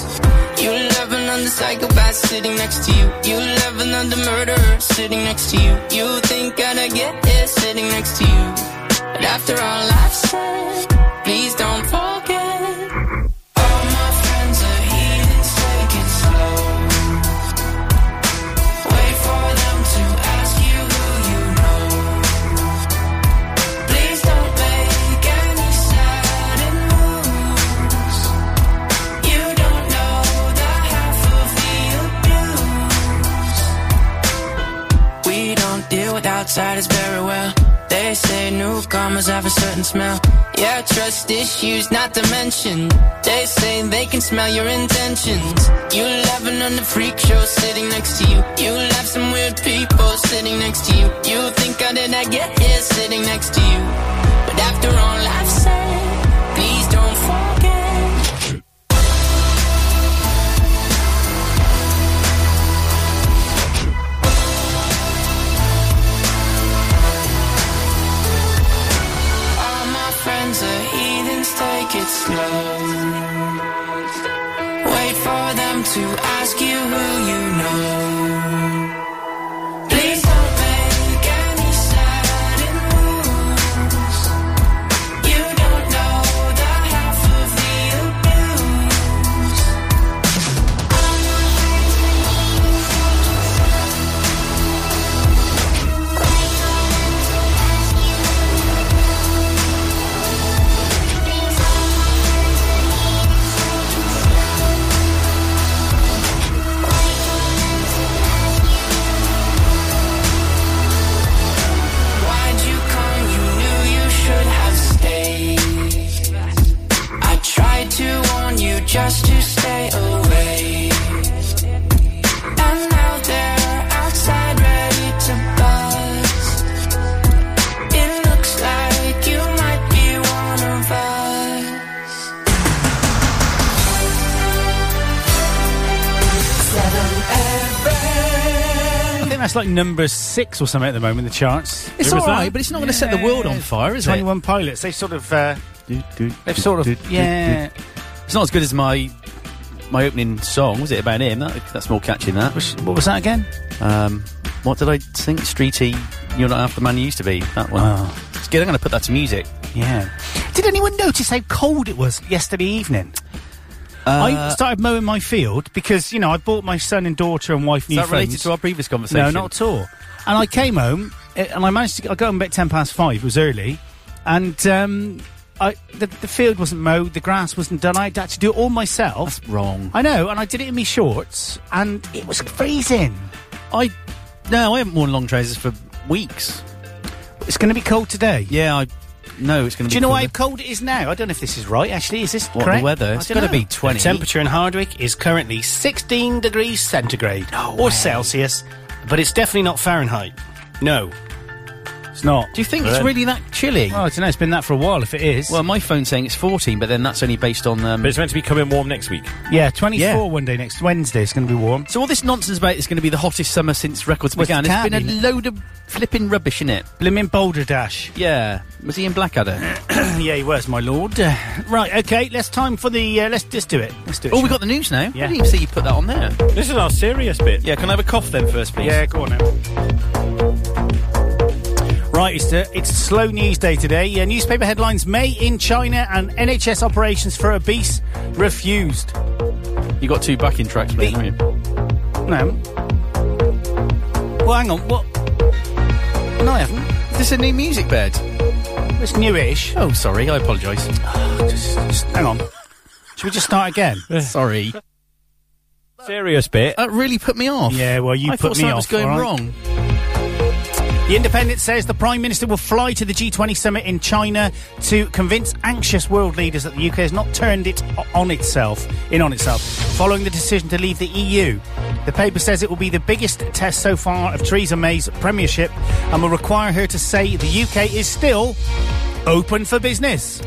You love another psychopath sitting next to you. You love another murderer sitting next to you. You think I'd get it sitting next to you. But after all I've said, please don't forget.
All my friends are heathens, take it slow. Wait for them to ask you who you know. Please don't make any sudden moves. You don't know the half of the abuse.
We don't deal with outsiders very well. They say newcomers have a certain smell. Yeah, trust issues, not to mention. They say they can smell your intentions. You laughing on the freak show sitting next to you. You laugh some weird people sitting next to you. You think I did not get here sitting next to you. But after all I've said, please don't forget.
All my friends are heathens, take it slow. Wait for them to ask you who you know. Please don't make any sudden moves. You don't know the half of the abuse.
Please don't make any sudden moves. You don't know the half of the abuse.
that's like number six or something at the moment. The charts.
It's all right, but it's not gonna set the world on fire, is it?
Twenty One Pilots. They sort of. Uh, they've sort of. Yeah.
It's not as good as my my opening song, was it? About him? That, that's more catchy than that.
What was that again?
Um, what did I sing? Streety, you're not half the man you used to be. That one. It's good. I'm going to put that to music.
Yeah. Did anyone notice how cold it was yesterday evening?
Uh,
I started mowing my field because you know I bought my son and daughter and wife
Is
new
that related
phones.
to our previous conversation?
No, not at all. And I came home eh, and I managed to. I got home about ten past five. It was early, and um, I the, the field wasn't mowed, the grass wasn't done. I had to actually do it all myself.
wrong.
I know, and I did it in my shorts, and it was freezing.
I no, I haven't worn long trousers for weeks.
It's going to be cold today.
Yeah, I no, it's going to be.
Do you know
cold.
how cold it is now? I don't know if this is right. Actually, is this
What, the
correct?
weather?
I
It's
don't
gotta
know.
be 20.
The temperature in Hardwick is currently 16 degrees centigrade or Celsius, but it's definitely not Fahrenheit. No.
It's not.
Do you think it's really that chilly?
Well, Oh, I don't know. It's been that for a while. If it is,
well, my phone's saying it's 14, but then that's only based on. Um, but
it's meant to be coming warm next week.
Yeah, 24
Yeah.
one day next Wednesday. It's going to be warm.
So all this nonsense about it's going to be the hottest summer since records
Well, it
began. It's
can't
been a
be.
load of flipping rubbish, in it?
Blimmin' Boulder Dash.
Yeah. Was he in Blackadder?
yeah, he was, my lord. Uh, Right, okay, let's time for the. Uh, let's just do it. Let's do
Oh,
it.
we
shall
got the news now.
Yeah.
I didn't even see you put that on there.
This is our serious bit.
Yeah, can I have a cough then first, please?
Yeah, go on now. Right, it's a, it's a slow news day today. Uh, newspaper headlines May in China and NHS operations for obese refused.
You got two backing tracks, playing, haven't you?
No. Well, hang on, what? No, I haven't.
Is this a new music bed?
It's newish.
Oh, sorry, I apologise.
just, just hang on. Should we just start again?
sorry.
Serious bit.
That really put me off.
Yeah, well, you
I
put
thought
me
something
off.
was going
all right?
wrong.
The Independent says the Prime Minister will fly to the G20 summit in China to convince anxious world leaders that the UK has not turned it o- on itself, in on itself, following the decision to leave the EU. The paper says it will be the biggest test so far of Theresa May's premiership and will require her to say the UK is still open for business.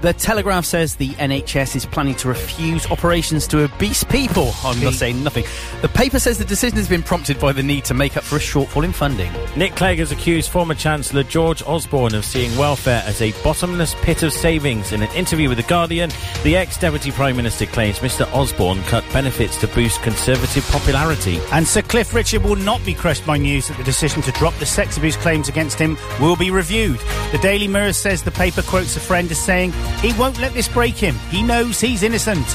The Telegraph says the NHS is planning to refuse operations to obese people. I'm not saying nothing. The paper says the decision has been prompted by the need to make up for a shortfall in funding.
Nick Clegg has accused former Chancellor George Osborne of seeing welfare as a bottomless pit of savings. In an interview with The Guardian, the ex Deputy Prime Minister claims Mr. Osborne cut benefits to boost Conservative popularity.
And Sir Cliff Richard will not be crushed by news that the decision to drop the sex abuse claims against him will be reviewed. The Daily Mirror says the paper quotes a friend as saying, He won't let this break him. He knows he's innocent.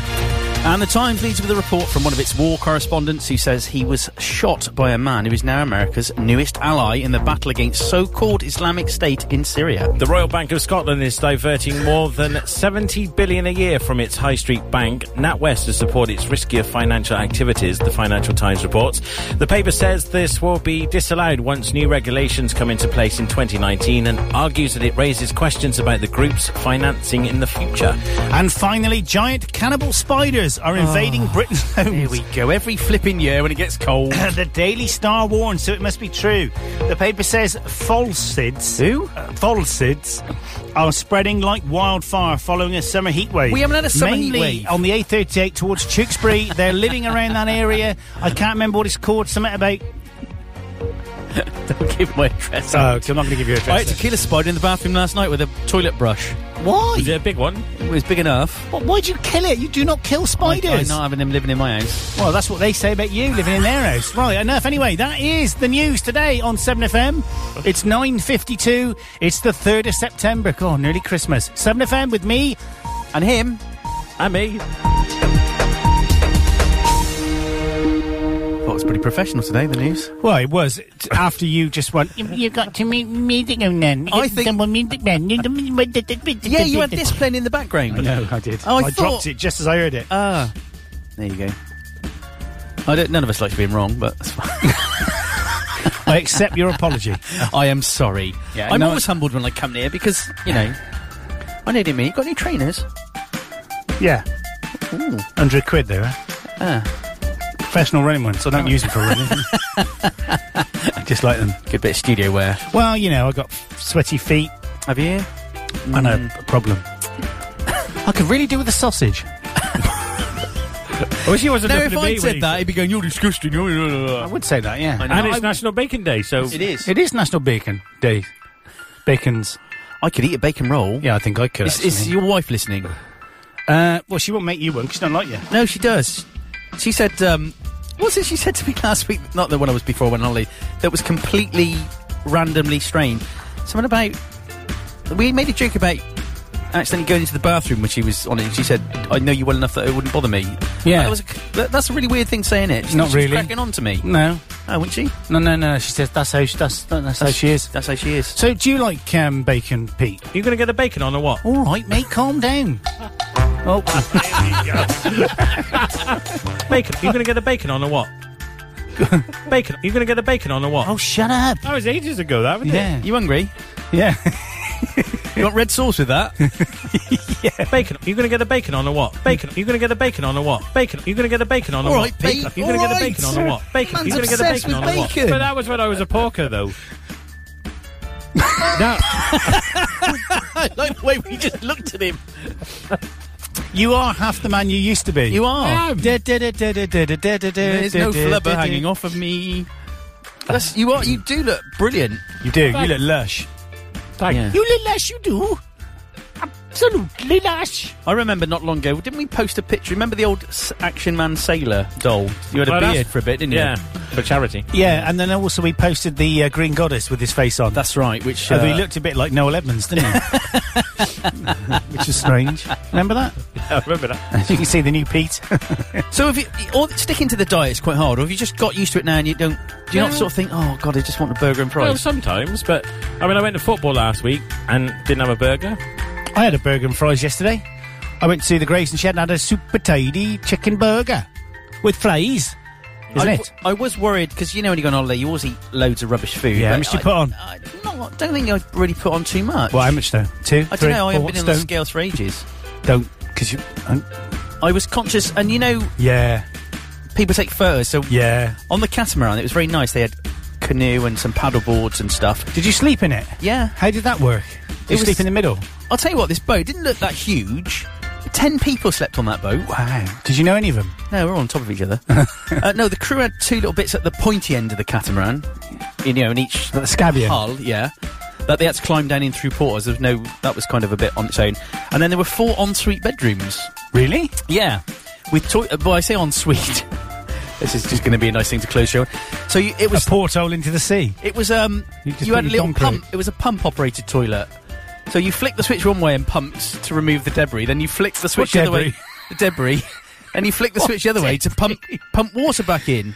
And the Times leads with a report from one of its war correspondents who says he was shot by a man who is now America's newest ally in the battle against so called Islamic State in Syria.
The Royal Bank of Scotland is diverting more than 70 billion a year from its high street bank NatWest to support its riskier financial activities, the Financial Times reports. The paper says this will be disallowed once new regulations come into place in 2019 and argues that it raises questions about the group's financing in the future.
And finally, giant cannibal spiders are invading Britain's homes. Here we
Ah. go, every flipping year when it gets cold.
the Daily Star warns, so it must be true. The paper says falsids. uh,
Who?
falsids are spreading like wildfire following a summer heatwave.
We haven't had a summer
Mainly
heatwave.
on the A38 towards Tewkesbury. They're living around that area. I can't remember what it's called. Something about.
Don't give my address.
Oh, I'm not going to give you address.
I had to kill a spider in the bathroom last night with a toilet brush.
Why?
Is it a big one?
It was big enough.
But why'd you kill it? You do not kill spiders.
I'm not having them living in my house.
Well, that's what they say about you living in their house. Right, enough. Anyway, that is the news today on 7FM. It's 9.52. It's the 3rd of September. God, nearly Christmas. 7FM with me.
And him.
And me.
Thought it was pretty professional today, the news.
Well, it was t- after you just went, you, you got to meet music then. I think...
Yeah, you had this playing in the background.
No, I did.
Oh, I,
I
thought...
dropped it just as I heard it.
Ah. There you go. I don't, none of us likes being wrong, but that's fine.
I accept your apology.
I am sorry.
Yeah,
I'm
no-
always humbled when I come here because, you know, I know didn't mean you got new trainers.
Yeah.
Ooh.
100 quid though, eh?
Ah.
Professional running ones. I don't use them for running. I just like them.
Good bit of studio wear.
Well, you know, I got sweaty feet
Have you?
and a problem. I could really do with a sausage.
I wish he wasn't
Now,
looking
if
at me
I
when he
said that, he'd be going, "You're disgusting." I
would say that, yeah.
And it's National Bacon Day, so
It is National Bacon Day. Bacon's.
I could eat a bacon roll.
Yeah, I think I could.
Is, is your wife listening?
Uh, well, she won't make you one because she don't like you.
No, she does. She said, um, "What's it?" She said to me last week, not the one I was before, when Ollie, that was completely randomly strange. Something about we made a joke about accidentally going into the bathroom when she was on it. and She said, "I know you well enough that it wouldn't bother me."
Yeah.
that was a, c- that- that's a really weird thing saying it. She-
Not
she was
really.
cracking on to me.
No.
Oh, wouldn't she?
No, no, no. She says that's how she, that's, that's, how she is.
That's how she is.
So, do you like um, bacon, Pete?
You going to get a bacon on or what?
All right, mate. Calm down. oh,
bacon. You're going to get a bacon on or what? bacon. You're going to get a bacon on or what?
Oh, shut up.
That was ages ago, that, wasn't
Yeah.
it?
You hungry?
Yeah.
you want red sauce with that?
yeah. Bacon. You're going to get a bacon on or what? Bacon. You're going to get a bacon on or what? Bacon. You're going to get a bacon on or
All
what?
right,
Bacon.
Pete,
You're going to
all
get a
right.
bacon on or what? Bacon.
Man's
You're going to get a
obsessed
bacon on
with
or what?
bacon.
But that was when I was a porker, though.
no. I like the way we just looked at him.
You are half the man you used to be. You
are.
There's
There's no flubber hanging off of me. That's, you are. You do look brilliant.
You do. You look lush.
Yeah.
You look lush, you do. Absolutely lush.
I remember not long ago. Didn't we post a picture? Remember the old s- Action Man sailor doll? You had a
Well, that's-
beard for a bit, didn't you?
Yeah, for charity.
Yeah, and then also we posted the uh, Green Goddess with his face on.
That's right. Which
Uh,
uh,
he looked a bit like Noel Edmonds, didn't he? Which is strange. Remember that?
I remember that.
As you can see, the new Pete.
So, if you, or sticking to the diet is quite hard, or have you just got used to it now and you don't? Do you not
No.
sort of think, oh god, I just want a burger and
Well,
fries?
sometimes, but I mean, I went to football last week and didn't have a burger.
I had a burger and fries yesterday. I went to see the Grayson Shed and had a super tidy chicken burger with fries. Isn't
I,
it?
I was worried because you know when you go on holiday, you always eat loads of rubbish food.
Yeah, how
but
much do you
I-
put on?
I don't, know, I don't think I really put on too much.
Well, how much though? Two?
I
three,
don't know. I haven't
four
been on the
stone?
scales for ages.
Don't, because you. um, don't-
I was conscious, and you know,
yeah,
people take photos. So
yeah.
on the catamaran, it was very nice. They had canoe and some paddle boards and stuff.
Did you sleep in it?
Yeah,
How did that work? Did you
was-
sleep in the middle?
I'll tell you what. This boat didn't look that huge. Ten people slept on that boat.
Wow. Did you know any of them?
No, we're all on top of each other. uh, no, the crew had two little bits at the pointy end of the catamaran, you know, in each
The scabion.
hull, yeah. That they had to climb down in through porters. There was no, that was kind of a bit on its own. And then there were four ensuite bedrooms.
Really?
Yeah, with toi- uh, well, I say ensuite. this is just going to be a nice thing to close your. So you, it
A
was
porthole into the sea.
it was um you,
You
had a
just put your
little
donker in.
pump. It was a pump operated toilet. So you flick the switch one way and pumped to remove the debris. Then you flick the switch the other way,
debris?
the debris, and you flick the switch the other way to pump pump water back in.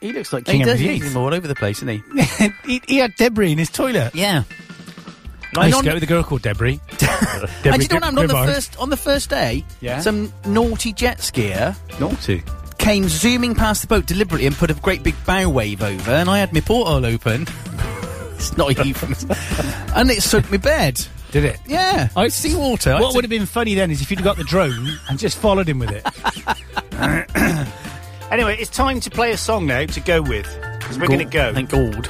He looks like
he does. He's all over the place, isn't he?
he, he had debris in his toilet.
Yeah.
I
And
used
on-
to go with a girl called Debris. Debris
And do you know what happened on the
Grimmard.
first on the first day?
Yeah.
Some naughty jet skier
Naughty.
came zooming past the boat deliberately and put a great big bow wave over, and I had my porthole open. it's not even, and it soaked my bed.
Did it?
Yeah, I see water. I
What
had
would have been funny then is if you'd got the drone and just followed him with it. anyway, it's time to play a song now to go with. Because we're
to-
going to go.
Thank God.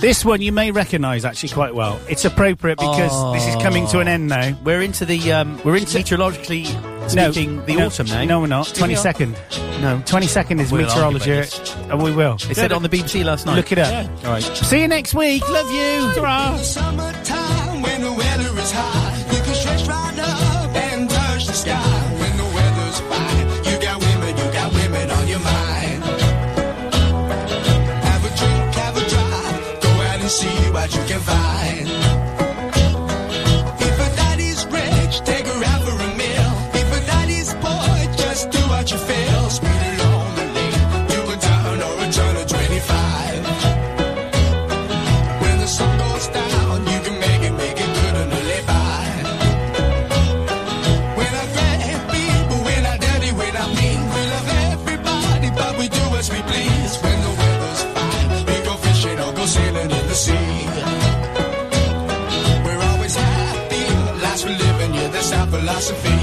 This one you may recognise actually quite well. It's appropriate because this is coming to an end now.
Ah. We're into the um, we're into meteorologically speaking the
no,
autumn now.
No, we're not.
Did we
Twenty
not?
second.
No,
Twenty second is
We'll argue about
meteorology.
this.
Oh, we will.
it said on the BBC last night.
Look it up.
All right.
See you next week. Love you.
In the summertime, when the weather is hot, you can stretch right up and touch the sky. When the weather's fine, you got women, you got women on your mind. Have a drink, have a drive, go out and see what you can find. If a daddy's rich, take her out for a meal. If a daddy's poor, just do what you feel. Speed along the lane, you can turn or a turn of 25. When the sun goes down, you can make it, make it good and live by. We're not bad people, we're not dirty, we're not mean. We love everybody, but we do as we please. When the weather's fine, we go fishing or go sailing in the sea. We're always happy, last we're living, yeah, that's our philosophy.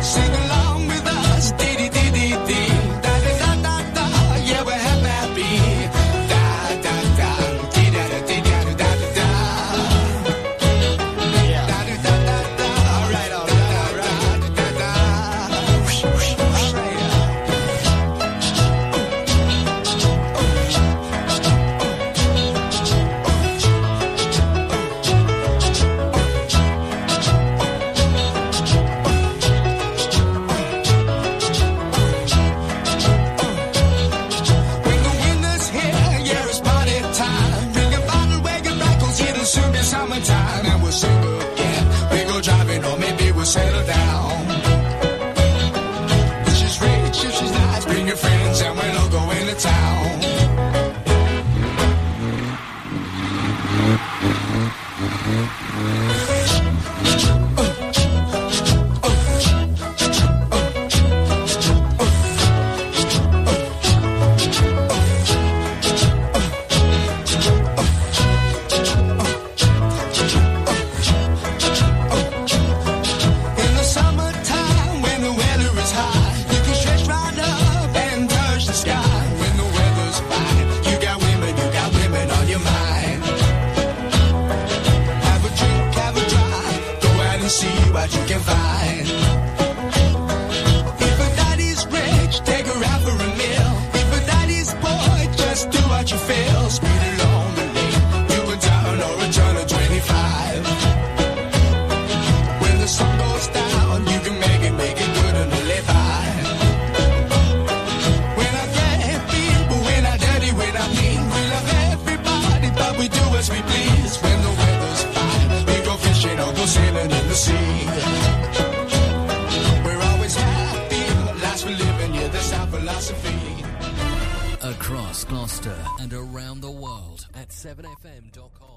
Sing along with us, dee dee dee dee dee. Da da da da da, yeah, we're happy, happy. Da da da, dee da da dee da da da da da. Da da da da da, alright, alright, alright. Da da da. Whoosh, whoosh.
settle down. She's rich if she's not. Bring your friends and we'll all go into town.
In the summertime, when the weather is hot, you can stretch right up and touch the sky. When the weather's fine, you got women, you got women on your mind. Have a drink, have a drive, go out and see what you can find. If a daddy's rich, take her out for a meal. If a daddy's poor, just do what you feel. Speed along the lane, you a down or a turn of 25. When the sun goes down, you can make it, make it good and live by. When I get beat, but when I dirty, when I mean, we love everybody, but we do as we please. When the weather's fine, we go fishing or go sailing in the sea. We're always happy, last we're living, yeah, that's our philosophy.
Across Gloucester and around the world at 7fm.com.